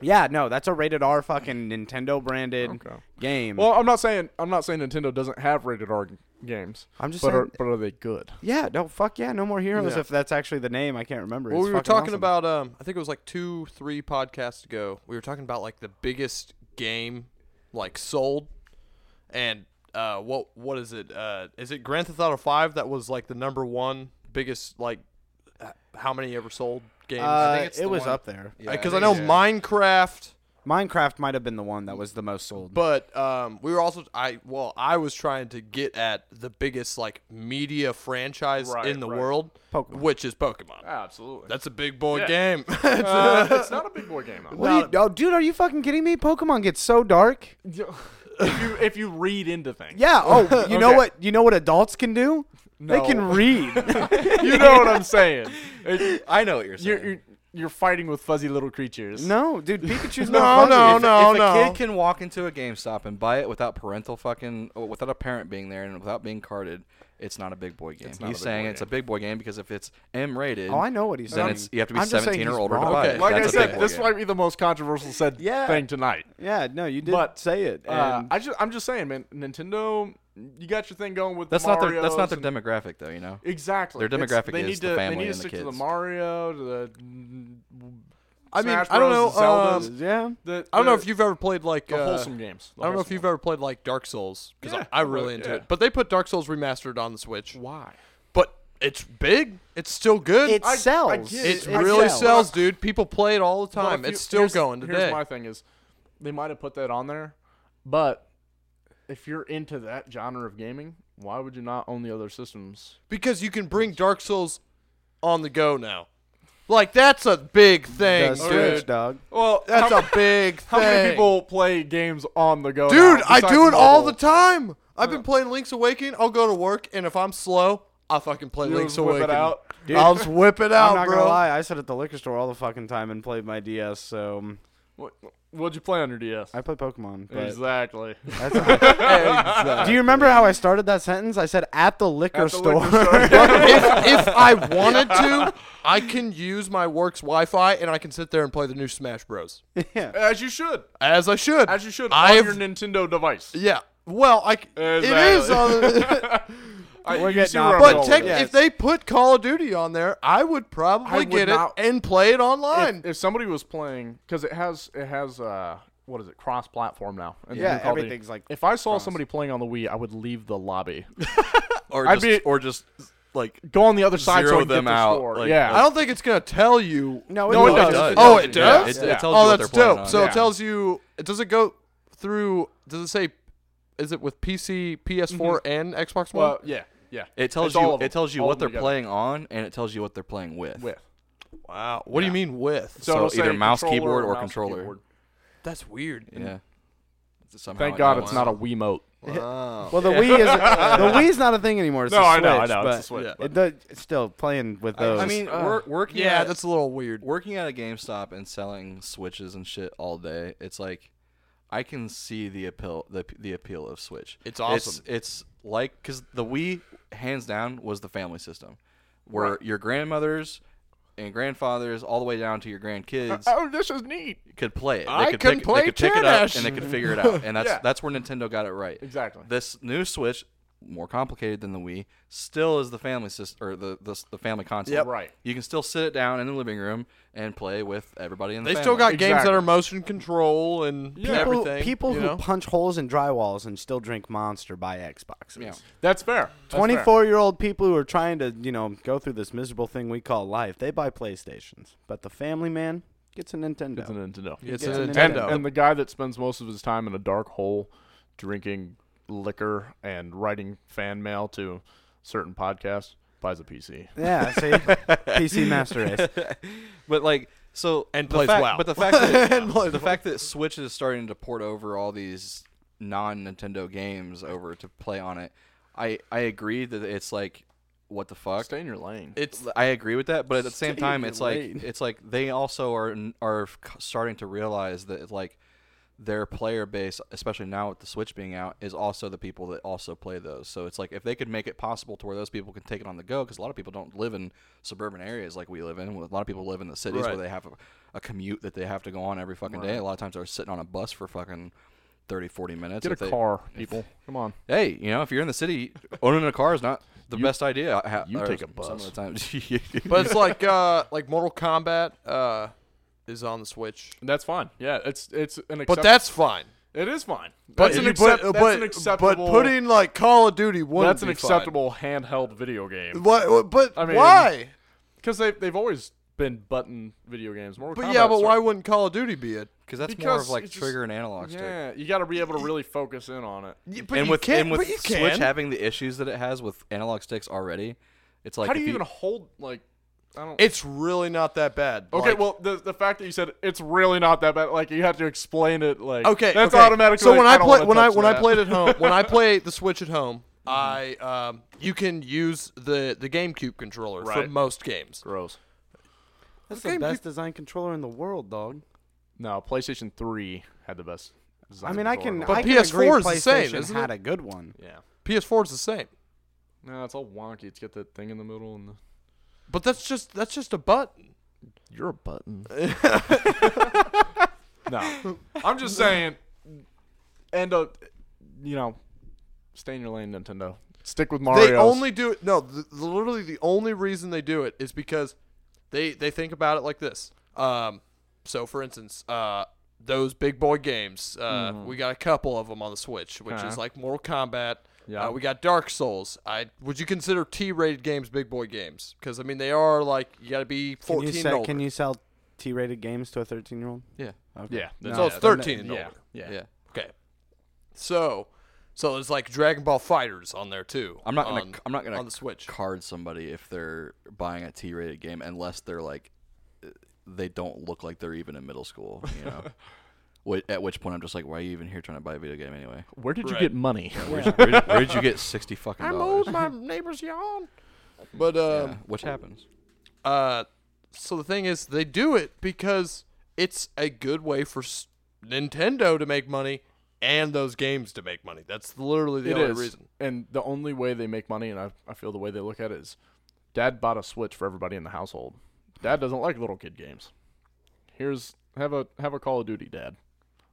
Speaker 3: Yeah, no, that's a rated R fucking Nintendo branded
Speaker 1: Okay.
Speaker 3: game.
Speaker 1: Well, I'm not saying I'm not saying Nintendo doesn't have rated R g- games.
Speaker 3: I'm just
Speaker 1: but are,
Speaker 3: saying
Speaker 1: but are they good?
Speaker 3: Yeah, no fuck yeah, No More Heroes
Speaker 2: Yeah.
Speaker 3: if that's actually the name, I can't remember.
Speaker 2: Well,
Speaker 3: It's
Speaker 2: we were
Speaker 3: fucking
Speaker 2: talking
Speaker 3: awesome.
Speaker 2: about, um, I think it was like two, three podcasts ago. We were talking about like the biggest game, like sold, and uh, what what is it? Uh, is it Grand Theft Auto Five that was like the number one biggest like h- how many ever sold games?
Speaker 3: uh,
Speaker 4: think it's
Speaker 3: it
Speaker 4: the
Speaker 3: was
Speaker 4: one-
Speaker 3: up there.
Speaker 4: Yeah,
Speaker 2: Because I,
Speaker 4: think
Speaker 2: know
Speaker 4: it's-
Speaker 2: Minecraft,
Speaker 3: Minecraft might have been the one that was the most sold.
Speaker 2: but um, we were also I well I was trying to get at the biggest like media franchise
Speaker 1: Right,
Speaker 2: in the
Speaker 1: right.
Speaker 2: world,
Speaker 3: Pokemon.
Speaker 2: which is Pokemon.
Speaker 1: Absolutely.
Speaker 2: That's a big boy
Speaker 1: Yeah.
Speaker 2: game.
Speaker 1: Uh, it's not a big boy game.
Speaker 3: What are you, oh, dude, are you fucking kidding me? Pokemon gets so dark.
Speaker 1: if you if you read into things,
Speaker 3: Yeah. Oh, you know
Speaker 1: Okay.
Speaker 3: what? You know what adults can do? They can
Speaker 1: No.
Speaker 3: read.
Speaker 1: you know what I'm saying. It-
Speaker 4: I know what you're saying.
Speaker 1: you're, you're you're fighting with fuzzy little creatures.
Speaker 3: no, dude, Pikachu's
Speaker 2: No,
Speaker 3: not
Speaker 1: Oh,
Speaker 2: no,
Speaker 3: fuzzy.
Speaker 4: if, if
Speaker 2: no.
Speaker 4: a kid can walk into a GameStop and buy it without parental fucking, or without a parent being there and without being carded, it's not a big boy game.
Speaker 1: not a big
Speaker 4: He's saying
Speaker 1: boy
Speaker 4: it's
Speaker 1: game.
Speaker 4: a big boy game because if it's M rated,
Speaker 3: Oh, I know what he's
Speaker 4: then
Speaker 3: saying.
Speaker 4: it's you have to be
Speaker 3: I'm just saying
Speaker 4: 17 or
Speaker 3: he's
Speaker 4: older to
Speaker 3: wrong.
Speaker 4: buy it.
Speaker 1: Like
Speaker 4: That's a
Speaker 1: I
Speaker 4: big
Speaker 1: said,
Speaker 4: boy
Speaker 1: this
Speaker 4: game.
Speaker 1: might be the most controversial said
Speaker 3: Yeah.
Speaker 1: thing tonight.
Speaker 3: Yeah, no, you did
Speaker 1: But,
Speaker 3: say it.
Speaker 1: Uh,
Speaker 3: and-
Speaker 1: I just, I'm just saying, man. Nintendo, you got your thing going with
Speaker 4: That's
Speaker 1: the
Speaker 4: not their. That's
Speaker 1: Marios
Speaker 4: not their
Speaker 1: and-
Speaker 4: demographic, though. You know.
Speaker 1: Exactly.
Speaker 4: Their
Speaker 1: It's-
Speaker 4: demographic
Speaker 1: they
Speaker 4: is
Speaker 1: need
Speaker 4: the
Speaker 1: to, They
Speaker 4: family
Speaker 1: need to
Speaker 4: and the
Speaker 1: stick to the
Speaker 4: kids.
Speaker 1: Mario, to the.
Speaker 2: I mean,
Speaker 1: Smash
Speaker 2: I don't
Speaker 1: Bros,
Speaker 2: know,
Speaker 1: the Zeldas,
Speaker 2: um,
Speaker 3: yeah.
Speaker 1: the,
Speaker 2: I don't know
Speaker 1: the-
Speaker 2: if you've ever played like
Speaker 1: the
Speaker 2: uh,
Speaker 1: wholesome games. The
Speaker 2: I don't know if
Speaker 1: wholesome
Speaker 2: you've ever played like Dark Souls because
Speaker 1: Yeah,
Speaker 2: I, I
Speaker 1: I
Speaker 2: really
Speaker 1: would,
Speaker 2: into
Speaker 1: yeah.
Speaker 2: it. But they put Dark Souls remastered on the Switch,
Speaker 1: ones. why.
Speaker 2: but it's big. It's still good.
Speaker 3: It
Speaker 1: I- I
Speaker 3: sells.
Speaker 1: get It-
Speaker 2: it,
Speaker 1: it
Speaker 2: really
Speaker 1: sells.
Speaker 2: sells, dude. People play it all the
Speaker 1: Well,
Speaker 2: time.
Speaker 1: if you-
Speaker 2: it's still
Speaker 1: here's-
Speaker 2: going
Speaker 1: Here's
Speaker 2: today.
Speaker 1: my thing is, they might have put that on there, but if you're into that genre of gaming, why would you not own the other systems?
Speaker 2: because you can bring Dark Souls on the go now. Like that's a big thing,
Speaker 3: The Switch,
Speaker 2: dude.
Speaker 3: dog.
Speaker 1: Well,
Speaker 2: That's a big
Speaker 1: How
Speaker 2: thing.
Speaker 1: many people play games on the go?
Speaker 2: Dude,
Speaker 1: now
Speaker 2: I
Speaker 1: besides
Speaker 2: do it all the
Speaker 1: mobile?
Speaker 2: time. I've been playing Link's Awakening. I'll go to work, and if I'm slow, I fucking play
Speaker 1: You
Speaker 2: Link's
Speaker 1: just whip it
Speaker 2: Awakening.
Speaker 1: out.
Speaker 2: I'll just whip it out,
Speaker 3: I'm not
Speaker 2: bro.
Speaker 3: gonna lie. I sit at the liquor store all the fucking time and played my DS. So mm,
Speaker 1: What, what'd you play on your DS?
Speaker 3: I play Pokemon. But
Speaker 1: exactly.
Speaker 3: that's- do you remember how I started that sentence? I said at the liquor
Speaker 1: At the
Speaker 3: store.
Speaker 1: liquor store.
Speaker 2: if, if I wanted to, I can use my work's Wi-Fi and I can sit there and play the new Smash Bros.
Speaker 3: yeah.
Speaker 1: As you should.
Speaker 2: As I should.
Speaker 1: As you should
Speaker 2: I've-
Speaker 1: on your Nintendo device.
Speaker 2: yeah. Well, I c- it is uh,
Speaker 1: Exactly.
Speaker 2: on. The,
Speaker 1: I-
Speaker 3: We're
Speaker 1: you
Speaker 3: getting
Speaker 1: see where
Speaker 3: off
Speaker 1: I'm
Speaker 3: the
Speaker 1: going
Speaker 2: but
Speaker 1: with
Speaker 2: tech,
Speaker 1: that.
Speaker 3: Yes.
Speaker 2: if they put Call of Duty on there, I would probably
Speaker 1: I would
Speaker 2: get
Speaker 1: not-
Speaker 2: it and play it online.
Speaker 1: if, if somebody was playing because it has it has uh what is it cross platform now? And you
Speaker 3: Yeah,
Speaker 1: can call the-
Speaker 3: everything's, like,
Speaker 1: If I saw
Speaker 3: cross.
Speaker 1: somebody playing on the Wii, I would leave the lobby,
Speaker 4: or
Speaker 1: I'd
Speaker 4: just,
Speaker 1: be-
Speaker 4: or just like
Speaker 1: go on the other side, so
Speaker 4: Zero
Speaker 1: I can get
Speaker 4: them
Speaker 1: the
Speaker 4: out,
Speaker 1: score.
Speaker 4: like-
Speaker 1: yeah,
Speaker 2: I don't think it's gonna tell you.
Speaker 3: No, it
Speaker 1: No, it
Speaker 3: does.
Speaker 1: does.
Speaker 2: Oh, it
Speaker 4: Yeah,
Speaker 2: does?
Speaker 4: it,
Speaker 1: Yeah.
Speaker 4: it tells you
Speaker 2: Oh,
Speaker 4: what
Speaker 2: that's
Speaker 4: they're playing
Speaker 2: dope.
Speaker 4: on.
Speaker 2: So
Speaker 1: Yeah.
Speaker 2: it tells you. It does it go through? Does it say? Is it with PC, PS4, and Xbox One?
Speaker 1: Well, yeah, yeah.
Speaker 4: it tells
Speaker 1: It's all
Speaker 4: you
Speaker 1: of them.
Speaker 4: it tells you
Speaker 1: All
Speaker 4: what
Speaker 1: of them
Speaker 4: they're
Speaker 1: together.
Speaker 4: playing on, and it tells you what they're playing with.
Speaker 1: with.
Speaker 2: wow. What do you mean with?
Speaker 4: So
Speaker 1: it'll say
Speaker 4: either mouse,
Speaker 1: controller
Speaker 4: keyboard, or
Speaker 1: mouse and
Speaker 4: controller.
Speaker 1: keyboard.
Speaker 2: That's weird.
Speaker 4: Yeah. Somehow
Speaker 1: Mm-hmm. Thank
Speaker 4: I
Speaker 1: God
Speaker 4: know
Speaker 1: it's
Speaker 4: that.
Speaker 1: not a Wiimote.
Speaker 2: Wow.
Speaker 3: Well, the Wii is the Wii is not a thing anymore. It's
Speaker 1: Oh. No,
Speaker 3: a
Speaker 1: I
Speaker 3: Switch,
Speaker 1: know, I know,
Speaker 3: But
Speaker 1: it's a Switch,
Speaker 2: Yeah.
Speaker 3: It does, it's still playing with those.
Speaker 4: I mean,
Speaker 1: uh,
Speaker 4: we're working.
Speaker 2: yeah,
Speaker 4: at,
Speaker 2: that's a little weird.
Speaker 4: working at a GameStop and selling Switches and shit all day. It's like I can see the appeal the the appeal of Switch.
Speaker 2: It's awesome.
Speaker 4: It's, it's like cuz the Wii hands down was the family system where your grandmothers and grandfathers all the way down to your grandkids
Speaker 1: Oh, this is neat.
Speaker 4: could play it. They
Speaker 2: I
Speaker 4: could
Speaker 2: can
Speaker 4: pick,
Speaker 2: play
Speaker 4: they could pick it up
Speaker 2: Tennis.
Speaker 4: and they could figure it out. And that's
Speaker 1: Yeah.
Speaker 4: that's where Nintendo got it right.
Speaker 1: Exactly.
Speaker 4: This new Switch, more complicated than the Wii, still is the family system or the the, the family console.
Speaker 2: Yep.
Speaker 1: Right.
Speaker 4: You can still sit it down in the living room and play with everybody in the
Speaker 2: They
Speaker 4: family.
Speaker 2: still got games
Speaker 1: Exactly.
Speaker 2: that are motion control and
Speaker 1: Yeah.
Speaker 3: people,
Speaker 2: everything.
Speaker 3: people
Speaker 2: you
Speaker 3: who
Speaker 2: know?
Speaker 3: punch holes in drywalls and still drink Monster buy Xboxes.
Speaker 4: Yeah.
Speaker 1: That's fair. That's fair.
Speaker 3: 24 year old people who are trying to, you know, go through this miserable thing we call life, they buy PlayStations. But the family man gets a Nintendo.
Speaker 1: It's a Nintendo.
Speaker 2: It's
Speaker 3: It's
Speaker 2: a
Speaker 3: a
Speaker 2: Nintendo.
Speaker 1: And the guy that spends most of his time in a dark hole drinking liquor and writing fan mail to certain podcasts buys a PC.
Speaker 3: yeah, see? PC Master Race.
Speaker 4: But like so
Speaker 2: And
Speaker 4: the
Speaker 2: plays
Speaker 4: fact,
Speaker 2: WoW.
Speaker 4: But the fact that the fact that Switch is starting to port over all these non Nintendo games over to play on it, I I agree that it's like what the fuck.
Speaker 1: Stay in your lane.
Speaker 4: It's I agree with that, but at the same
Speaker 3: Stay
Speaker 4: time,
Speaker 3: in
Speaker 4: it's
Speaker 3: your
Speaker 4: like
Speaker 3: lane.
Speaker 4: it's like they also are n- are c- starting to realize that like their player base, especially now with the Switch being out, is also the people that also play those. So it's like if they could make it possible to where those people can take it on the go, because a lot of people don't live in suburban areas like we live in. A lot of people live in the cities
Speaker 2: Right.
Speaker 4: where they have a, a commute that they have to go on every fucking day. A lot of times they're sitting on a bus for fucking 30, 40 minutes.
Speaker 1: Get a
Speaker 4: if they-
Speaker 1: car, people. Come on.
Speaker 4: hey, you know, if you're in the city, owning a car is not the best idea. I ha-
Speaker 1: you
Speaker 4: or
Speaker 1: take a
Speaker 4: Some of
Speaker 1: bus.
Speaker 4: the times.
Speaker 2: but it's like uh, like Mortal Kombat uh, is on the Switch,
Speaker 1: That's fine. Yeah, it's it's an. Accept-
Speaker 2: but that's fine.
Speaker 1: it is fine.
Speaker 2: But
Speaker 1: That's an,
Speaker 2: you-
Speaker 1: accept-
Speaker 2: but,
Speaker 1: that's
Speaker 2: but,
Speaker 1: an acceptable.
Speaker 2: but putting like Call of Duty would
Speaker 1: that's an acceptable handheld video game.
Speaker 2: What? uh, But
Speaker 1: I mean,
Speaker 2: why?
Speaker 1: Because they they've always been button video games. Mortal
Speaker 2: But
Speaker 1: Kombat
Speaker 2: yeah, but
Speaker 1: started-
Speaker 2: why wouldn't Call of Duty be it?
Speaker 4: Because that's more
Speaker 1: Because
Speaker 4: of like
Speaker 1: it's just-
Speaker 4: trigger and analog stick.
Speaker 1: Yeah, you got to be able to really focus in on it.
Speaker 2: but
Speaker 4: and
Speaker 2: you
Speaker 4: with,
Speaker 2: can,
Speaker 4: and with
Speaker 2: but you
Speaker 4: Switch
Speaker 2: can.
Speaker 4: having the issues that it has with analog sticks already, it's like
Speaker 1: How do
Speaker 4: if
Speaker 1: you even hold like? I don't.
Speaker 2: It's really not that bad.
Speaker 1: Okay,
Speaker 2: Like-
Speaker 1: well, the, the fact that you said it's really not that bad, like you had to explain it, like
Speaker 2: okay,
Speaker 1: that's
Speaker 2: okay.
Speaker 1: automatically.
Speaker 2: So when
Speaker 1: like,
Speaker 2: I
Speaker 1: don't
Speaker 2: play
Speaker 1: wanna
Speaker 2: when I
Speaker 1: touch
Speaker 2: when I
Speaker 1: that.
Speaker 2: played at home, when I play the Switch at home, I um, you can use the the GameCube controller for
Speaker 1: Right.
Speaker 2: most games.
Speaker 1: gross.
Speaker 3: That's
Speaker 2: Okay,
Speaker 3: the best design controller in the world, dog.
Speaker 1: No, PlayStation Three had the best. design
Speaker 3: I mean, I can.
Speaker 1: controller.
Speaker 2: But
Speaker 3: I can
Speaker 2: PS4
Speaker 3: agree
Speaker 2: is the same,
Speaker 3: PlayStation
Speaker 2: isn't
Speaker 3: had
Speaker 2: it?
Speaker 3: a good one.
Speaker 1: yeah,
Speaker 2: PS4 is the same,
Speaker 1: no, it's all wonky. It's got that thing in the middle and the.
Speaker 2: but that's just that's just a button.
Speaker 1: You're a button. no, I'm just saying. And uh, you know, stay in your lane, Nintendo. Stick with Mario.
Speaker 2: They only do it. No, the, the, literally the only reason they do it is because they they think about it like this. Um, so for instance, uh, those big boy games, uh, we got a couple of them on the Switch, which
Speaker 1: Okay.
Speaker 2: is like Mortal Kombat.
Speaker 1: Yeah.
Speaker 2: Uh, we got Dark Souls. I would you consider T-rated games big boy games? Because I mean they are like you got to be
Speaker 3: Can
Speaker 2: fourteen.
Speaker 3: you,
Speaker 2: and
Speaker 3: sell,
Speaker 2: older.
Speaker 3: can you sell T-rated games to a 13-year-old?
Speaker 4: Yeah.
Speaker 3: Okay.
Speaker 1: yeah,
Speaker 2: So it's thirteen and
Speaker 1: yeah,
Speaker 2: older.
Speaker 1: yeah,
Speaker 4: yeah.
Speaker 2: Okay. So, so there's like Dragon Ball Fighters on there too.
Speaker 4: I'm not gonna
Speaker 2: on-
Speaker 4: I'm not gonna
Speaker 2: on the Switch.
Speaker 4: card somebody if they're buying a T-rated game unless they're like uh, they don't look like they're even in middle school, you know. Wh- At which point I'm just like, why are you even here trying to buy a video game anyway?
Speaker 1: Where did you
Speaker 2: Right.
Speaker 1: get money?
Speaker 4: Where did, where did you get sixty fucking dollars?
Speaker 2: my neighbor's yawn. But um,
Speaker 4: Yeah, which happens.
Speaker 2: uh, so the thing is, they do it because it's a good way for s- Nintendo to make money and those games to make money. That's literally the
Speaker 1: It is,
Speaker 2: only reason.
Speaker 1: And the only way they make money, and I, I feel the way they look at it is dad bought a Switch for everybody in the household. Dad doesn't like little kid games. Here's have a have a Call of Duty, Dad.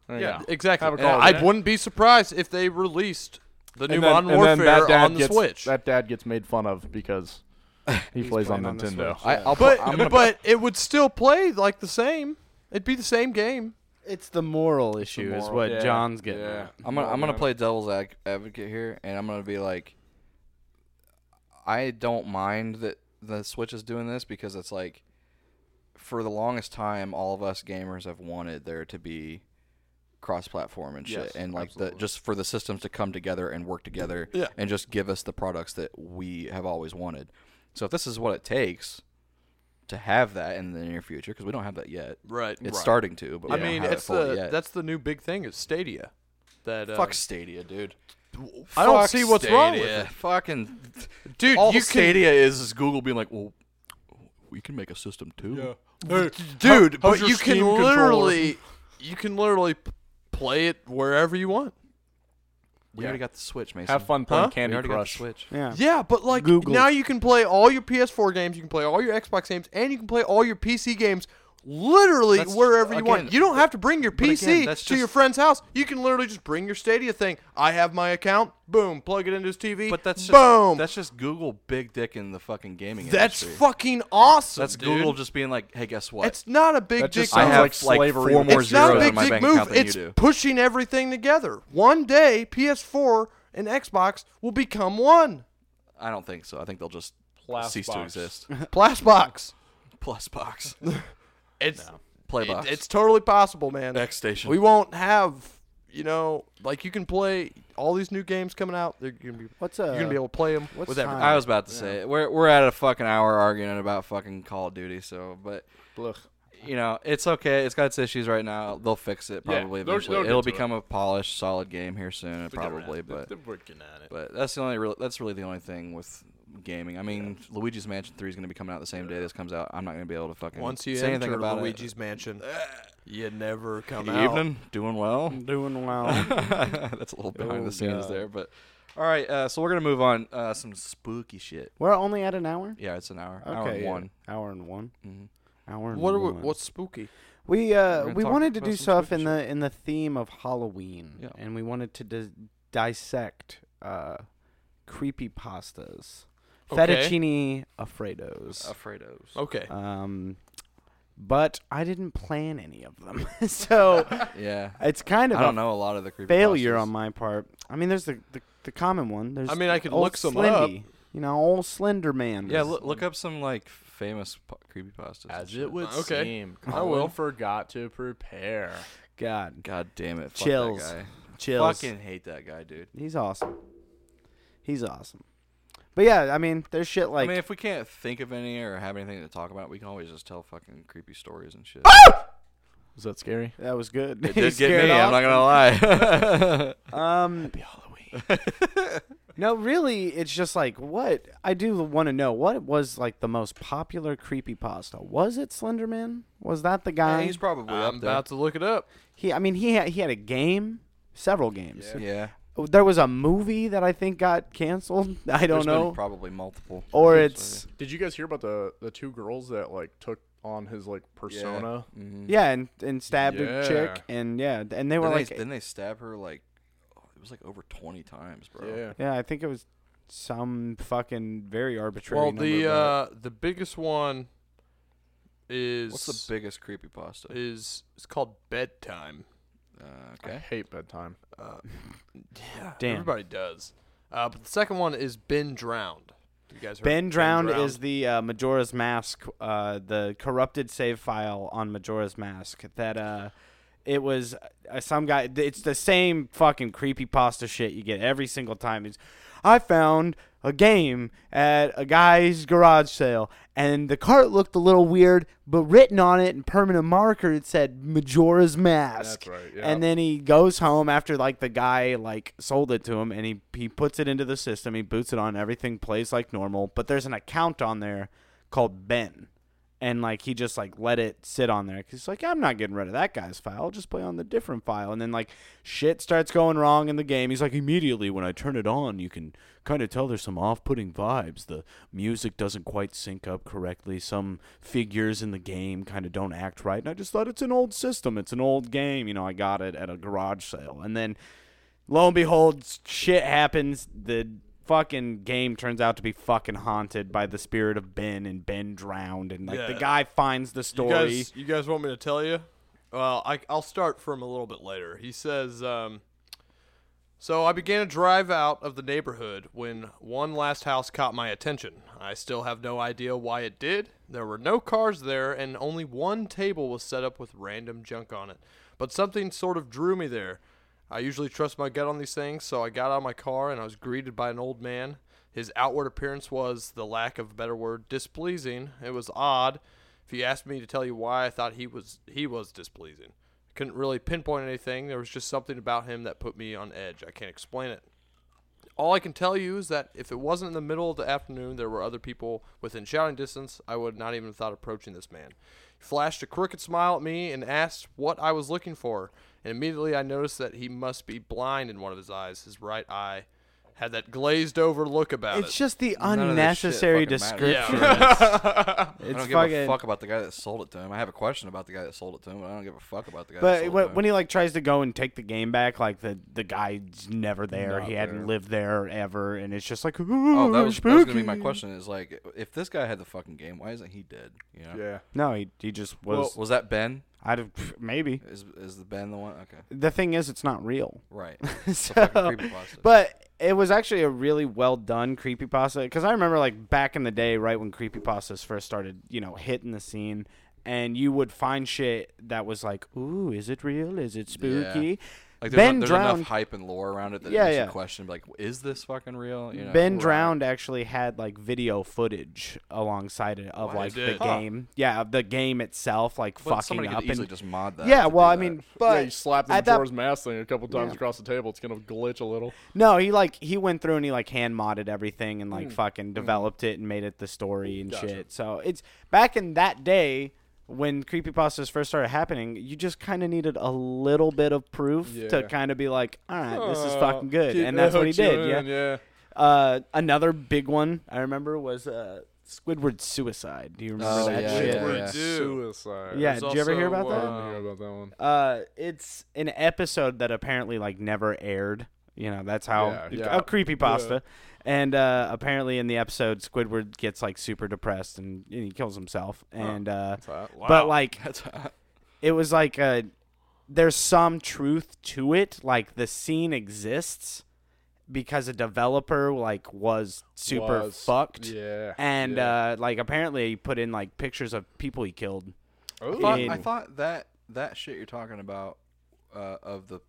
Speaker 1: There you
Speaker 2: Yeah,
Speaker 1: go.
Speaker 2: exactly.
Speaker 1: Have a
Speaker 2: And
Speaker 1: Call of
Speaker 2: I
Speaker 1: Duty.
Speaker 2: wouldn't be surprised if they released the new
Speaker 1: And then- and
Speaker 2: Modern
Speaker 1: then
Speaker 2: Warfare on the
Speaker 1: gets,
Speaker 2: Switch.
Speaker 1: That dad gets made fun of because he plays on
Speaker 3: playing on the
Speaker 1: Nintendo.
Speaker 3: Switch.
Speaker 4: I, I'll put,
Speaker 2: but
Speaker 4: I'm gonna,
Speaker 2: but it would still play like the same. It'd be the same game.
Speaker 3: It's the moral issue, is
Speaker 1: moral-
Speaker 3: what
Speaker 1: yeah,
Speaker 3: John's getting.
Speaker 1: yeah.
Speaker 3: at.
Speaker 4: I'm gonna
Speaker 1: Well,
Speaker 4: I'm gonna
Speaker 1: man.
Speaker 4: play devil's ac- advocate here, and I'm gonna be like, I don't mind that the Switch is doing this because it's like, for the longest time, all of us gamers have wanted there to be cross-platform and shit,
Speaker 1: Yes,
Speaker 4: and like the
Speaker 1: absolutely.
Speaker 4: just for the systems to come together and work together,
Speaker 2: Yeah.
Speaker 4: and just give us the products that we have always wanted. So if this is what it takes to have that in the near future, because we don't have that yet,
Speaker 2: Right.
Speaker 4: it's starting to, but
Speaker 2: I
Speaker 4: we don't
Speaker 2: mean,
Speaker 4: have it
Speaker 2: it's
Speaker 4: fully
Speaker 2: the
Speaker 4: yet.
Speaker 2: that's the new big thing is Stadia. That uh,
Speaker 4: fuck Stadia, dude.
Speaker 2: I don't
Speaker 4: Fuck
Speaker 2: see what's wrong with
Speaker 4: Stadia.
Speaker 2: it.
Speaker 4: Fucking
Speaker 2: dude.
Speaker 4: all
Speaker 2: you
Speaker 4: Stadia is is Google being like, well, we can make a system too.
Speaker 1: Hey,
Speaker 2: can, dude,
Speaker 1: how's
Speaker 2: but
Speaker 1: your
Speaker 2: you can
Speaker 1: Steam controller?
Speaker 2: literally you can literally p- play it wherever you want.
Speaker 4: We
Speaker 1: Yeah.
Speaker 4: already got the Switch, Mason.
Speaker 1: have fun playing
Speaker 2: Huh?
Speaker 4: We
Speaker 1: Candy
Speaker 4: already got the
Speaker 1: Crush.
Speaker 4: Switch.
Speaker 3: Yeah.
Speaker 2: Yeah, but like
Speaker 3: Google.
Speaker 2: now you can play all your PS4 games, you can play all your Xbox games, and you can play all your PC games literally
Speaker 4: That's-
Speaker 2: wherever you
Speaker 4: again,
Speaker 2: want. You don't have to bring your
Speaker 4: again,
Speaker 2: PC
Speaker 4: that's
Speaker 2: to your
Speaker 4: just-
Speaker 2: friend's house. You can literally just bring your Stadia thing. I have my account. Boom, plug it into his TV.
Speaker 4: But that's just,
Speaker 2: boom.
Speaker 4: That's just Google big dick in the fucking gaming
Speaker 2: That's
Speaker 4: industry.
Speaker 2: fucking awesome.
Speaker 4: That's
Speaker 2: dude.
Speaker 4: Google just being like, hey, guess what?
Speaker 2: It's not a big
Speaker 1: That
Speaker 2: dick.
Speaker 1: just
Speaker 4: I
Speaker 1: sounds
Speaker 4: have
Speaker 1: like slavery
Speaker 4: four
Speaker 1: with
Speaker 4: more
Speaker 1: It's
Speaker 2: it's not a
Speaker 4: zeros in
Speaker 2: big
Speaker 4: my
Speaker 2: dick
Speaker 4: bank
Speaker 2: move.
Speaker 4: account than
Speaker 2: It's
Speaker 4: you do.
Speaker 2: pushing everything together. One day, PS4 and Xbox will become one.
Speaker 4: I don't think so. I think they'll just
Speaker 1: Plus
Speaker 4: cease to
Speaker 1: box.
Speaker 4: exist.
Speaker 2: Blastbox.
Speaker 4: Plus box,
Speaker 2: It's
Speaker 4: play
Speaker 2: it-
Speaker 4: box.
Speaker 2: it's totally possible, man.
Speaker 4: next station.
Speaker 2: We won't have, you know, like you can play all these new games coming out. They're gonna be
Speaker 3: What's uh?
Speaker 2: you're gonna be able to play them
Speaker 3: what's
Speaker 2: with
Speaker 3: time?
Speaker 2: everything.
Speaker 4: I was about to say it. we're we're at a fucking hour arguing about fucking Call of Duty. So, but
Speaker 1: Blech.
Speaker 4: you know, it's okay. It's got its issues right now. They'll fix it
Speaker 1: Yeah,
Speaker 4: probably
Speaker 1: they'll-
Speaker 4: eventually.
Speaker 1: they'll get
Speaker 4: It'll
Speaker 1: to it.
Speaker 4: become a polished, solid game here soon, probably. But
Speaker 5: they're working on it.
Speaker 4: but that's the only real, that's really the only thing with gaming. I mean, Luigi's Mansion Three is going to be coming out the same day this comes out. I'm not going to be able to fucking
Speaker 2: Once you
Speaker 4: say anything
Speaker 2: enter
Speaker 4: about
Speaker 2: Luigi's Mansion, you never
Speaker 4: it.
Speaker 2: come
Speaker 4: Good
Speaker 2: out.
Speaker 4: Evening, doing well.
Speaker 3: doing well.
Speaker 4: that's a little behind
Speaker 3: Oh,
Speaker 4: the scenes
Speaker 3: God.
Speaker 4: there, but all right. Uh, so we're gonna move on uh, some spooky shit.
Speaker 3: We're only at an hour.
Speaker 4: Yeah, it's an hour,
Speaker 3: Okay.
Speaker 4: hour and
Speaker 3: yeah.
Speaker 4: one.
Speaker 3: Hour and one.
Speaker 4: hmm
Speaker 3: Hour and
Speaker 2: What are we,
Speaker 3: one.
Speaker 2: what's spooky?
Speaker 3: We uh
Speaker 4: gonna
Speaker 3: we
Speaker 4: talk
Speaker 3: wanted to
Speaker 4: about
Speaker 3: do
Speaker 4: some
Speaker 3: stuff
Speaker 4: spooky
Speaker 3: in the in the theme of Halloween,
Speaker 4: Yeah.
Speaker 3: and we wanted to dis- dissect uh creepy pastas,
Speaker 2: Okay.
Speaker 3: fettuccine alfredos.
Speaker 4: Alfredos.
Speaker 2: Okay,
Speaker 3: Um, but I didn't plan any of them, so
Speaker 4: Yeah.
Speaker 3: it's kind of
Speaker 4: I don't
Speaker 3: a
Speaker 4: know a lot of the creepy
Speaker 3: failure on my part. I mean, there's the the, the common one. There's
Speaker 2: I mean I could
Speaker 3: old
Speaker 2: look some up.
Speaker 3: Slendy, You know, old Slender Man.
Speaker 4: Yeah, look, look up some like famous po- creepy pastas.
Speaker 1: As it would
Speaker 2: Okay.
Speaker 1: seem,
Speaker 2: I
Speaker 1: Colin
Speaker 2: will.
Speaker 1: forgot to prepare.
Speaker 3: God,
Speaker 4: God damn it! Fuck
Speaker 3: Chills.
Speaker 4: That guy.
Speaker 3: chills.
Speaker 4: Fucking hate that guy, dude.
Speaker 3: He's awesome. He's awesome. But yeah, I mean, there's shit like
Speaker 4: I mean, if we can't think of any or have anything to talk about, we can always just tell fucking creepy stories and shit.
Speaker 1: Was that scary?
Speaker 3: that was good.
Speaker 4: it
Speaker 3: He
Speaker 4: did get
Speaker 3: scared
Speaker 4: me. I'm
Speaker 3: off.
Speaker 4: not gonna lie.
Speaker 3: Um, no, really, it's just like what I do want to know. What was like the most popular creepy pasta? Was it Slenderman? Was that the guy?
Speaker 4: Yeah, he's probably
Speaker 2: I'm
Speaker 4: up there.
Speaker 2: about to look it up.
Speaker 3: he, I mean, he had, he had a game, several games. Oh,
Speaker 4: yeah,
Speaker 3: There was a movie that I think got canceled. I don't
Speaker 4: There's been
Speaker 3: know. Oh,
Speaker 4: probably multiple.
Speaker 3: Or it's
Speaker 1: Did you guys hear about the the two girls that like took on his like persona?
Speaker 4: Mm-hmm.
Speaker 3: yeah, and and stabbed a
Speaker 1: Yeah.
Speaker 3: chick, and yeah, and they were
Speaker 4: Then,
Speaker 3: like,
Speaker 4: they, then they stab her like oh, it was like over 20 times, bro.
Speaker 3: yeah, I think it was some fucking very arbitrary.
Speaker 2: Well,
Speaker 3: number,
Speaker 2: the
Speaker 3: but-
Speaker 2: uh, the biggest one is
Speaker 4: What's the biggest creepy pasta?
Speaker 2: is it's called bedtime.
Speaker 4: Uh,
Speaker 1: I
Speaker 4: okay.
Speaker 1: hate bedtime.
Speaker 2: Uh, yeah,
Speaker 3: Damn.
Speaker 2: everybody does. Uh, but the second one is been drowned. You guys heard
Speaker 3: Ben Drowned is the uh, Majora's Mask, uh, the corrupted save file on Majora's Mask. That uh, it was uh, some guy. It's the same fucking creepy pasta shit you get every single time. It's, I found a game at a guy's garage sale, and the cart looked a little weird, but written on it in permanent marker, it said Majora's Mask.
Speaker 1: That's right, yeah.
Speaker 3: And then he goes home after like the guy like sold it to him, and he he puts it into the system. He boots it on. Everything plays like normal, but there's an account on there called Ben, and like he just like let it sit on there because he's like, I'm not getting rid of that guy's file. I'll just play on the different file. And then like shit starts going wrong in the game. He's like, immediately when I turn it on, you can kind of tell there's some off-putting vibes. The music doesn't quite sync up correctly. Some figures in the game kind of don't act right. And I just thought it's an old system. It's an old game. You know, I got it at a garage sale. And then lo and behold, s- shit happens. The fucking game turns out to be fucking haunted by the spirit of Ben, and Ben drowned, and like the
Speaker 2: Yeah.
Speaker 3: guy finds the story.
Speaker 2: You guys, you guys want me to tell you? Well, I, I'll start from a little bit later. He says, um, So I began a drive out of the neighborhood when one last house caught my attention. I still have no idea why it did. There were no cars there, and only one table was set up with random junk on it. But something sort of drew me there. I usually trust my gut on these things, so I got out of my car and I was greeted by an old man. His outward appearance was, the lack of a better word, displeasing. It was odd. If you asked me to tell you why I thought he was he was displeasing, I couldn't really pinpoint anything. There was just something about him that put me on edge. I can't explain it. All I can tell you is that if it wasn't in the middle of the afternoon, there were other people within shouting distance, I would not even have thought approaching this man. He flashed a crooked smile at me and asked what I was looking for, and immediately I noticed that he must be blind in one of his eyes. His right eye had that glazed over look about
Speaker 3: It's
Speaker 2: it.
Speaker 3: just the
Speaker 4: None of this shit
Speaker 3: unnecessary
Speaker 4: fucking matters.
Speaker 3: description.
Speaker 4: I
Speaker 3: It's
Speaker 4: don't give
Speaker 3: fucking.
Speaker 4: a fuck about the guy that sold it to him. I have a question about the guy that sold it to him, but I don't give a fuck about the guy. that
Speaker 3: But
Speaker 4: sold it to
Speaker 3: when,
Speaker 4: him.
Speaker 3: when he like tries to go and take the game back, like the the guy's never there.
Speaker 4: Not
Speaker 3: he
Speaker 4: there.
Speaker 3: hadn't lived there ever, and it's just like,
Speaker 4: oh,
Speaker 3: ooh,
Speaker 4: that was, that was gonna be my
Speaker 3: spooky."
Speaker 4: question. Is like, if this guy had the fucking game, why isn't he dead? You know?
Speaker 1: Yeah.
Speaker 3: No, he he just was.
Speaker 4: Was was that Ben?
Speaker 3: I'd have- maybe.
Speaker 4: Is is the Ben the one? Okay,
Speaker 3: The thing is, it's not real.
Speaker 4: right.
Speaker 3: So-
Speaker 4: fucking creepypasta.
Speaker 3: but it was actually a really well done creepypasta because I remember like back in the day, right when creepypastas first started, you know, hitting the scene, and you would find shit that was like, ooh, is it real? Is it spooky?
Speaker 4: Like there's,
Speaker 3: ben
Speaker 4: a- there's
Speaker 3: drowned.
Speaker 4: enough hype and lore around it that
Speaker 3: Yeah,
Speaker 4: it makes
Speaker 3: yeah.
Speaker 4: you question like, is this fucking real? You know?
Speaker 3: ben Drowned actually had like video footage alongside it of
Speaker 4: Why
Speaker 3: like
Speaker 4: is
Speaker 3: the
Speaker 4: it? Huh.
Speaker 3: game, yeah, of the game itself, like
Speaker 4: But
Speaker 3: fucking
Speaker 4: somebody
Speaker 3: up
Speaker 4: could easily
Speaker 3: and
Speaker 4: just mod that.
Speaker 3: yeah.
Speaker 4: to
Speaker 3: Well,
Speaker 4: do
Speaker 3: I
Speaker 4: that.
Speaker 3: mean,
Speaker 1: yeah,
Speaker 3: but
Speaker 1: you slap the
Speaker 3: at that-
Speaker 1: Jor's mask thing a couple times
Speaker 3: Yeah.
Speaker 1: across the table. It's gonna glitch a little.
Speaker 3: no, he like he went through and he like hand modded everything and like fucking developed it and made it the story and shit. So it's back in that day when creepypastas first started happening, you just kind of needed a little bit of proof
Speaker 1: Yeah.
Speaker 3: to kind of be like, all right, this is
Speaker 1: Uh,
Speaker 3: fucking good,
Speaker 1: keep-
Speaker 3: and that's what he
Speaker 1: hooks you
Speaker 3: did. Yeah.
Speaker 1: in, yeah.
Speaker 3: Uh, another big one I remember was uh, Squidward's suicide. Do you remember
Speaker 4: Oh,
Speaker 3: that
Speaker 4: yeah,
Speaker 3: shit?
Speaker 4: yeah,
Speaker 1: Squidward
Speaker 4: yeah.
Speaker 1: Suicide.
Speaker 3: Yeah,
Speaker 2: There's
Speaker 3: did you ever hear
Speaker 2: also,
Speaker 3: about that?
Speaker 1: I didn't hear about that one.
Speaker 3: Uh, it's an episode that apparently like never aired. You know, that's how
Speaker 1: Yeah, yeah.
Speaker 3: a creepy pasta. And uh, apparently in the episode, Squidward gets like super depressed and, and he kills himself. And uh, but like it was like uh, there's some truth to it. Like the scene exists because a developer like was super
Speaker 1: Was-
Speaker 3: fucked.
Speaker 1: Yeah.
Speaker 3: And
Speaker 1: yeah.
Speaker 3: uh, like apparently he put in like pictures of people he killed.
Speaker 4: I thought, I
Speaker 3: in-
Speaker 4: thought that that shit you're talking about uh, of the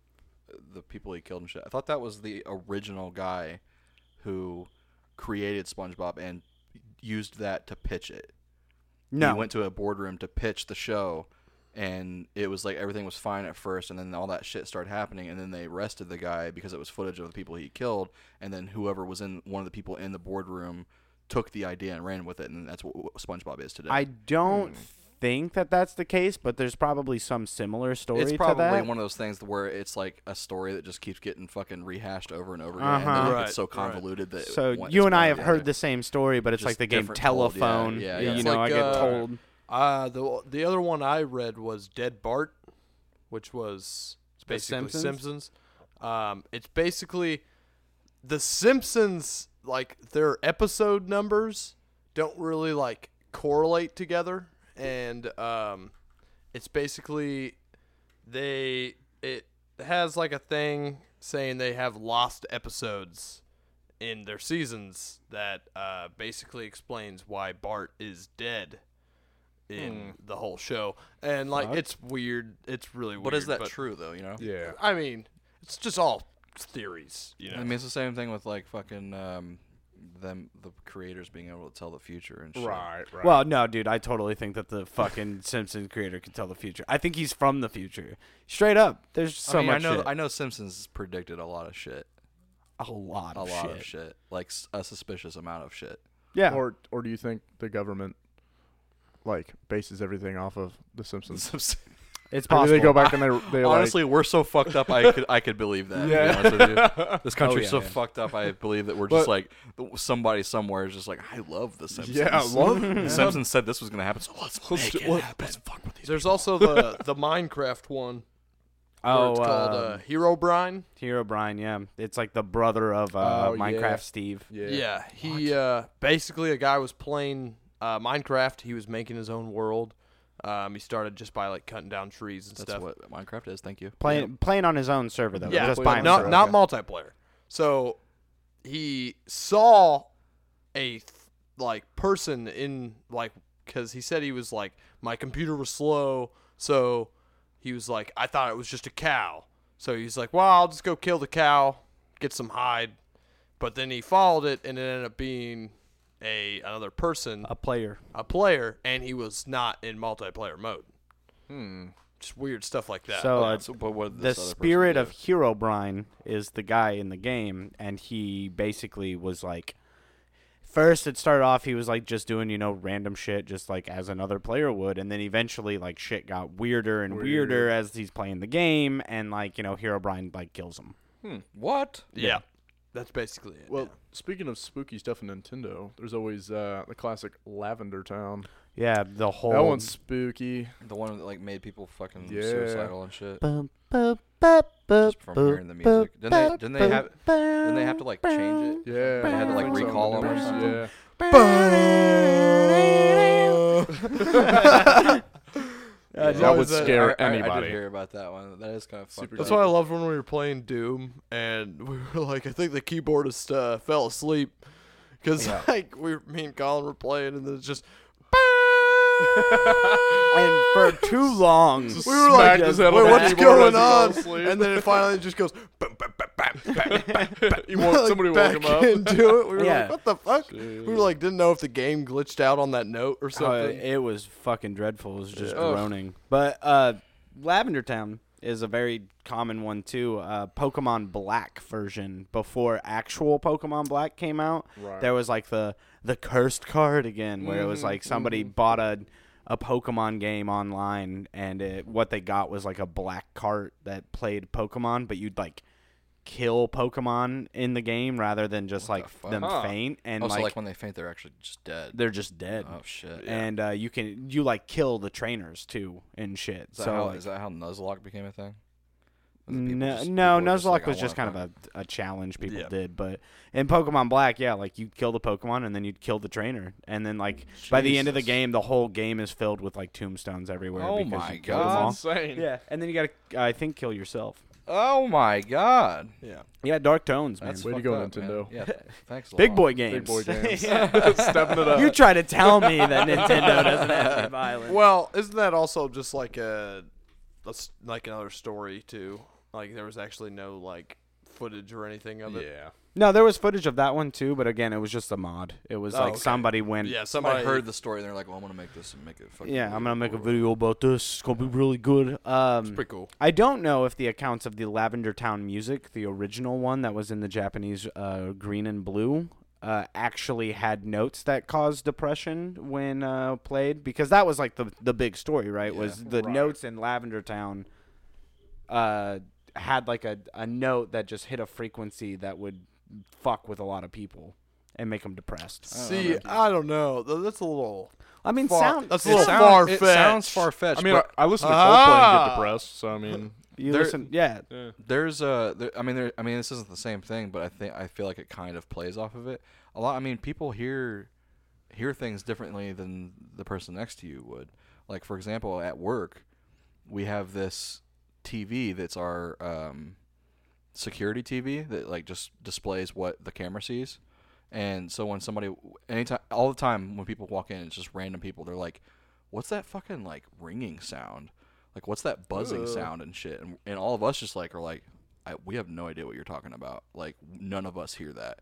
Speaker 4: the people he killed and shit. I thought that was the original guy who created SpongeBob and used that to pitch it.
Speaker 3: No,
Speaker 4: He went to a boardroom to pitch the show, and it was like everything was fine at first, and then all that shit started happening, and then they arrested the guy because it was footage of the people he killed, and then whoever was in one of the people in the boardroom took the idea and ran with it, and that's what what SpongeBob is today.
Speaker 3: I don't
Speaker 4: Hmm.
Speaker 3: think that that's the case, but there's probably some similar story
Speaker 4: it's
Speaker 3: to
Speaker 4: probably
Speaker 3: that.
Speaker 4: one of those things where it's like a story that just keeps getting fucking rehashed over and over again.
Speaker 3: Uh-huh.
Speaker 4: And then it
Speaker 2: Right,
Speaker 4: gets so
Speaker 2: right.
Speaker 4: convoluted that
Speaker 3: so
Speaker 4: it went-
Speaker 3: you
Speaker 4: it's
Speaker 3: and
Speaker 4: one
Speaker 3: I
Speaker 4: or
Speaker 3: have
Speaker 4: the
Speaker 3: heard
Speaker 4: other.
Speaker 3: the same story, but it's
Speaker 4: Just
Speaker 3: like the game
Speaker 4: different told, yeah,
Speaker 3: Telephone.
Speaker 4: yeah, yeah.
Speaker 3: You
Speaker 4: It's
Speaker 3: know,
Speaker 2: like,
Speaker 3: I get
Speaker 2: uh,
Speaker 3: told.
Speaker 2: Uh, the the other one I read was Dead Bart, which was it's basically
Speaker 3: Simpsons?
Speaker 2: Simpsons. Um, it's basically the Simpsons. Like their episode numbers don't really like correlate together, and um, it's basically they it has like a thing saying they have lost episodes in their seasons that uh, basically explains why Bart is dead
Speaker 4: Hmm.
Speaker 2: in the whole show. And like it's weird, it's really weird.
Speaker 4: But is that
Speaker 2: but-
Speaker 4: true though? You know.
Speaker 1: yeah.
Speaker 2: I mean, it's just all theories, you know.
Speaker 4: I mean, it's the same thing with like fucking um, them, the creators being able to tell the future and shit.
Speaker 1: Right. Right.
Speaker 3: Well, no, dude, I totally think that the fucking Simpson creator can tell the future. I think he's from the future. Straight up. There's
Speaker 4: I
Speaker 3: so
Speaker 4: mean,
Speaker 3: much
Speaker 4: I know,
Speaker 3: shit.
Speaker 4: I know, Simpsons predicted a lot of shit,
Speaker 3: a lot
Speaker 4: a
Speaker 3: of
Speaker 4: lot
Speaker 3: shit.
Speaker 4: of shit, like s- a suspicious amount of shit.
Speaker 3: Yeah.
Speaker 1: Or or do you think the government like bases everything off of The Simpsons?
Speaker 3: it's
Speaker 1: Or do
Speaker 3: possible.
Speaker 1: they go back and they they
Speaker 4: Honestly, we're so fucked up. I could, I could believe that. Yeah. To be honest with you. This country's
Speaker 3: yeah,
Speaker 4: so
Speaker 3: yeah.
Speaker 4: fucked up. I believe that we're just
Speaker 1: But-
Speaker 4: like th- somebody somewhere is just like, I love the
Speaker 1: like
Speaker 4: Simpsons.
Speaker 1: yeah, I love
Speaker 4: The Simpsons said this was gonna happen, so let's
Speaker 1: Let's
Speaker 4: make
Speaker 1: do-
Speaker 4: it
Speaker 1: what-
Speaker 4: happen. Fuck with these.
Speaker 2: There's also the the Minecraft one where
Speaker 3: oh,
Speaker 2: it's called
Speaker 3: um,
Speaker 2: uh, Hero Brine.
Speaker 3: Hero Brian, yeah. It's like the brother of uh,
Speaker 1: Oh, yeah.
Speaker 3: Minecraft Steve.
Speaker 1: yeah.
Speaker 2: Yeah, he uh, basically a guy was playing uh, Minecraft. He was making his own world, Um, he started just by like cutting down trees and
Speaker 4: That's
Speaker 2: stuff.
Speaker 4: what Minecraft is. Thank you.
Speaker 3: Playing playing on his own server though.
Speaker 2: Yeah,
Speaker 3: just
Speaker 1: play
Speaker 3: by
Speaker 1: on-
Speaker 3: himself.
Speaker 2: not not multiplayer. So he saw a th- like person in like because he said he was like my computer was slow, so he was like I thought it was just a cow. So he's like, well, I'll just go kill the cow, get some hide. But then he followed it, and it ended up being a another person,
Speaker 3: a player.
Speaker 2: a player, and he was not in multiplayer mode. Just weird stuff like that.
Speaker 3: Hmm. So uh,
Speaker 4: So, but what did
Speaker 3: the
Speaker 4: this other person
Speaker 3: spirit
Speaker 4: do?
Speaker 3: of Herobrine is the guy in the game, and he basically was like. First, it started off he was like just doing you know random shit, just like as another player would, and then eventually like shit got weirder and weirder, as he's playing the game, and like you know Herobrine like kills him.
Speaker 4: what?
Speaker 2: yeah. that's basically it.
Speaker 1: Well,
Speaker 2: yeah.
Speaker 1: speaking of spooky stuff in Nintendo, there's always uh, the classic Lavender Town.
Speaker 3: Yeah, the whole.
Speaker 1: That one's spooky.
Speaker 4: The one that like made people fucking
Speaker 1: Yeah.
Speaker 4: suicidal and shit.
Speaker 3: Bum, bum, bum, bum,
Speaker 4: Just from
Speaker 3: bum,
Speaker 4: hearing the
Speaker 3: bum,
Speaker 4: music. Didn't they?
Speaker 3: bum,
Speaker 4: Didn't they have?
Speaker 3: bum,
Speaker 4: Didn't they have to like change it?
Speaker 1: Yeah,
Speaker 4: They had to, like,
Speaker 1: I think so.
Speaker 4: recall 'em or something?
Speaker 1: Yeah,
Speaker 4: Yeah,
Speaker 1: that would
Speaker 2: that-
Speaker 1: scare
Speaker 4: I- I- I
Speaker 1: anybody.
Speaker 4: did hear about that one. That is kind of
Speaker 1: Super
Speaker 4: fucked
Speaker 2: That's
Speaker 4: up.
Speaker 2: why I loved when we were playing Doom and we were like, I think the keyboardist uh, fell asleep because
Speaker 4: Yeah.
Speaker 2: like we, were, me and Colin were playing and then it's just
Speaker 3: And for too long,
Speaker 2: we were like,
Speaker 1: Smacked his
Speaker 2: "Wait,
Speaker 1: head on the
Speaker 2: what's
Speaker 1: keyboard as
Speaker 2: going
Speaker 1: he fell
Speaker 2: on?
Speaker 1: asleep.
Speaker 2: And then it finally just goes. Bam, bam, bam, bam, bam, bam, bam.
Speaker 1: You want-
Speaker 2: Like,
Speaker 1: somebody woke
Speaker 2: back
Speaker 1: him up.
Speaker 2: into it. We were
Speaker 3: Yeah.
Speaker 2: like, what the fuck? We were like, didn't know if the game glitched out on that note or
Speaker 3: Oh,
Speaker 2: something.
Speaker 3: it was fucking dreadful. It was just
Speaker 4: Ugh.
Speaker 3: groaning. But uh, Lavender Town is a very common one too. Uh, Pokemon Black version before actual Pokemon Black came out,
Speaker 1: Right.
Speaker 3: there was like the the cursed card again, where it
Speaker 4: Mm-hmm,
Speaker 3: was like somebody bought a a Pokemon game online, and it, what they got was like a black cart that played Pokemon, but you'd like kill Pokemon in the game rather than just
Speaker 4: What the
Speaker 3: like
Speaker 4: fuck?
Speaker 3: them
Speaker 1: Huh.
Speaker 3: faint and
Speaker 4: Oh, so,
Speaker 3: like,
Speaker 4: like when they faint, they're actually just dead.
Speaker 3: they're just dead
Speaker 4: Oh shit.
Speaker 3: and uh, you can you like kill the trainers too and shit.
Speaker 4: Is that,
Speaker 3: so
Speaker 4: how,
Speaker 3: like,
Speaker 4: is that how Nuzlocke became a thing? Was it people
Speaker 3: no,
Speaker 4: just-
Speaker 3: no,
Speaker 4: people were just
Speaker 3: Nuzlocke
Speaker 4: like, I
Speaker 3: was just
Speaker 4: wanna
Speaker 3: kind of a, a challenge people
Speaker 2: Yeah.
Speaker 3: did, but in Pokemon Black, yeah, like you kill the Pokemon and then you'd kill the trainer, and then like by the end of the
Speaker 4: Jesus.
Speaker 3: game, the whole game is filled with like tombstones everywhere.
Speaker 4: Oh
Speaker 3: because
Speaker 4: my
Speaker 3: you killed them
Speaker 4: God.
Speaker 3: all.
Speaker 1: insane.
Speaker 3: Yeah, and then you gotta, I think, kill yourself.
Speaker 4: Oh my god.
Speaker 2: yeah.
Speaker 3: Yeah, dark tones, man.
Speaker 4: That's
Speaker 1: Way to
Speaker 4: fucked
Speaker 1: go,
Speaker 4: up, man.
Speaker 1: Nintendo.
Speaker 4: Yeah, th- thanks. a
Speaker 3: Big
Speaker 4: lot.
Speaker 3: boy games.
Speaker 1: Big boy games.
Speaker 3: Yeah.
Speaker 1: Stepping it up.
Speaker 3: you try to tell me that Nintendo doesn't have any violence.
Speaker 2: Well, isn't that also just like a that's like another story too? Like there was actually no like footage or anything of it.
Speaker 1: yeah.
Speaker 3: No, there was footage of that one too, but again, it was just a mod. It was
Speaker 2: Oh,
Speaker 3: like
Speaker 2: okay.
Speaker 3: somebody went
Speaker 2: Yeah, somebody
Speaker 4: Somebody heard the story and they're like, "Well, I'm gonna make this and make it fucking."
Speaker 3: Yeah, I'm gonna make a
Speaker 4: believable."
Speaker 3: video about this. It's gonna be really good. Um,
Speaker 2: pretty cool.
Speaker 3: I don't know if the accounts of the Lavender Town music, the original one that was in the Japanese uh, green and blue, uh, actually had notes that caused depression when uh, played, because that was like the the big story, right? was the notes in Lavender Town uh, had like a a note that just hit a frequency that would fuck with a lot of people and make them depressed.
Speaker 2: See, I don't know. Th- That's a little.
Speaker 3: I mean,
Speaker 2: Fuck.
Speaker 3: sound
Speaker 2: That's a
Speaker 4: It
Speaker 2: little
Speaker 4: sound-
Speaker 2: far fetched.
Speaker 4: It sounds far fetched.
Speaker 1: I mean, I, I listen to Coldplay and
Speaker 2: Ah.
Speaker 1: get depressed, so I mean,
Speaker 3: you
Speaker 4: there-
Speaker 3: listen, yeah.
Speaker 4: there's a there, I mean there I mean this isn't the same thing but I think I feel like it kind of plays off of it a lot I mean people hear hear things differently than the person next to you would like for example at work we have this TV that's our um, security TV that like just displays what the camera sees and so when somebody anytime all the time when people walk in it's just random people they're like what's that fucking like ringing sound like what's that buzzing sound and shit and, and all of us just like are like I, we have no idea what you're talking about like none of us hear that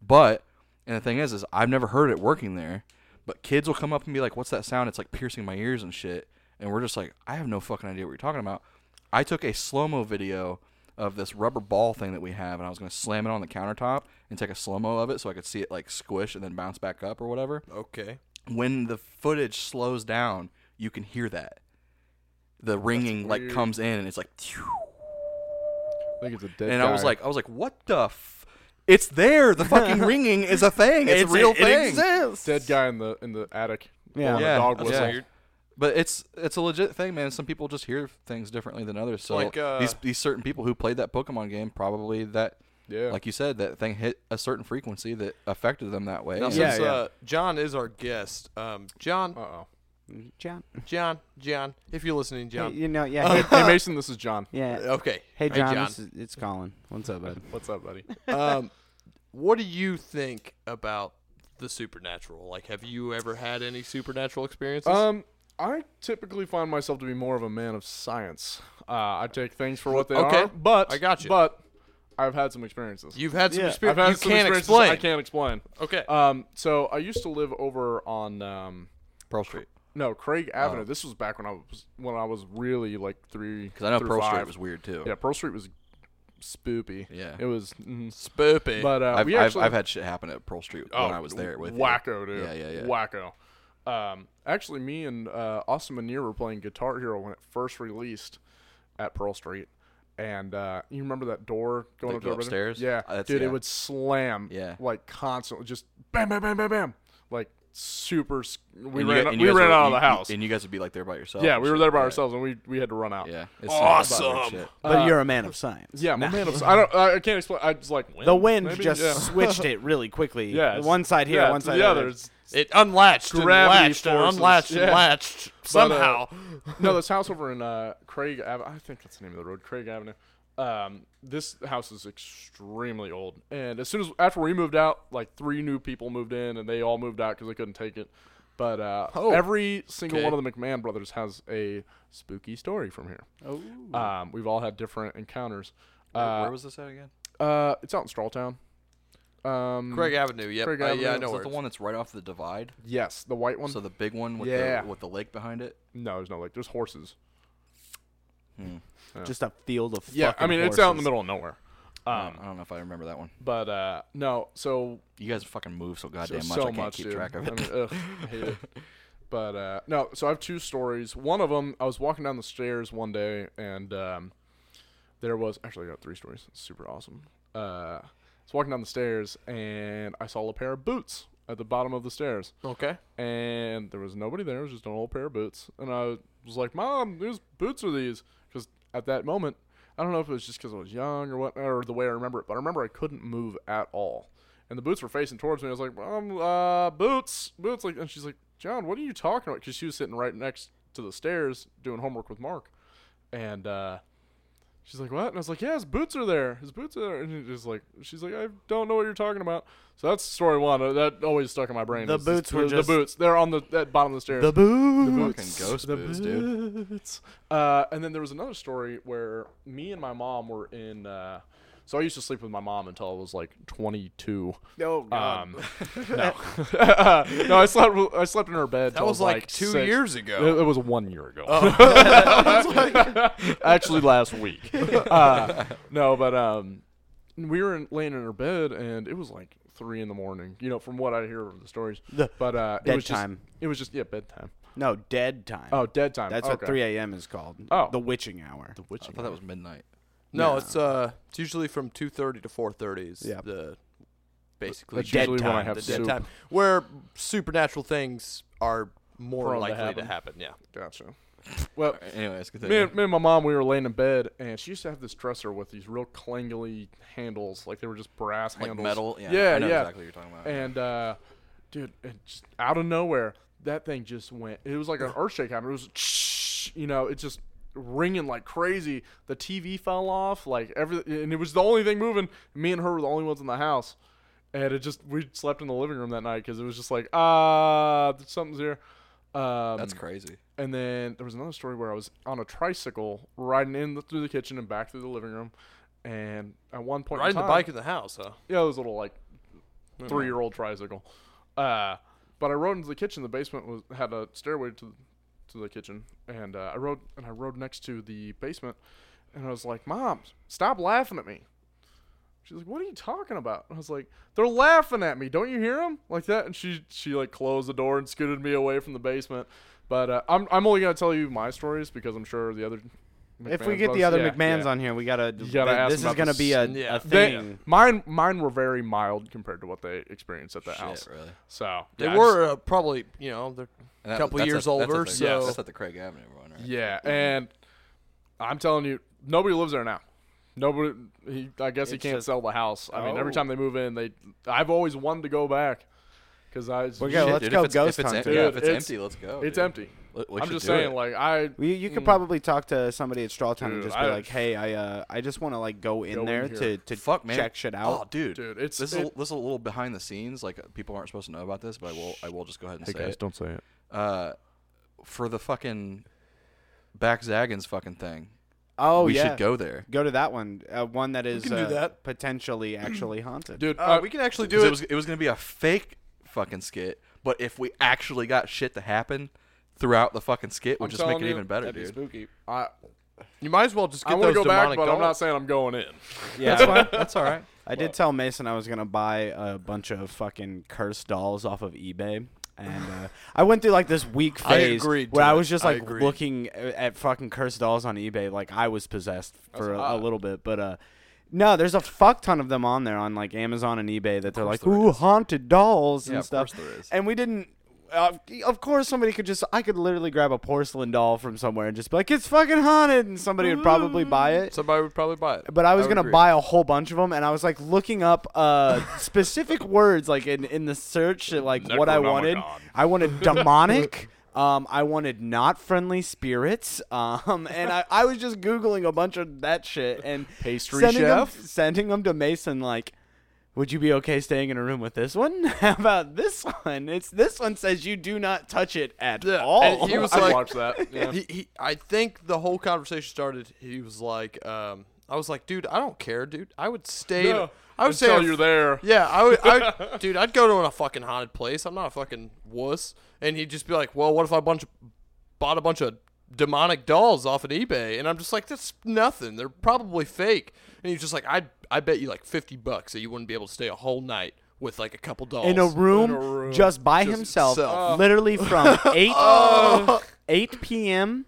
Speaker 4: but and the thing is is i've never heard it working there but kids will come up and be like what's that sound it's like piercing my ears and shit and we're just like i have no fucking idea what you're talking about i took a slow-mo video of this rubber ball thing that we have and i was going to slam it on the countertop and take a slow-mo of it so i could see it like squish and then bounce back up or whatever
Speaker 2: Okay.
Speaker 4: when the footage slows down, you can hear that. The ringing like comes in and it's like,
Speaker 1: I think it's a dead.
Speaker 4: and I was
Speaker 1: guy.
Speaker 4: like, I was like, what the? F-? It's there. The fucking ringing is a thing. It's, a real thing.
Speaker 1: dead guy in the in the attic.
Speaker 3: Yeah.
Speaker 1: blowing a
Speaker 4: Yeah,
Speaker 1: dog
Speaker 4: that's
Speaker 1: whistle.
Speaker 4: weird. But it's it's a legit thing, man. Some people just hear things differently than others. So
Speaker 2: Like, uh,
Speaker 4: these these certain people who played that Pokemon game probably that,
Speaker 1: Yeah.
Speaker 4: like you said, that thing hit a certain frequency that affected them that way.
Speaker 2: Now,
Speaker 4: And-
Speaker 2: since
Speaker 3: yeah.
Speaker 2: Uh, John is our guest, um, John,
Speaker 1: Uh oh.
Speaker 3: John.
Speaker 2: John, John, if you're listening,
Speaker 3: Hey,
Speaker 2: John.
Speaker 3: you know, yeah.
Speaker 1: hey,
Speaker 3: hey-
Speaker 1: hey, Mason, this is John.
Speaker 3: yeah.
Speaker 2: Okay.
Speaker 3: Hey, John.
Speaker 2: John.
Speaker 3: This is, it's Colin. What's up, bud?
Speaker 1: What's up, buddy?
Speaker 2: um, what do you think about the supernatural? Like, have you ever had any supernatural experiences?
Speaker 1: Um, I typically find myself to be more of a man of science. Uh, I take things for what they
Speaker 2: Okay,
Speaker 1: are. But
Speaker 2: I got you.
Speaker 1: But I've had some experiences.
Speaker 2: You've had some
Speaker 3: yeah,
Speaker 1: I've had
Speaker 2: experiences
Speaker 1: some
Speaker 2: you can't
Speaker 1: experiences
Speaker 2: explain.
Speaker 1: I can't explain.
Speaker 2: Okay.
Speaker 1: Um, so I used to live over on um,
Speaker 4: Pearl Street.
Speaker 1: no Craig Avenue. This was back when I was when I was really like three.
Speaker 4: Oh. Because I know
Speaker 1: through
Speaker 4: Pearl Street
Speaker 1: five.
Speaker 4: was weird too.
Speaker 1: Yeah, Pearl Street was spoopy.
Speaker 4: Yeah.
Speaker 1: it was. Mm,
Speaker 2: Spoopy.
Speaker 1: but uh,
Speaker 4: I've,
Speaker 1: we
Speaker 4: I've,
Speaker 1: actually
Speaker 4: I've had shit happen at Pearl Street
Speaker 1: oh,
Speaker 4: when I was there with you.
Speaker 1: wacko dude.
Speaker 4: Yeah, yeah, yeah.
Speaker 1: Wacko. Um, actually, me and uh, Austin Manier were playing Guitar Hero when it first released at Pearl Street. And uh, you remember that door going
Speaker 4: That
Speaker 1: up to
Speaker 4: go
Speaker 1: the rhythm?
Speaker 4: upstairs?
Speaker 1: Yeah,
Speaker 4: Uh, that's-
Speaker 1: dude,
Speaker 4: yeah.
Speaker 1: it would slam.
Speaker 4: Yeah.
Speaker 1: like constantly, just bam, bam, bam, bam, bam, like super. s- We
Speaker 4: And you
Speaker 1: ran,
Speaker 4: gu-
Speaker 1: out-
Speaker 4: and
Speaker 1: we
Speaker 4: you guys
Speaker 1: ran
Speaker 4: would-
Speaker 1: out of the
Speaker 4: you-
Speaker 1: house.
Speaker 4: and you guys would be like there by yourself.
Speaker 1: yeah,
Speaker 4: and
Speaker 1: we were
Speaker 4: shit.
Speaker 1: there by
Speaker 4: Yeah.
Speaker 1: ourselves, and we we had to run out.
Speaker 4: Yeah, it's
Speaker 2: Awesome.
Speaker 4: Shit.
Speaker 3: But you're a man of science.
Speaker 1: Uh, yeah, my man, I'm s- I don't, I I can't explain. I just like
Speaker 3: The wind
Speaker 1: maybe?
Speaker 3: just
Speaker 1: Yeah.
Speaker 3: switched it really quickly.
Speaker 1: yeah, it's-
Speaker 3: One side here,
Speaker 1: yeah,
Speaker 3: one
Speaker 1: to
Speaker 3: side
Speaker 1: the
Speaker 3: over.
Speaker 1: other. It's-
Speaker 2: it unlatched and
Speaker 1: Gravity
Speaker 2: latched and
Speaker 1: forces,
Speaker 2: unlatched and
Speaker 1: yeah.
Speaker 2: latched
Speaker 1: But, uh,
Speaker 2: somehow.
Speaker 1: no, this house over in uh, Craig Avenue, I think that's the name of the road, Craig Avenue. Um, this house is extremely old, and as soon as after we moved out, like three new people moved in, and they all moved out because they couldn't take it. But uh,
Speaker 2: Oh,
Speaker 1: every single
Speaker 2: okay.
Speaker 1: one of the McMahon brothers has a spooky story from here.
Speaker 3: Oh.
Speaker 1: Um, we've all had different encounters.
Speaker 4: Where,
Speaker 1: Uh,
Speaker 4: where was this at again?
Speaker 1: uh, it's out in Strawtown. Um,
Speaker 2: Craig Avenue. Yep.
Speaker 1: Craig
Speaker 2: uh,
Speaker 1: Avenue,
Speaker 2: yeah, I
Speaker 1: is
Speaker 2: know
Speaker 4: Is
Speaker 2: where
Speaker 4: that the
Speaker 2: it's-
Speaker 4: one that's right off the divide?
Speaker 1: yes, the white one.
Speaker 4: So the big one with
Speaker 1: Yeah.
Speaker 4: the with the lake behind it.
Speaker 1: no, there's no like, there's horses.
Speaker 3: Just a field of
Speaker 1: Yeah, I
Speaker 3: fucking
Speaker 1: mean it's out in the
Speaker 3: horses.
Speaker 1: middle of nowhere.
Speaker 4: I
Speaker 1: Um,
Speaker 4: don't- I don't know if I remember that one.
Speaker 1: but uh, no, so
Speaker 4: You guys fucking move so goddamn
Speaker 1: There's
Speaker 4: much. I can't keep
Speaker 1: dude.
Speaker 4: track of it.
Speaker 1: I, mean, ugh, I hate it. But uh, no, so I have two stories. One of them, I was walking down the stairs one day, and um, there was actually I got three stories. It's super awesome. Uh, I was walking down the stairs, and I saw a pair of boots at the bottom of the stairs,
Speaker 2: Okay.
Speaker 1: and there was nobody there. It was just an old pair of boots, and I was like, "Mom, whose boots are these?" Because at that moment, I don't know if it was just because I was young or what, or the way I remember it, but I remember I couldn't move at all, and the boots were facing towards me. I was like, "Mom, uh, boots, boots!" Like, and she's like, "John, what are you talking about?" Because she was sitting right next to the stairs doing homework with Mark, and uh, she's like, "What?" And I was like, "Yeah, his boots are there. His boots are there." And she's like, "She's like, I don't know what you're talking about." So that's story one. Uh, That always stuck in my brain.
Speaker 3: The
Speaker 1: is this-
Speaker 3: boots were
Speaker 1: the
Speaker 3: just-
Speaker 1: boots. They're on the at bottom of the stairs.
Speaker 3: The boo.
Speaker 4: Fucking ghost
Speaker 1: The
Speaker 4: boots, dude.
Speaker 1: boots. Uh, and then there was another story where me and my mom were in. Uh, so I used to sleep with my mom until I was like 22.
Speaker 3: Oh god.
Speaker 1: Um, no, no, I slept. with- I slept in her bed.
Speaker 2: That was like, two
Speaker 1: six.
Speaker 2: years
Speaker 1: It,
Speaker 2: ago.
Speaker 1: it was one year ago. Actually, last week. Uh, no, but um, we were in, laying in her bed, and it was like three in the morning. You know, from what I hear of the stories.
Speaker 3: The
Speaker 1: but uh, it
Speaker 3: dead
Speaker 1: was just-
Speaker 3: time.
Speaker 1: it was just yeah, bedtime.
Speaker 3: no, dead time.
Speaker 1: Oh, dead time.
Speaker 3: That's what
Speaker 1: Okay.
Speaker 3: 3 a.m. is called.
Speaker 1: Oh.
Speaker 3: The witching hour.
Speaker 1: The witching.
Speaker 4: I thought that was midnight.
Speaker 2: No,
Speaker 3: Yeah.
Speaker 2: it's uh, it's usually from two thirty to four thirty. Is
Speaker 3: Yeah.
Speaker 2: the basically
Speaker 1: That's
Speaker 3: dead
Speaker 1: usually when I
Speaker 3: time,
Speaker 1: have
Speaker 2: the dead
Speaker 1: soup.
Speaker 2: time where supernatural things are more
Speaker 1: Prone to
Speaker 2: likely
Speaker 1: happen.
Speaker 2: to happen. Yeah.
Speaker 1: Gotcha. Well,
Speaker 4: Anyways,
Speaker 1: me
Speaker 4: continue.
Speaker 1: and, me and my mom, we were laying in bed, and she used to have this dresser with these real clangly handles, like they were just brass
Speaker 4: like
Speaker 1: handles.
Speaker 4: metal. Yeah,
Speaker 1: yeah,
Speaker 4: I know
Speaker 1: yeah.
Speaker 4: exactly what you're talking about.
Speaker 1: And uh, dude, it just out of nowhere, that thing just went. It was like an earth shake happened. It was, you know, it just ringing like crazy. The TV fell off, like every, and it was the only thing moving. Me and her were the only ones in the house, and it just we slept in the living room that night because it was just like ah, something's here. Um,
Speaker 4: That's crazy.
Speaker 1: and then there was another story where I was on a tricycle riding in the, through the kitchen and back through the living room. And at one point, in
Speaker 2: Riding the
Speaker 1: time-
Speaker 2: bike in the house, huh?
Speaker 1: yeah, it was a little like three year old tricycle. Uh, but I rode into the kitchen. The basement was had a stairway to to the kitchen, and uh, I rode and I rode next to the basement, and I was like, "Mom, stop laughing at me." She's like, "What are you talking about?" And I was like, "They're laughing at me. Don't you hear them like that?" And she she like closed the door and scooted me away from the basement. But uh, I'm I'm only gonna tell you my stories because I'm sure the other.
Speaker 3: if we
Speaker 1: McMahon
Speaker 3: get the
Speaker 1: brothers-
Speaker 3: other
Speaker 1: yeah,
Speaker 3: McMahons
Speaker 1: yeah.
Speaker 3: on here, we gotta.
Speaker 1: gotta
Speaker 3: th-
Speaker 1: ask
Speaker 3: this
Speaker 1: them
Speaker 3: is
Speaker 1: about
Speaker 3: gonna
Speaker 1: the
Speaker 3: be a,
Speaker 2: sin- yeah.
Speaker 3: a
Speaker 1: They-
Speaker 3: thing.
Speaker 1: mine mine were very mild compared to what they experienced at the
Speaker 4: Shit,
Speaker 1: house.
Speaker 4: really.
Speaker 1: So
Speaker 2: They
Speaker 1: yeah, I
Speaker 2: were uh, probably, you know, they're
Speaker 4: And that-
Speaker 2: Couple
Speaker 4: that's
Speaker 2: years
Speaker 4: at- that's at
Speaker 2: older,
Speaker 4: the-
Speaker 2: so-
Speaker 4: that's at the Craig Avenue one, right?
Speaker 1: just- yeah, and I'm telling you, nobody lives there now. Nobody. He, I guess he
Speaker 3: It's
Speaker 1: can't
Speaker 3: just-
Speaker 1: sell the house. I mean, every
Speaker 3: Oh.
Speaker 1: time they move in, they. I've always wanted to go back because I
Speaker 3: We're go-
Speaker 1: Shit,
Speaker 3: let's
Speaker 4: dude,
Speaker 3: go
Speaker 4: if it's,
Speaker 3: ghost
Speaker 4: if it's em-
Speaker 3: hunting.
Speaker 4: yeah,
Speaker 1: Dude,
Speaker 4: if it's,
Speaker 1: it's-
Speaker 4: empty, let's go.
Speaker 1: it's
Speaker 4: dude.
Speaker 1: empty.
Speaker 4: We- we
Speaker 1: I'm
Speaker 4: should
Speaker 1: just
Speaker 4: do
Speaker 1: saying,
Speaker 4: it.
Speaker 1: like I
Speaker 3: Well, you, you could
Speaker 1: Mm.
Speaker 3: probably talk to somebody at Strawtown and
Speaker 1: Dude,
Speaker 3: just be
Speaker 1: I-
Speaker 3: like, "Hey, I uh, I just want to like go in
Speaker 1: Go in
Speaker 3: there
Speaker 1: here.
Speaker 3: to to
Speaker 4: Fuck, man.
Speaker 3: check shit
Speaker 4: oh,
Speaker 3: out."
Speaker 4: dude,
Speaker 1: dude, it's
Speaker 4: this is
Speaker 1: it-
Speaker 4: a, this is a little behind the scenes. Like uh, people aren't supposed to know about this, but I will. I will just go ahead and say it.
Speaker 3: don't say it.
Speaker 4: Uh, for the fucking back Zagans fucking thing,
Speaker 3: Oh
Speaker 4: we
Speaker 3: yeah,
Speaker 4: should go there.
Speaker 3: Go to that one. Uh, one that is
Speaker 2: can do
Speaker 3: uh,
Speaker 2: that.
Speaker 3: potentially actually haunted.
Speaker 1: dude.
Speaker 4: Uh,
Speaker 1: I-
Speaker 4: we can actually
Speaker 1: do
Speaker 4: do
Speaker 1: it.
Speaker 4: it. Was, it was going to be a fake fucking skit, but if we actually got shit to happen throughout the fucking skit, we'll
Speaker 1: I'm
Speaker 4: just make
Speaker 1: telling
Speaker 4: it
Speaker 1: you,
Speaker 4: even better,
Speaker 1: that'd be
Speaker 4: dude.
Speaker 1: spooky. I
Speaker 2: You might as well just
Speaker 1: I
Speaker 2: get
Speaker 1: want to
Speaker 2: those
Speaker 1: go back,
Speaker 2: demonic
Speaker 1: but I'm not
Speaker 2: dolls.
Speaker 1: saying I'm going in.
Speaker 3: Yeah,
Speaker 4: That's all right.
Speaker 3: I did tell Mason I was gonna buy a bunch of fucking cursed dolls off of eBay, and uh, I went through like this week
Speaker 2: I
Speaker 3: phase
Speaker 2: agreed to
Speaker 3: where I
Speaker 2: it.
Speaker 3: was just
Speaker 2: I
Speaker 3: like
Speaker 2: agreed.
Speaker 3: looking a- at fucking cursed dolls on eBay, like I was possessed for a, a
Speaker 1: odd.
Speaker 3: little bit. But uh, no, there's a fuck ton of them on there on like Amazon and eBay that they're like,
Speaker 4: there
Speaker 3: ooh, haunted dolls
Speaker 4: Yeah,
Speaker 3: and
Speaker 4: of
Speaker 3: stuff.
Speaker 4: course there is.
Speaker 3: And we didn't. Uh, of course, somebody could just. I could literally grab a porcelain doll from somewhere and just be like, "It's fucking haunted," and somebody would probably buy it
Speaker 4: Somebody would probably buy it.
Speaker 3: but I was
Speaker 4: would
Speaker 3: gonna
Speaker 4: agree.
Speaker 3: buy a whole bunch of them, and I was like looking up uh, specific words like in, in the search, like what I wanted.
Speaker 1: Necronomicon.
Speaker 3: I wanted demonic. um, I wanted not friendly spirits. Um, and I, I was just googling a bunch of that shit and
Speaker 1: Pastry
Speaker 3: sending 'em-
Speaker 1: chef?
Speaker 3: sending them to Mason like. Would you be okay staying in a room with this one? How about this one? It's this one says you do not touch it at
Speaker 2: Yeah,
Speaker 3: all.
Speaker 2: and he was
Speaker 1: I'd
Speaker 2: like-
Speaker 1: watch that. Yeah.
Speaker 2: He, he, I think the whole conversation started. He was like, um, "I was like, dude, I don't care, dude. I would stay. in-
Speaker 1: No,
Speaker 2: I
Speaker 1: until
Speaker 2: would stay. in a-
Speaker 1: you're there.
Speaker 2: Yeah, I would, I would- dude. I'd go to a fucking haunted place. I'm not a fucking wuss. And he'd just be like, "Well, what if I bunch bought a bunch of demonic dolls off of eBay?" And I'm just like, "That's nothing. They're probably fake." And he's just like, "I I bet you like 50 bucks that you wouldn't be able to stay a whole night with like a couple dolls
Speaker 3: in a
Speaker 1: In
Speaker 3: room,
Speaker 1: a room.
Speaker 3: just by himself,
Speaker 2: himself.
Speaker 3: literally from 8 8 p.m.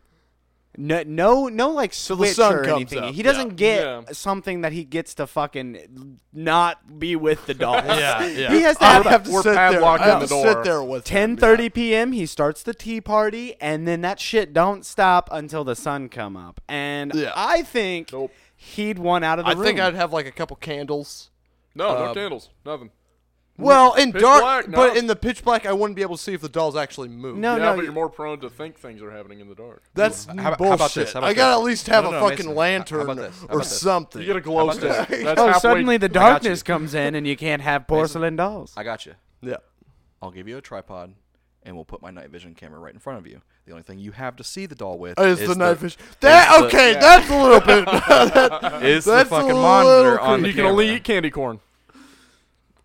Speaker 3: No, no, no, like
Speaker 2: the
Speaker 3: switch
Speaker 2: sun
Speaker 3: or
Speaker 2: comes
Speaker 3: anything.
Speaker 2: up.
Speaker 3: He doesn't
Speaker 2: Yeah.
Speaker 3: get
Speaker 1: Yeah.
Speaker 3: something that he gets to fucking not be with the dolls.
Speaker 2: Yeah, yeah.
Speaker 3: He has to
Speaker 2: I
Speaker 3: have,
Speaker 2: would have to
Speaker 1: We're
Speaker 2: sit there.
Speaker 1: padlocked
Speaker 2: I have
Speaker 1: in
Speaker 2: to
Speaker 1: the door.
Speaker 2: sit there with them.
Speaker 3: 10:30 p.m. He starts the tea party, and then that shit don't stop until the sun come up. And
Speaker 2: Yeah.
Speaker 3: I think
Speaker 1: Nope.
Speaker 3: he'd want out of the
Speaker 2: I
Speaker 3: room.
Speaker 2: think I'd have like a couple candles.
Speaker 1: No, no
Speaker 3: Uh,
Speaker 2: Um,
Speaker 1: candles, nothing.
Speaker 2: Well, in
Speaker 1: Pitch
Speaker 2: dark,
Speaker 1: black, no.
Speaker 2: but in the pitch black, I wouldn't be able to see if the dolls actually move.
Speaker 3: no,
Speaker 1: yeah,
Speaker 3: Oh, no,
Speaker 1: but
Speaker 3: you-
Speaker 1: you're more prone to think things are happening in the dark.
Speaker 2: that's
Speaker 4: How- how about
Speaker 2: bullshit.
Speaker 4: this? How about
Speaker 2: I gotta
Speaker 4: this?
Speaker 2: at least have
Speaker 4: No,
Speaker 2: a
Speaker 4: no,
Speaker 2: fucking
Speaker 4: Mason, how- how
Speaker 2: lantern
Speaker 4: about this? How
Speaker 2: or
Speaker 4: about this?
Speaker 2: something.
Speaker 1: You get a glow
Speaker 4: about
Speaker 1: stick.
Speaker 4: this?
Speaker 1: That's
Speaker 3: oh,
Speaker 1: halfway-
Speaker 3: suddenly the
Speaker 4: got you.
Speaker 3: darkness comes in, and you can't have porcelain dolls.
Speaker 4: I got you.
Speaker 2: yeah.
Speaker 4: I'll give you a tripod, and we'll put my night vision camera right in front of you. The only thing you have to see the doll with
Speaker 2: Is, the night vision.
Speaker 4: is
Speaker 2: That
Speaker 4: the-
Speaker 2: okay? That's a little bit. that,
Speaker 4: is the
Speaker 2: That's a
Speaker 4: fucking
Speaker 2: little
Speaker 4: monitor on the
Speaker 1: you can
Speaker 4: camera.
Speaker 1: only eat candy corn.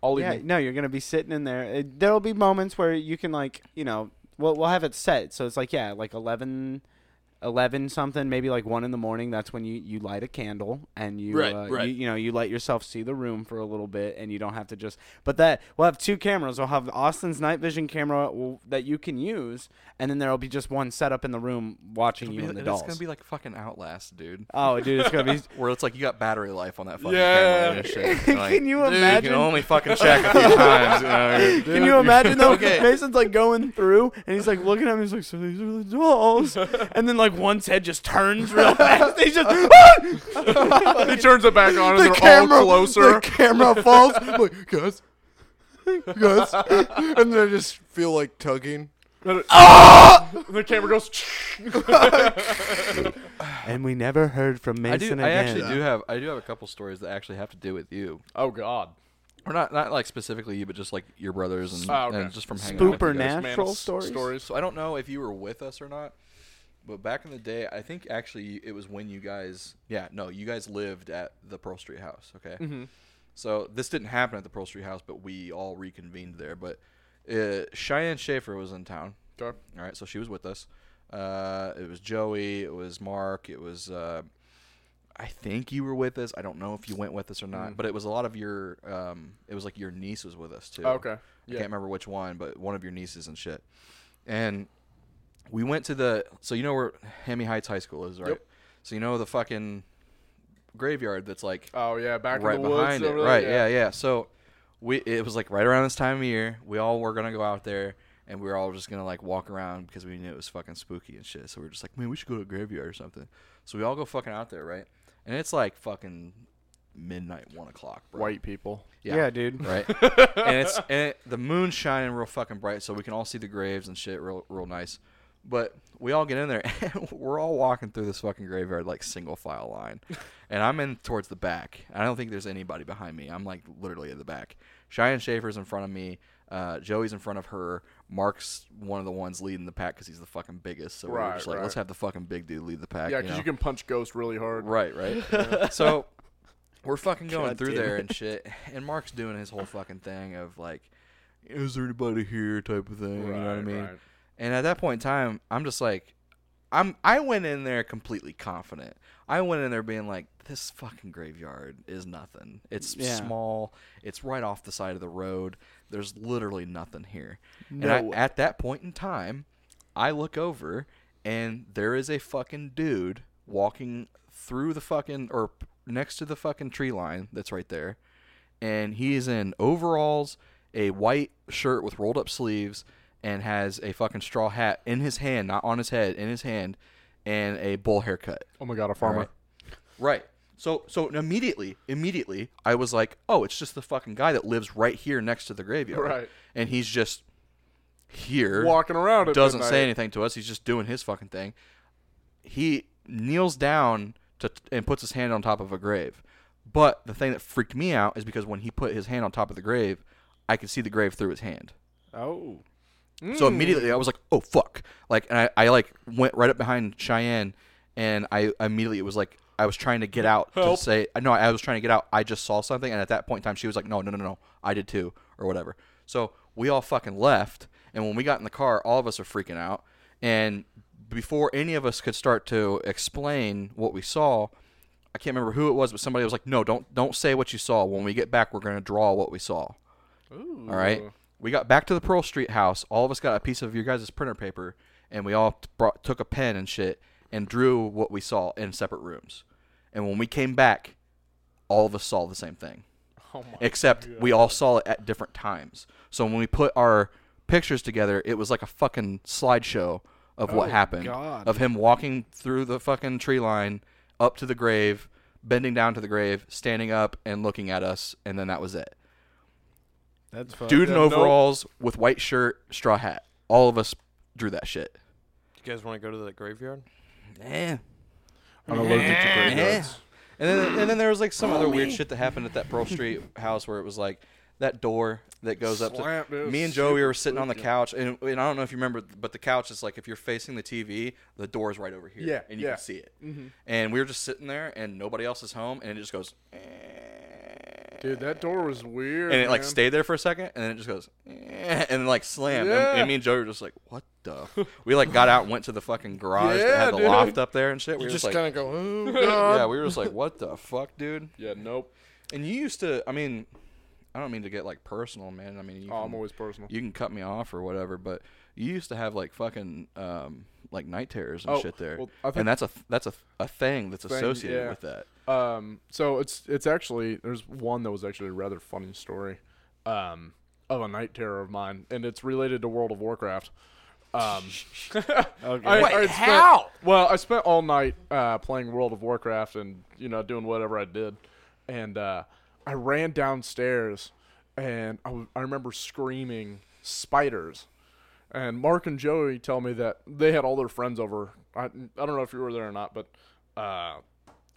Speaker 1: All
Speaker 3: Yeah,
Speaker 1: evening.
Speaker 3: no, you're gonna be sitting in there. It, there'll be moments where you can like, you know, we'll we'll have it set so it's like yeah, like 11, 11 something, maybe like one in the morning. That's when you you light a candle and you
Speaker 2: Right,
Speaker 3: uh,
Speaker 2: right.
Speaker 3: You, you know you let yourself see the room for a little bit and you don't have to just. But that we'll have two cameras. We'll have Austin's night vision camera w- that you can use, and then there'll be just one set up in the room watching
Speaker 4: It'll
Speaker 3: you
Speaker 4: be-
Speaker 3: and the
Speaker 4: it's
Speaker 3: dolls.
Speaker 4: gonna be like fucking Outlast, dude.
Speaker 3: oh, dude, it's gonna be.
Speaker 4: Where it's like you got battery life on that fucking
Speaker 1: Yeah.
Speaker 4: camera and shit. Like,
Speaker 3: Can you
Speaker 4: You
Speaker 3: imagine?
Speaker 4: can only fucking check a few times. You know?
Speaker 3: Can you imagine though?
Speaker 2: Okay.
Speaker 3: Mason's like going through, and he's like looking at me. He's like, "So these are the dolls," and then like one's head just turns real fast. He's just, "Ah!"
Speaker 1: he turns it back on, and
Speaker 2: the
Speaker 1: they're
Speaker 2: camera,
Speaker 1: all closer.
Speaker 2: The camera falls. I'm like guys, guys, and then I just feel like tugging.
Speaker 3: Ah!
Speaker 1: the camera goes.
Speaker 3: and we never heard from
Speaker 4: I
Speaker 3: Mason again.
Speaker 4: do. I actually do have. I do have a couple stories that actually have to do with you,
Speaker 1: Oh God.
Speaker 4: or not. Not like specifically you, but just like your brothers and,
Speaker 1: Oh, okay.
Speaker 4: and just from hanging out. with you guys.
Speaker 1: Man,
Speaker 3: Supernatural
Speaker 1: s-
Speaker 3: stories.
Speaker 1: stories.
Speaker 4: So I don't know if you were with us or not, but back in the day, I think actually it was when you guys, yeah, no, you guys lived at the Pearl Street house, okay? So this didn't happen at the Pearl Street house, but we all reconvened there. But uh, Cheyenne Schaefer was in town.
Speaker 1: Okay.
Speaker 4: All right, so she was with us. Uh, it was Joey, it was Mark, it was. Uh, I think you were with us. I don't know if you went with us or
Speaker 1: Mm-hmm.
Speaker 4: not, but it was a lot of your. Um, it was like your niece was with us too.
Speaker 1: Oh, Okay.
Speaker 4: I can't remember which one, but one of your nieces and shit. And we went to the so you know where Hemi Heights High School is, right?
Speaker 1: Yep.
Speaker 4: So you know the fucking graveyard that's like
Speaker 1: Oh yeah, back
Speaker 4: right
Speaker 1: in the woods.
Speaker 4: behind it,
Speaker 1: over there,
Speaker 4: right? Yeah. yeah, So we it was like right around this time of year, we all were gonna go out there and we were all just gonna like walk around because we knew it was fucking spooky and shit. So we were just like, man, we should go to a graveyard or something. So we all go fucking out there, right? And it's like fucking midnight, one o'clock, bro.
Speaker 1: White people.
Speaker 3: Yeah, dude.
Speaker 4: right? and it's and it, the moon shining real fucking bright, so we can all see the graves and shit, real real nice. But we all get in there, and we're all walking through this fucking graveyard like single file line, and I'm in towards the back. I don't think there's anybody behind me. I'm like literally at the back. Cheyenne Schaefer's in front of me. Uh, Joey's in front of her. Mark's one of the ones leading the pack because he's the fucking biggest. So we're
Speaker 1: Right,
Speaker 4: just like,
Speaker 1: right.
Speaker 4: let's have the fucking big dude lead the pack.
Speaker 1: Yeah,
Speaker 4: you
Speaker 1: because
Speaker 4: know?
Speaker 1: you can punch Ghost really hard.
Speaker 4: Right, right. So we're fucking going
Speaker 3: God
Speaker 4: through
Speaker 3: damn
Speaker 4: there and shit, and Mark's doing his whole fucking thing of like, "Is there anybody here?" type of thing. you know what I
Speaker 1: Right,
Speaker 4: mean?
Speaker 1: right.
Speaker 4: And at that point in time, I'm just like, I'm I went in there completely confident. I went in there being like, this fucking graveyard is nothing. It's
Speaker 3: Yeah.
Speaker 4: small. It's right off the side of the road. There's literally nothing here. and I, at that point in time, I look over and there is a fucking dude walking through the fucking or p- next to the fucking tree line that's right there. And he is in overalls, a white shirt with rolled up sleeves, and has a fucking straw hat in his hand, not on his head, in his hand, and a bowl haircut.
Speaker 1: Oh my god, a farmer.
Speaker 4: Right. Right. So so immediately, immediately, I was like, oh, it's just the fucking guy that lives right here next to the graveyard.
Speaker 1: Right.
Speaker 4: And he's just here
Speaker 1: Walking around. At
Speaker 4: doesn't
Speaker 1: midnight.
Speaker 4: say anything to us. He's just doing his fucking thing. He kneels down to and puts his hand on top of a grave. But the thing that freaked me out is because when he put his hand on top of the grave, I could see the grave through his hand.
Speaker 3: Oh.
Speaker 4: So immediately I was like, "Oh fuck!" Like, and I, I like went right up behind Cheyenne, and I immediately was like, I was trying to get out
Speaker 1: Help.
Speaker 4: to say, no, I was trying to get out. I just saw something, and at that point in time, she was like, "No, no, no, no, I did too," or whatever. So we all fucking left, and when we got in the car, all of us are freaking out, and before any of us could start to explain what we saw. I can't remember who it was, but somebody was like, "No, don't don't say what you saw. When we get back, we're going to draw what we saw." All right. We got back to the Pearl Street house. All of us got a piece of your guys' printer paper, and we all t- brought, took a pen and shit and drew what we saw in separate rooms. And when we came back, all of us saw the same thing,
Speaker 1: Oh my
Speaker 4: except we all saw it at different times. So when we put our pictures together, it was like a fucking slideshow of what happened
Speaker 3: Oh, God.
Speaker 4: of him walking through the fucking tree line up to the grave, bending down to the grave, standing up and looking at us, and then that was it
Speaker 3: That's fucked.
Speaker 4: dude in
Speaker 1: Yeah, no.
Speaker 4: overalls with white shirt, straw hat. All of us drew that shit.
Speaker 2: You guys want to go to the graveyard?
Speaker 4: Yeah.
Speaker 1: I'm allergic to graveyards.
Speaker 4: And then and then there was like some other weird shit that happened at that Pearl Street house where it was like that door that goes up
Speaker 1: Slant,
Speaker 4: to
Speaker 1: dude,
Speaker 4: me and Joey were sitting on the couch and, and I don't know if you remember but the couch is like if you're facing the TV the door is right over here
Speaker 1: Yeah,
Speaker 4: and you
Speaker 1: yeah. Mm-hmm.
Speaker 4: can see it and we were just sitting there and nobody else is home and it just goes
Speaker 1: Dude, that door was weird.
Speaker 4: and it like
Speaker 1: man.
Speaker 4: stayed there for a second, and then it just goes eh, and like slammed. And,
Speaker 1: Yeah.
Speaker 4: and me and Joey were just like, "What the?" f-" we like got out, and went to the fucking garage that
Speaker 1: Yeah,
Speaker 4: had the
Speaker 1: dude.
Speaker 4: loft up there and shit. We were
Speaker 2: just
Speaker 4: just like,
Speaker 2: kind of go, "Ooh,
Speaker 4: yeah, we were just like, "What the fuck, dude?"
Speaker 1: Yeah, nope.
Speaker 4: And you used to, I mean, I don't mean to get like personal, man. I mean, you
Speaker 1: Oh, I'm
Speaker 4: can-
Speaker 1: always personal.
Speaker 4: you can cut me off or whatever, but you used to have like fucking um like night terrors and
Speaker 1: Oh,
Speaker 4: shit there,
Speaker 1: well, I think-
Speaker 4: and that's a th- that's a a thing that's
Speaker 1: Thing,
Speaker 4: associated
Speaker 1: yeah.
Speaker 4: with that.
Speaker 1: Um, so it's it's actually there's one that was actually a rather funny story, um, of a night terror of mine, and it's related to World of Warcraft. Um,
Speaker 3: Okay.
Speaker 1: I-
Speaker 2: Wait,
Speaker 1: I spent-
Speaker 2: how?
Speaker 1: well, I spent all night uh, playing World of Warcraft and you know doing whatever I did, and uh, I ran downstairs, and I, w- I remember screaming spiders, and Mark and Joey tell me that they had all their friends over. I I don't know if you were there or not, but uh,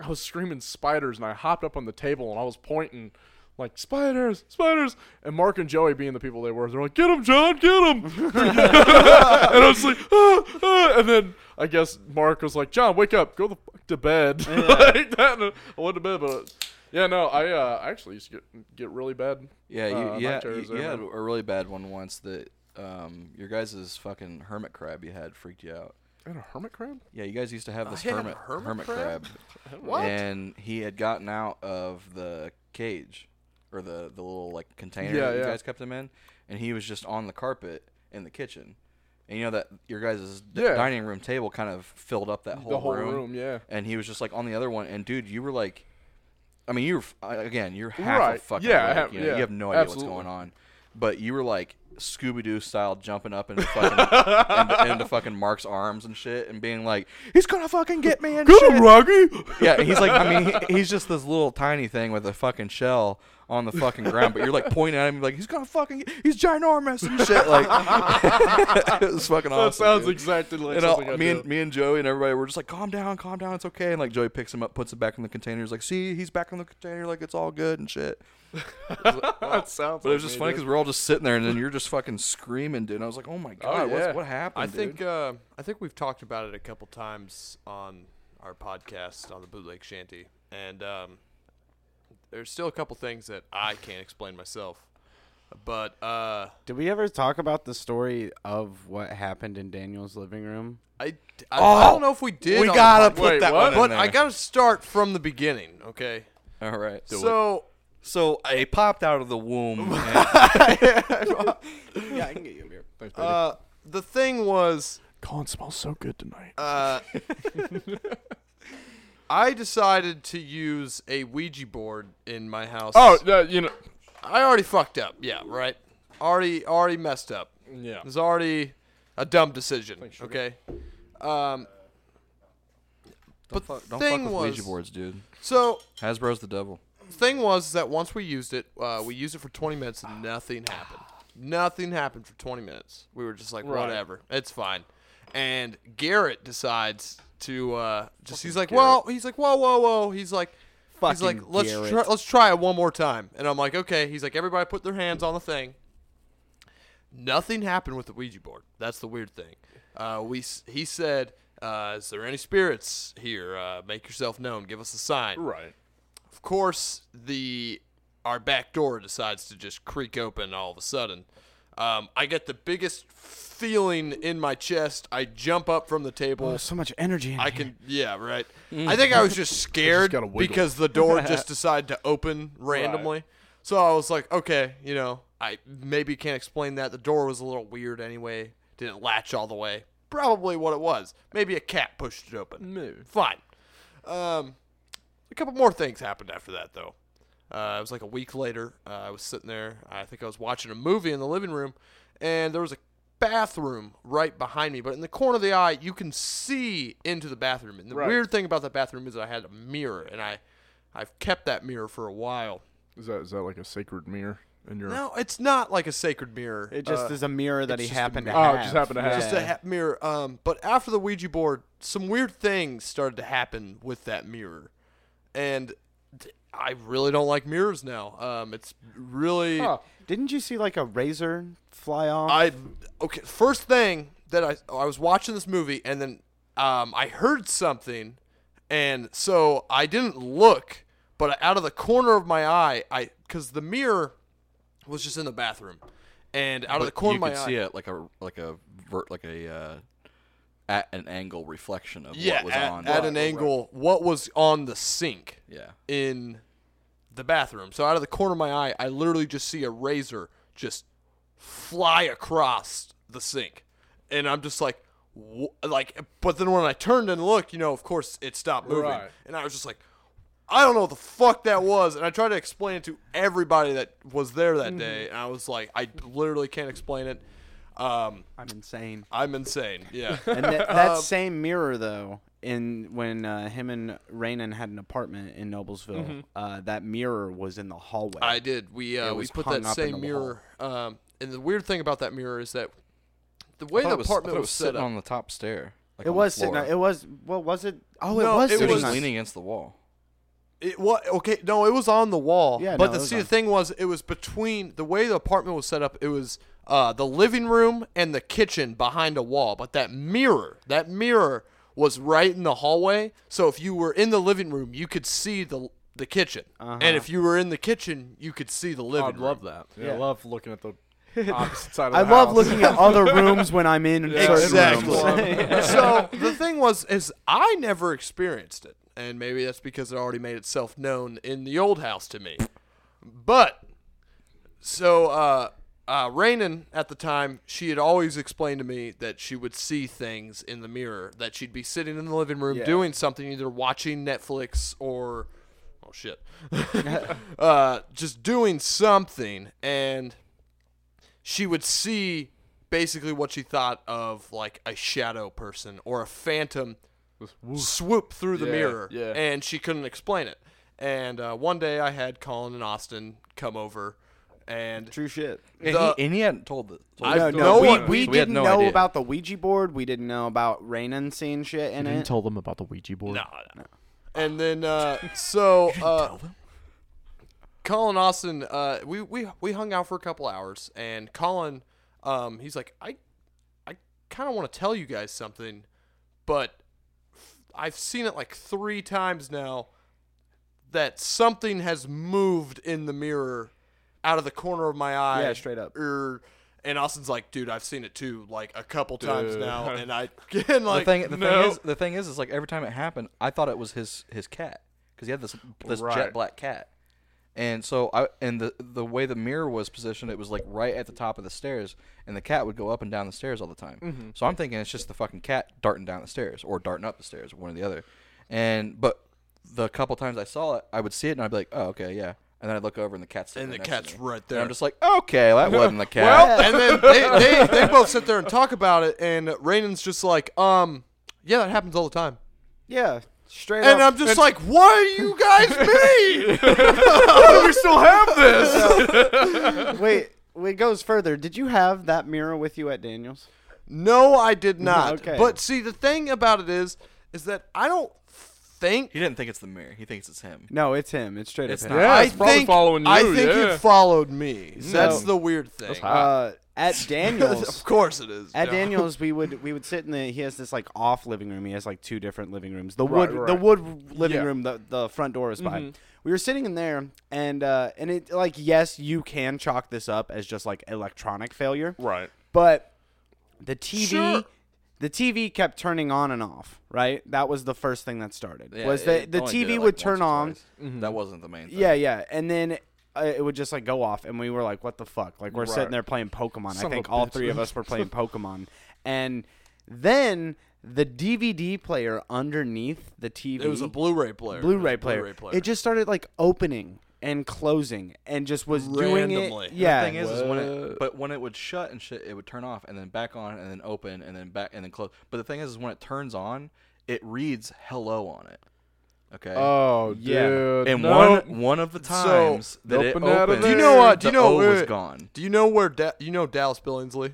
Speaker 1: I was screaming spiders, and I hopped up on the table and I was pointing. Like spiders, spiders, and Mark and Joey being the people they were, they're like, "Get him, John, get him!" and I was like, "Ah, ah," and then I guess Mark was like, John, wake up, go the fuck to bed. like that. and I went to bed, but yeah, no, I uh, I actually used to get get really bad.
Speaker 4: Yeah, you,
Speaker 1: uh, night
Speaker 4: yeah,
Speaker 1: terrors
Speaker 4: you,
Speaker 1: there,
Speaker 4: you had
Speaker 1: man.
Speaker 4: a really bad one once that um, your guys' fucking hermit crab you had freaked you out.
Speaker 1: And a hermit crab?
Speaker 4: Yeah, you guys used to have this
Speaker 2: had a
Speaker 4: hermit,
Speaker 2: hermit crab?
Speaker 4: crab,
Speaker 2: What?
Speaker 4: and he had gotten out of the cage or the the little like container
Speaker 1: Yeah,
Speaker 4: that you
Speaker 1: yeah.
Speaker 4: guys kept him in, and he was just on the carpet in the kitchen. And you know that your guys' d-
Speaker 1: Yeah.
Speaker 4: dining room table kind of filled up that whole,
Speaker 1: the whole room, yeah.
Speaker 4: and he was just like on the other one. And dude, you were like, I mean, you were f- I- again, you're half a
Speaker 1: Right.
Speaker 4: fucking
Speaker 1: Yeah, I
Speaker 4: awake,
Speaker 1: have-
Speaker 4: you, know,
Speaker 1: yeah,
Speaker 4: you have no idea
Speaker 1: absolutely.
Speaker 4: what's going on, but you were like Scooby Doo style jumping up into fucking into, into fucking Mark's arms and shit and being like, he's gonna fucking get me and shit.
Speaker 1: Rocky.
Speaker 4: Yeah, he's like, I mean, he, he's just this little tiny thing with a fucking shell on the fucking ground, but you're like pointing at him, like he's gonna fucking, he's ginormous and shit. Like, it was fucking awesome.
Speaker 1: That sounds
Speaker 4: dude.
Speaker 1: exactly like
Speaker 4: And
Speaker 1: something
Speaker 4: I'll-
Speaker 1: I
Speaker 4: me
Speaker 1: do.
Speaker 4: and me and Joey and everybody were just like, calm down, calm down, it's okay. And like Joey picks him up, puts it back in the container. He's like, see, he's back in the container, like it's all good and shit.
Speaker 1: that sounds.
Speaker 4: But it was
Speaker 1: like
Speaker 4: just
Speaker 1: me,
Speaker 4: funny
Speaker 1: dude.
Speaker 4: because we're all just sitting there, and then you're just fucking screaming, dude. And I was like, oh my god,
Speaker 1: yeah.
Speaker 4: what's, what happened?
Speaker 2: I think
Speaker 4: dude?
Speaker 2: uh, I think we've talked about it a couple times on our podcast on the Bootleg Shanty, and um, there's still a couple things that I can't explain myself. But uh,
Speaker 3: Did we ever talk about the story of what happened in Daniel's living room?
Speaker 2: I, I, I don't know if we did.
Speaker 4: we
Speaker 2: on the
Speaker 4: gotta
Speaker 2: podcast,
Speaker 4: put
Speaker 1: Wait,
Speaker 4: that
Speaker 1: what?
Speaker 4: one in
Speaker 2: but
Speaker 4: there.
Speaker 2: I gotta start from the beginning. Okay,
Speaker 4: all right. So
Speaker 2: so
Speaker 4: so I popped out of the womb. and-
Speaker 3: Yeah, I can get you a beer.
Speaker 1: Thanks, baby.
Speaker 2: uh, the thing was.
Speaker 3: Oh,
Speaker 1: Colin smells so good tonight.
Speaker 2: Uh, I decided to use a Ouija board in my house.
Speaker 1: oh, yeah, you know,
Speaker 2: I already fucked up. Yeah, right. Already, already messed up.
Speaker 1: yeah.
Speaker 2: It was already a dumb decision. okay. Um, but
Speaker 4: Fuck, don't
Speaker 2: thing
Speaker 4: fuck with
Speaker 2: was,
Speaker 4: Ouija boards, dude.
Speaker 2: so
Speaker 4: Hasbro's the devil.
Speaker 2: thing was that once we used it, uh, we used it for 20 minutes and nothing happened. Nothing happened for 20 minutes. We were just like,
Speaker 1: Right.
Speaker 2: whatever, it's fine. And Garrett decides to uh, just he's like,
Speaker 4: Garrett.
Speaker 2: well, he's like, whoa, whoa, whoa. He's like, he's
Speaker 3: Fucking
Speaker 2: like, let's
Speaker 3: Garrett.
Speaker 2: try, let's try it one more time. And I'm like, okay. He's like, everybody put their hands on the thing. Nothing happened with the Ouija board. That's the weird thing. Uh, we s- he said, uh, is there any spirits here? Uh, make yourself known. Give us a sign
Speaker 1: Right.
Speaker 2: of course, the our back door decides to just creak open all of a sudden. Um, I get the biggest feeling in my chest. I jump up from the table.
Speaker 3: so much energy. In
Speaker 2: I can, yeah, right. I think I was just scared
Speaker 1: gotta wiggle.
Speaker 2: because the door just decided to open randomly. So I was like, okay, you know, I maybe can't explain that. The door was a little weird anyway. Didn't latch all the way. Probably what it was. Maybe a cat pushed it open.
Speaker 1: Maybe.
Speaker 2: Fine. Um, a couple more things happened after that, though. Uh, it was like a week later. Uh, I was sitting there. I think I was watching a movie in the living room, and there was a bathroom right behind me. But in the corner of the eye, you can see into the bathroom. And the
Speaker 1: Right.
Speaker 2: weird thing about that bathroom is that I had a mirror, and I, I've kept that mirror for a while.
Speaker 1: Is that is that like a sacred mirror in your?
Speaker 2: No, it's not like a sacred mirror.
Speaker 3: It just
Speaker 2: Uh,
Speaker 3: is a mirror that he
Speaker 2: just a
Speaker 3: happened to
Speaker 1: mirror. Oh,
Speaker 3: have.
Speaker 1: it just happened to have.
Speaker 2: just a ha- mirror. Um, but after the Ouija board, some weird things started to happen with that mirror, and th- I really don't like mirrors now. Um, it's really
Speaker 1: Huh.
Speaker 3: Didn't you see like a razor fly off?
Speaker 2: I okay. First thing that I I was watching this movie and then um, I heard something, and so I didn't look, but out of the corner of my eye, I because the mirror was just in the bathroom, and out of the
Speaker 4: But
Speaker 2: corner
Speaker 4: you
Speaker 2: of my
Speaker 4: could
Speaker 2: eye,
Speaker 4: see it like a like a vert like a uh, at an angle reflection of
Speaker 2: yeah,
Speaker 4: what was
Speaker 2: at,
Speaker 4: on.
Speaker 2: at an angle, what was on the sink
Speaker 4: Yeah.
Speaker 2: in the bathroom. So out of the corner of my eye, I literally just see a razor just fly across the sink, and I'm just like, wh- like. But then when I turned and looked, you know, of course it stopped moving,
Speaker 1: Right.
Speaker 2: and I was just like. I don't know what the fuck that was, and I tried to explain it to everybody that was there that day, and I was like, I literally can't explain it. Um,
Speaker 3: I'm insane.
Speaker 2: I'm insane. Yeah.
Speaker 3: And that, that same mirror, though, in when uh, him and Raynon had an apartment in Noblesville, uh, that mirror was in the hallway.
Speaker 2: I did. We uh,
Speaker 3: It
Speaker 2: we
Speaker 3: was
Speaker 2: put
Speaker 3: hung
Speaker 2: that
Speaker 3: up in
Speaker 2: same
Speaker 3: the
Speaker 2: mirror. Um, and the weird thing about that mirror is that the way
Speaker 4: I thought
Speaker 2: the
Speaker 4: it was, I
Speaker 2: apartment
Speaker 4: thought it
Speaker 2: was,
Speaker 4: was
Speaker 2: set
Speaker 4: sitting
Speaker 2: up.
Speaker 4: on the top stair. Like
Speaker 3: it
Speaker 4: on
Speaker 3: was
Speaker 4: the floor.
Speaker 3: sitting. It was. What was it? Oh,
Speaker 2: No,
Speaker 3: it was.
Speaker 2: it
Speaker 4: It
Speaker 3: sitting
Speaker 4: was
Speaker 3: on-
Speaker 4: just leaning against the wall.
Speaker 2: it what? Okay, no, it was on the wall.
Speaker 3: Yeah,
Speaker 2: but
Speaker 3: no,
Speaker 2: the
Speaker 3: it was
Speaker 2: see the
Speaker 3: on-
Speaker 2: thing was, it was between the way the apartment was set up. It was uh, the living room and the kitchen behind a wall. But that mirror, that mirror was right in the hallway. So if you were in the living room, you could see the the kitchen, and if you were in the kitchen, you could see the living.
Speaker 1: I'd
Speaker 2: room.
Speaker 1: love that. Yeah, I
Speaker 3: Yeah.
Speaker 1: love looking at the opposite side of the
Speaker 3: I love
Speaker 1: house.
Speaker 3: looking at other rooms when I'm in certain
Speaker 2: Exactly.
Speaker 3: rooms.
Speaker 2: so the thing was, is I never experienced it, and maybe that's because it already made itself known in the old house to me. But so uh, uh, Raynon at the time, she had always explained to me that she would see things in the mirror, that she'd be sitting in the living room doing something, either watching Netflix or oh shit, uh, just doing something, and she would see basically what she thought of like a shadow person or a phantom swoop through the
Speaker 1: Yeah,
Speaker 2: mirror,
Speaker 1: yeah.
Speaker 2: and she couldn't explain it. And uh, one day, I had Colin and Austin come over, and
Speaker 3: True shit.
Speaker 4: And,
Speaker 2: The-
Speaker 4: he, and he hadn't told the. told
Speaker 2: I-
Speaker 3: No,
Speaker 4: us.
Speaker 2: no
Speaker 3: no,
Speaker 2: one-
Speaker 3: we, we
Speaker 4: so we had
Speaker 3: didn't
Speaker 4: no
Speaker 3: know
Speaker 4: idea.
Speaker 3: about the Ouija board. We didn't know about Rainan seeing shit in
Speaker 5: Didn't
Speaker 3: it.
Speaker 5: tell them about the Ouija board.
Speaker 2: No, no. And then uh, so uh, Colin Austin, uh, we, we we hung out for a couple hours, and Colin, um, he's like, I I kind of want to tell you guys something, but I've seen it like three times now that something has moved in the mirror out of the corner of my eye.
Speaker 3: Yeah, straight up.
Speaker 2: Or, er, and Austin's like, dude, I've seen it too, like a couple times
Speaker 1: Dude.
Speaker 2: now, and I and like
Speaker 4: the thing, the
Speaker 2: no.
Speaker 4: thing is, the thing is, is like every time it happened, I thought it was his his cat because he had this this
Speaker 1: Right.
Speaker 4: jet black cat, and so I and the the way the mirror was positioned, it was like right at the top of the stairs, and the cat would go up and down the stairs all the time.
Speaker 2: Mm-hmm.
Speaker 4: So I'm thinking it's just the fucking cat darting down the stairs or darting up the stairs, one or the other. And but the couple times I saw it, I would see it and I'd be like, oh okay, yeah. And then I would look over and the cat's sitting
Speaker 2: And the
Speaker 4: next to
Speaker 2: cat's
Speaker 4: me.
Speaker 2: right
Speaker 4: And
Speaker 2: there.
Speaker 4: I'm just like, okay, that wasn't the cat.
Speaker 2: Well, and then they, they, they both sit there and talk about it, and Raynan's just like, um, yeah, that happens all the time.
Speaker 3: Yeah, straight
Speaker 2: And
Speaker 3: up.
Speaker 2: I'm just like, what do you guys mean?
Speaker 1: we still have this.
Speaker 3: Wait, wait, it goes further. Did you have that mirror with you at Daniels?
Speaker 2: no, I did not.
Speaker 3: Okay.
Speaker 2: But see, the thing about it is, is that I don't think
Speaker 4: He didn't think it's the mirror. He thinks it's him.
Speaker 3: No, it's him. It's straight
Speaker 4: It's
Speaker 3: up.
Speaker 4: not.
Speaker 3: him.
Speaker 1: Yeah,
Speaker 2: I
Speaker 1: it's probably
Speaker 2: think
Speaker 1: following
Speaker 2: I
Speaker 1: you,
Speaker 2: think
Speaker 1: yeah.
Speaker 2: it followed me. That's
Speaker 3: No.
Speaker 2: the weird thing.
Speaker 4: Ah.
Speaker 3: Uh, at Daniels.
Speaker 2: of course it is.
Speaker 3: At
Speaker 2: John.
Speaker 3: Daniels, we would we would sit in the. He has this like off living room. He has like two different living rooms. The
Speaker 1: Right,
Speaker 3: wood, the
Speaker 1: right.
Speaker 3: wood living
Speaker 1: Yeah.
Speaker 3: room. The the front door is by.
Speaker 4: Mm-hmm.
Speaker 3: We were sitting in there, and uh, and it like yes, you can chalk this up as just like electronic failure,
Speaker 1: Right.
Speaker 3: but the TV.
Speaker 2: Sure.
Speaker 3: The TV kept turning on and off, right? That was the first thing that started.
Speaker 4: Yeah,
Speaker 3: was
Speaker 4: it
Speaker 3: that the
Speaker 4: only did
Speaker 3: TV
Speaker 4: it, like,
Speaker 3: would
Speaker 4: once
Speaker 3: turn
Speaker 4: or
Speaker 3: on,
Speaker 4: twice.
Speaker 2: Mm-hmm.
Speaker 4: That wasn't the main thing.
Speaker 3: yeah, yeah. And then uh, it would just like go off, and we were like, "What the fuck?" Like we're sitting
Speaker 1: Right.
Speaker 3: there playing Pokemon.
Speaker 1: Son
Speaker 3: I
Speaker 1: of
Speaker 3: think
Speaker 1: a
Speaker 3: all
Speaker 1: bitch.
Speaker 3: three of us were playing Pokemon, and then the DVD player underneath the TV,
Speaker 2: it was a Blu-ray player. It was
Speaker 3: Blu-ray
Speaker 2: a
Speaker 3: player.
Speaker 2: Blu-ray
Speaker 3: It just started like opening and closing, and just was doing
Speaker 2: Randomly.
Speaker 3: it.
Speaker 2: The
Speaker 3: Yeah,
Speaker 4: The thing is, is when it, but when it would shut and shit, it would turn off and then back on and then open and then back and then close. But the thing is, is when it turns on, it reads hello on it. Okay.
Speaker 1: Oh,
Speaker 3: Yeah.
Speaker 1: dude.
Speaker 4: and
Speaker 1: no.
Speaker 4: one one of
Speaker 2: So,
Speaker 4: the times that it
Speaker 1: open out of
Speaker 4: opened,
Speaker 1: Do
Speaker 2: you know what? Do
Speaker 4: the
Speaker 2: you know?
Speaker 4: O
Speaker 2: wait,
Speaker 4: was
Speaker 2: wait.
Speaker 4: gone.
Speaker 2: Do you know where? Da- you know Dallas Billingsley.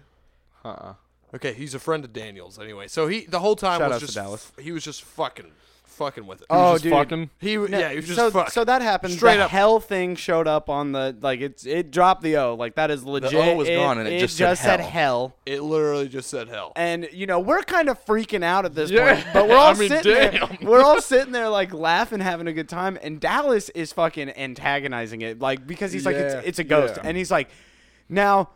Speaker 1: Uh-uh.
Speaker 2: Okay, he's a friend of Daniel's anyway. So he the whole time
Speaker 3: Shout out
Speaker 2: was
Speaker 3: to
Speaker 2: just
Speaker 3: Dallas.
Speaker 2: he was just fucking fucking with it.
Speaker 3: Oh,
Speaker 1: Just
Speaker 3: dude.
Speaker 1: fucking.
Speaker 2: He
Speaker 3: No,
Speaker 2: yeah, he was just
Speaker 3: so
Speaker 2: fuck.
Speaker 3: so that happened.
Speaker 2: Straight
Speaker 3: the
Speaker 2: up.
Speaker 3: hell thing showed up on the like it's it dropped the O like that is legit.
Speaker 4: was gone and it just said
Speaker 3: said
Speaker 4: hell.
Speaker 3: hell.
Speaker 2: it literally just said hell.
Speaker 3: and you know we're kind of freaking out at this
Speaker 1: Yeah,
Speaker 3: point, but we're all
Speaker 1: I mean,
Speaker 3: sitting there,
Speaker 1: damn.
Speaker 3: we're all sitting there like laughing, having a good time, and Dallas is fucking antagonizing it, like because he's like
Speaker 1: Yeah,
Speaker 3: it's, it's a ghost,
Speaker 1: yeah.
Speaker 3: and he's like, now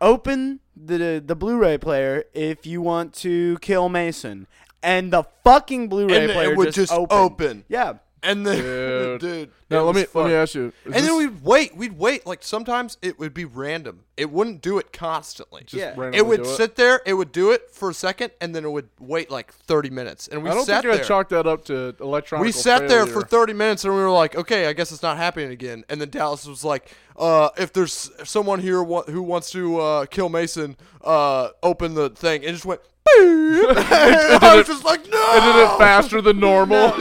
Speaker 3: open the the Blu-ray player if you want to kill Mason, and the fucking Blu-ray
Speaker 2: And it
Speaker 3: player
Speaker 2: would just
Speaker 3: opened.
Speaker 2: open.
Speaker 3: Yeah,
Speaker 2: And then dude,
Speaker 1: Dude.
Speaker 2: it
Speaker 1: Now let
Speaker 2: was
Speaker 1: me
Speaker 2: fun.
Speaker 1: let me ask you. is
Speaker 2: And
Speaker 1: this
Speaker 2: then we'd wait, we'd wait. Like sometimes it would be random. It wouldn't do it constantly.
Speaker 3: Yeah.
Speaker 1: randomly
Speaker 2: It would
Speaker 1: do
Speaker 2: sit there, it would do it for a second, and then it would wait like thirty minutes. And we
Speaker 1: I don't
Speaker 2: sat
Speaker 1: think I
Speaker 2: there.
Speaker 1: chalked that up to electronic.
Speaker 2: we sat there for 30 minutes and we were like, okay, I guess it's not happening again. And then Dallas was like, uh, if there's someone here wa- who wants to uh, kill Mason, uh, open the thing. And it just went, "Beep." I was just like, no.
Speaker 1: I did it faster than normal.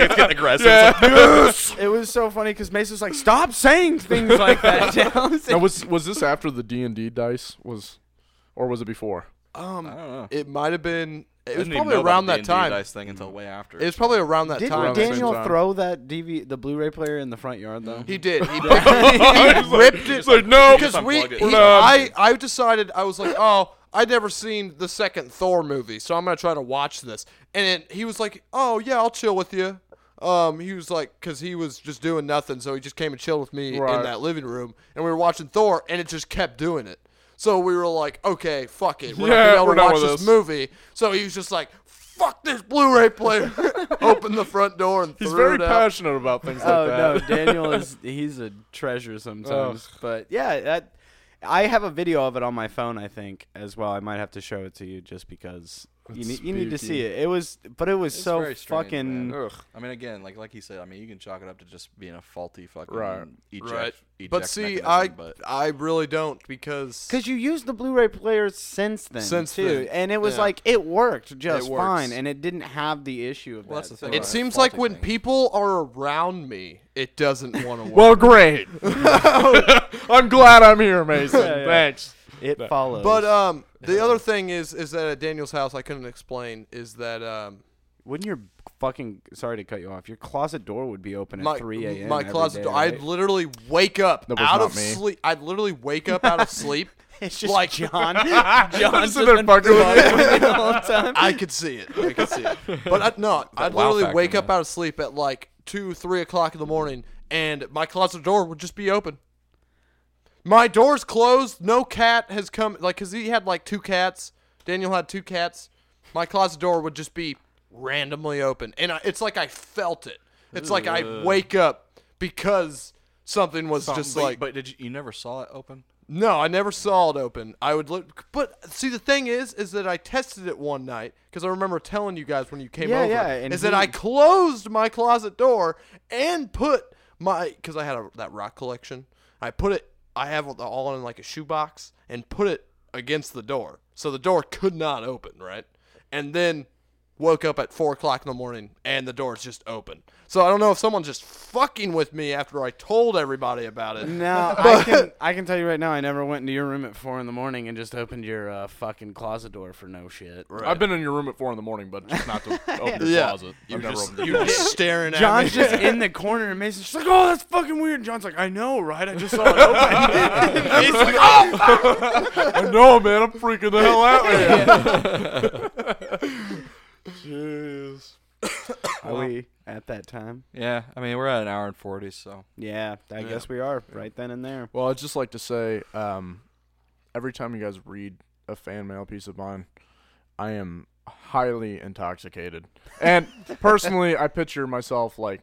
Speaker 4: It's getting aggressive.
Speaker 3: it was so funny because Mason's like, stop saying things like that, Dallas.
Speaker 1: now, was was this after the D and D dice was, or was it before?
Speaker 4: I
Speaker 2: Um,
Speaker 4: don't know.
Speaker 2: it might have been, it was
Speaker 4: Didn't even
Speaker 2: probably
Speaker 4: know about
Speaker 2: around
Speaker 4: the
Speaker 2: that
Speaker 4: D&D
Speaker 2: time.
Speaker 4: Dice thing until way after.
Speaker 2: It was probably around that
Speaker 3: Did
Speaker 1: the
Speaker 2: time.
Speaker 1: same
Speaker 3: Daniel
Speaker 1: time.
Speaker 3: throw that DV the Blu-ray player in the front yard though?
Speaker 2: He did. He, picked- he ripped it.
Speaker 1: It's like no,
Speaker 2: because we,
Speaker 4: unplugged it.
Speaker 2: he-
Speaker 4: We're
Speaker 2: I, I decided I was like, oh, I'd never seen the second Thor movie, so I'm gonna try to watch this. And it, he was like, oh yeah, I'll chill with you. Um, he was like, because he was just doing nothing, so he just came and chilled with me in
Speaker 1: Right.
Speaker 2: that living room, and we were watching Thor, and it just kept doing it. So we were like, okay, fuck it, we're
Speaker 1: Yeah,
Speaker 2: not gonna
Speaker 1: we're
Speaker 2: be
Speaker 1: done
Speaker 2: able to watch
Speaker 1: with
Speaker 2: this.
Speaker 1: this.
Speaker 2: movie. So he was just like, fuck this Blu-ray player, opened the front door and
Speaker 1: He's
Speaker 2: threw
Speaker 1: very
Speaker 2: it out.
Speaker 1: passionate about things like
Speaker 3: oh no,
Speaker 1: that. Um,
Speaker 3: Daniel is he's a treasure sometimes. But yeah, that I have a video of it on my phone. I think as well. I might have to show it to you just because You need, you need to see it. It was, but it was
Speaker 4: It's
Speaker 3: so
Speaker 4: very strange,
Speaker 3: fucking.
Speaker 4: man. I mean, again, like like he said, I mean, you can chalk it up to just being a faulty fucking
Speaker 1: Right.
Speaker 4: eject,
Speaker 2: Right.
Speaker 4: eject
Speaker 2: But see,
Speaker 4: mechanism,
Speaker 2: I
Speaker 4: but
Speaker 2: I really don't because
Speaker 3: Because you used the Blu-ray player since then,
Speaker 2: Since
Speaker 3: too,
Speaker 2: then,
Speaker 3: and it was
Speaker 2: yeah.
Speaker 3: like it worked just
Speaker 4: works.
Speaker 3: fine, and it didn't have the issue of
Speaker 4: Well,
Speaker 3: that.
Speaker 4: that's the thing.
Speaker 2: it
Speaker 4: Right.
Speaker 2: seems
Speaker 4: Faulty
Speaker 2: like when
Speaker 4: thing.
Speaker 2: people are around me, it doesn't want to work.
Speaker 1: Well, great. I'm glad I'm here, Mason.
Speaker 3: Yeah, yeah.
Speaker 1: Thanks.
Speaker 3: It follows.
Speaker 2: but um, the other thing is is that at Daniel's house, I couldn't explain is that um,
Speaker 3: wouldn't your fucking sorry to cut you off? Your closet door would be open at
Speaker 2: my
Speaker 3: 3 a.m.
Speaker 2: my
Speaker 3: every
Speaker 2: closet
Speaker 3: day,
Speaker 2: door.
Speaker 3: right?
Speaker 2: I'd literally wake up
Speaker 1: That was
Speaker 2: out
Speaker 1: not
Speaker 2: of
Speaker 1: me.
Speaker 2: sleep. I'd literally wake up out of sleep.
Speaker 3: it's just
Speaker 2: like-
Speaker 3: John. John's
Speaker 1: Ah, sitting there fucking with me.
Speaker 3: the whole time.
Speaker 2: I could see it. I could see it. But I'd, no, I'd
Speaker 4: wow
Speaker 2: literally
Speaker 4: factor,
Speaker 2: wake up
Speaker 4: man.
Speaker 2: out of sleep at like two, three o'clock in the morning, and my closet door would just be open. My door's closed. No cat has come. Like, cause he had like two cats. Daniel had two cats. My closet door would just be randomly open, and I, it's like I felt it. It's like I wake up because something was just
Speaker 4: but,
Speaker 2: like
Speaker 4: but did you, you never saw it open?
Speaker 2: no, I never saw it open. I would look, but see, the thing is, is that I tested it one night because I remember telling you guys when you came
Speaker 3: Yeah,
Speaker 2: over,
Speaker 3: yeah, and
Speaker 2: is
Speaker 3: he-
Speaker 2: that I closed my closet door and put my because I had a, that rock collection. I put it, I have it all in like a shoebox and put it against the door, so the door could not open, right? And then woke up at four o'clock in the morning and the door's just open. So I don't know if someone's just fucking with me after I told everybody about it.
Speaker 3: No, I can I can tell you right now. I never went into your room at four in the morning and just opened your uh, fucking closet door for no shit.
Speaker 1: I've been in your room at four in the morning, but just not to open your
Speaker 2: Yeah.
Speaker 1: closet.
Speaker 2: You're
Speaker 1: I've never
Speaker 2: just,
Speaker 1: opened your
Speaker 2: you're
Speaker 1: closet.
Speaker 2: just staring at me.
Speaker 3: John's just in the corner and Mason's just like, oh, that's fucking weird. John's like, I know, right? I just saw it open.
Speaker 2: He's like, oh,
Speaker 1: I know, man. I'm freaking the hell out right now.
Speaker 3: Jeez. Are we at that time?
Speaker 4: Yeah, I mean, we're at an hour and forty, so
Speaker 3: Yeah, I guess we are right then and there.
Speaker 1: Well, I'd just like to say, um, every time you guys read a fan mail piece of mine, I am highly intoxicated. And personally, I picture myself like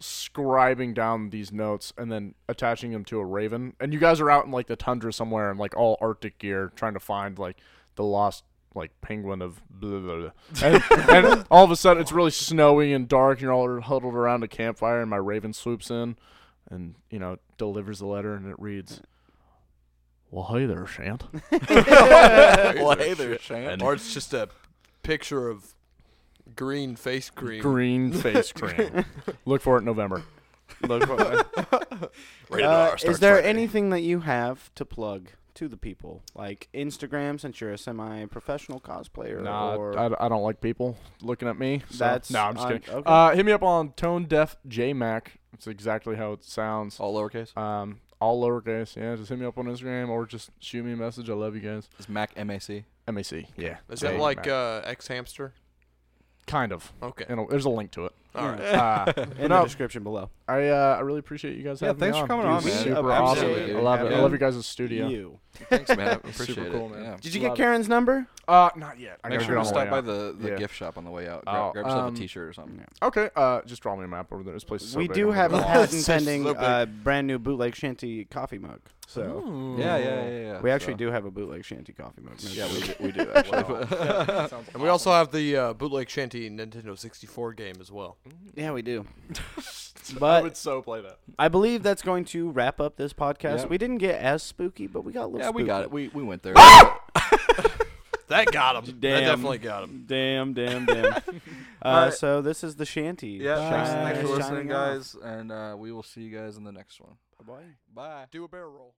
Speaker 1: scribing down these notes and then attaching them to a raven. And you guys are out in like the tundra somewhere in like all Arctic gear trying to find like the lost like penguin of blah, blah, blah. And, and all of a sudden it's really snowy and dark and you're all huddled around a campfire and my raven swoops in and you know delivers the letter and it reads well hey there shant
Speaker 4: well, hey there, Shane.
Speaker 2: Or it's just a picture of green face cream.
Speaker 1: green face cream look for it in november
Speaker 3: Uh, is there anything that you have to plug to the people? Like Instagram, since you're a semi professional cosplayer?
Speaker 1: nah
Speaker 3: or...
Speaker 1: I, I don't like people looking at me so.
Speaker 3: That's
Speaker 1: no i'm just
Speaker 3: on-
Speaker 1: kidding
Speaker 3: okay.
Speaker 1: uh, hit me up on tone deaf jmac it's exactly how it sounds
Speaker 4: All lowercase.
Speaker 1: um, all lowercase yeah just hit me up on instagram or just shoot me a message i love you guys
Speaker 4: Is Mac MAC?
Speaker 1: mac yeah
Speaker 2: Is that
Speaker 1: J
Speaker 2: like
Speaker 1: Mac.
Speaker 2: uh, X hamster?
Speaker 1: kind of
Speaker 2: Okay.
Speaker 1: you know, there's a link to it
Speaker 2: All right.
Speaker 1: uh,
Speaker 4: Ah,
Speaker 3: in
Speaker 1: no.
Speaker 3: the description below.
Speaker 1: I uh, I really appreciate you guys
Speaker 4: Yeah,
Speaker 1: having
Speaker 4: thanks
Speaker 1: me
Speaker 4: for
Speaker 1: on.
Speaker 4: coming
Speaker 1: Dude,
Speaker 4: on, man.
Speaker 1: Super
Speaker 4: Appreciate
Speaker 1: awesome.
Speaker 4: it.
Speaker 1: I love it. I
Speaker 4: Yeah.
Speaker 1: love your guys' studio.
Speaker 3: You.
Speaker 4: Thanks, man. I
Speaker 1: Super
Speaker 4: appreciate
Speaker 1: cool,
Speaker 4: it.
Speaker 1: man.
Speaker 4: Yeah.
Speaker 3: Did you get
Speaker 1: Love it.
Speaker 3: Karen's number?
Speaker 1: Uh, not yet. I
Speaker 4: Make
Speaker 1: gotta get
Speaker 4: sure to
Speaker 1: on the way
Speaker 4: stop by
Speaker 1: out.
Speaker 4: the, the
Speaker 1: Yeah.
Speaker 4: gift shop on the way out. Grab,
Speaker 1: Oh,
Speaker 4: grab yourself
Speaker 1: um,
Speaker 4: a T-shirt or something.
Speaker 1: Okay. Uh, just draw me a map over there. This place is so
Speaker 3: we
Speaker 1: big,
Speaker 3: do
Speaker 1: I'm
Speaker 3: have a
Speaker 1: gonna-
Speaker 3: patent
Speaker 2: So
Speaker 3: pending
Speaker 2: big.
Speaker 3: uh, brand new bootleg shanty coffee mug. So
Speaker 4: Yeah, yeah, yeah, yeah.
Speaker 3: we actually
Speaker 4: so-
Speaker 3: do have a bootleg shanty coffee mug. no
Speaker 4: Yeah,
Speaker 3: joke.
Speaker 4: we do, we do actually.
Speaker 2: and we also have the uh, bootleg shanty Nintendo 64 game as well.
Speaker 3: yeah, we do.
Speaker 1: I
Speaker 3: but
Speaker 1: would so play that.
Speaker 3: I believe that's going to wrap up this podcast.
Speaker 4: Yeah.
Speaker 3: We didn't get as spooky, but we got a little.
Speaker 4: yeah, we got it. We we went there.
Speaker 2: That got him.
Speaker 3: Damn.
Speaker 2: That definitely got him.
Speaker 3: Damn, damn, damn. uh,
Speaker 4: Alright.
Speaker 3: So this is the shanty.
Speaker 4: thanks,
Speaker 3: Bye.
Speaker 4: thanks for
Speaker 3: Signing
Speaker 4: listening,
Speaker 3: off.
Speaker 4: guys, and uh, we will see you guys in the next one.
Speaker 3: Bye-bye.
Speaker 4: Bye.
Speaker 2: Do a barrel roll.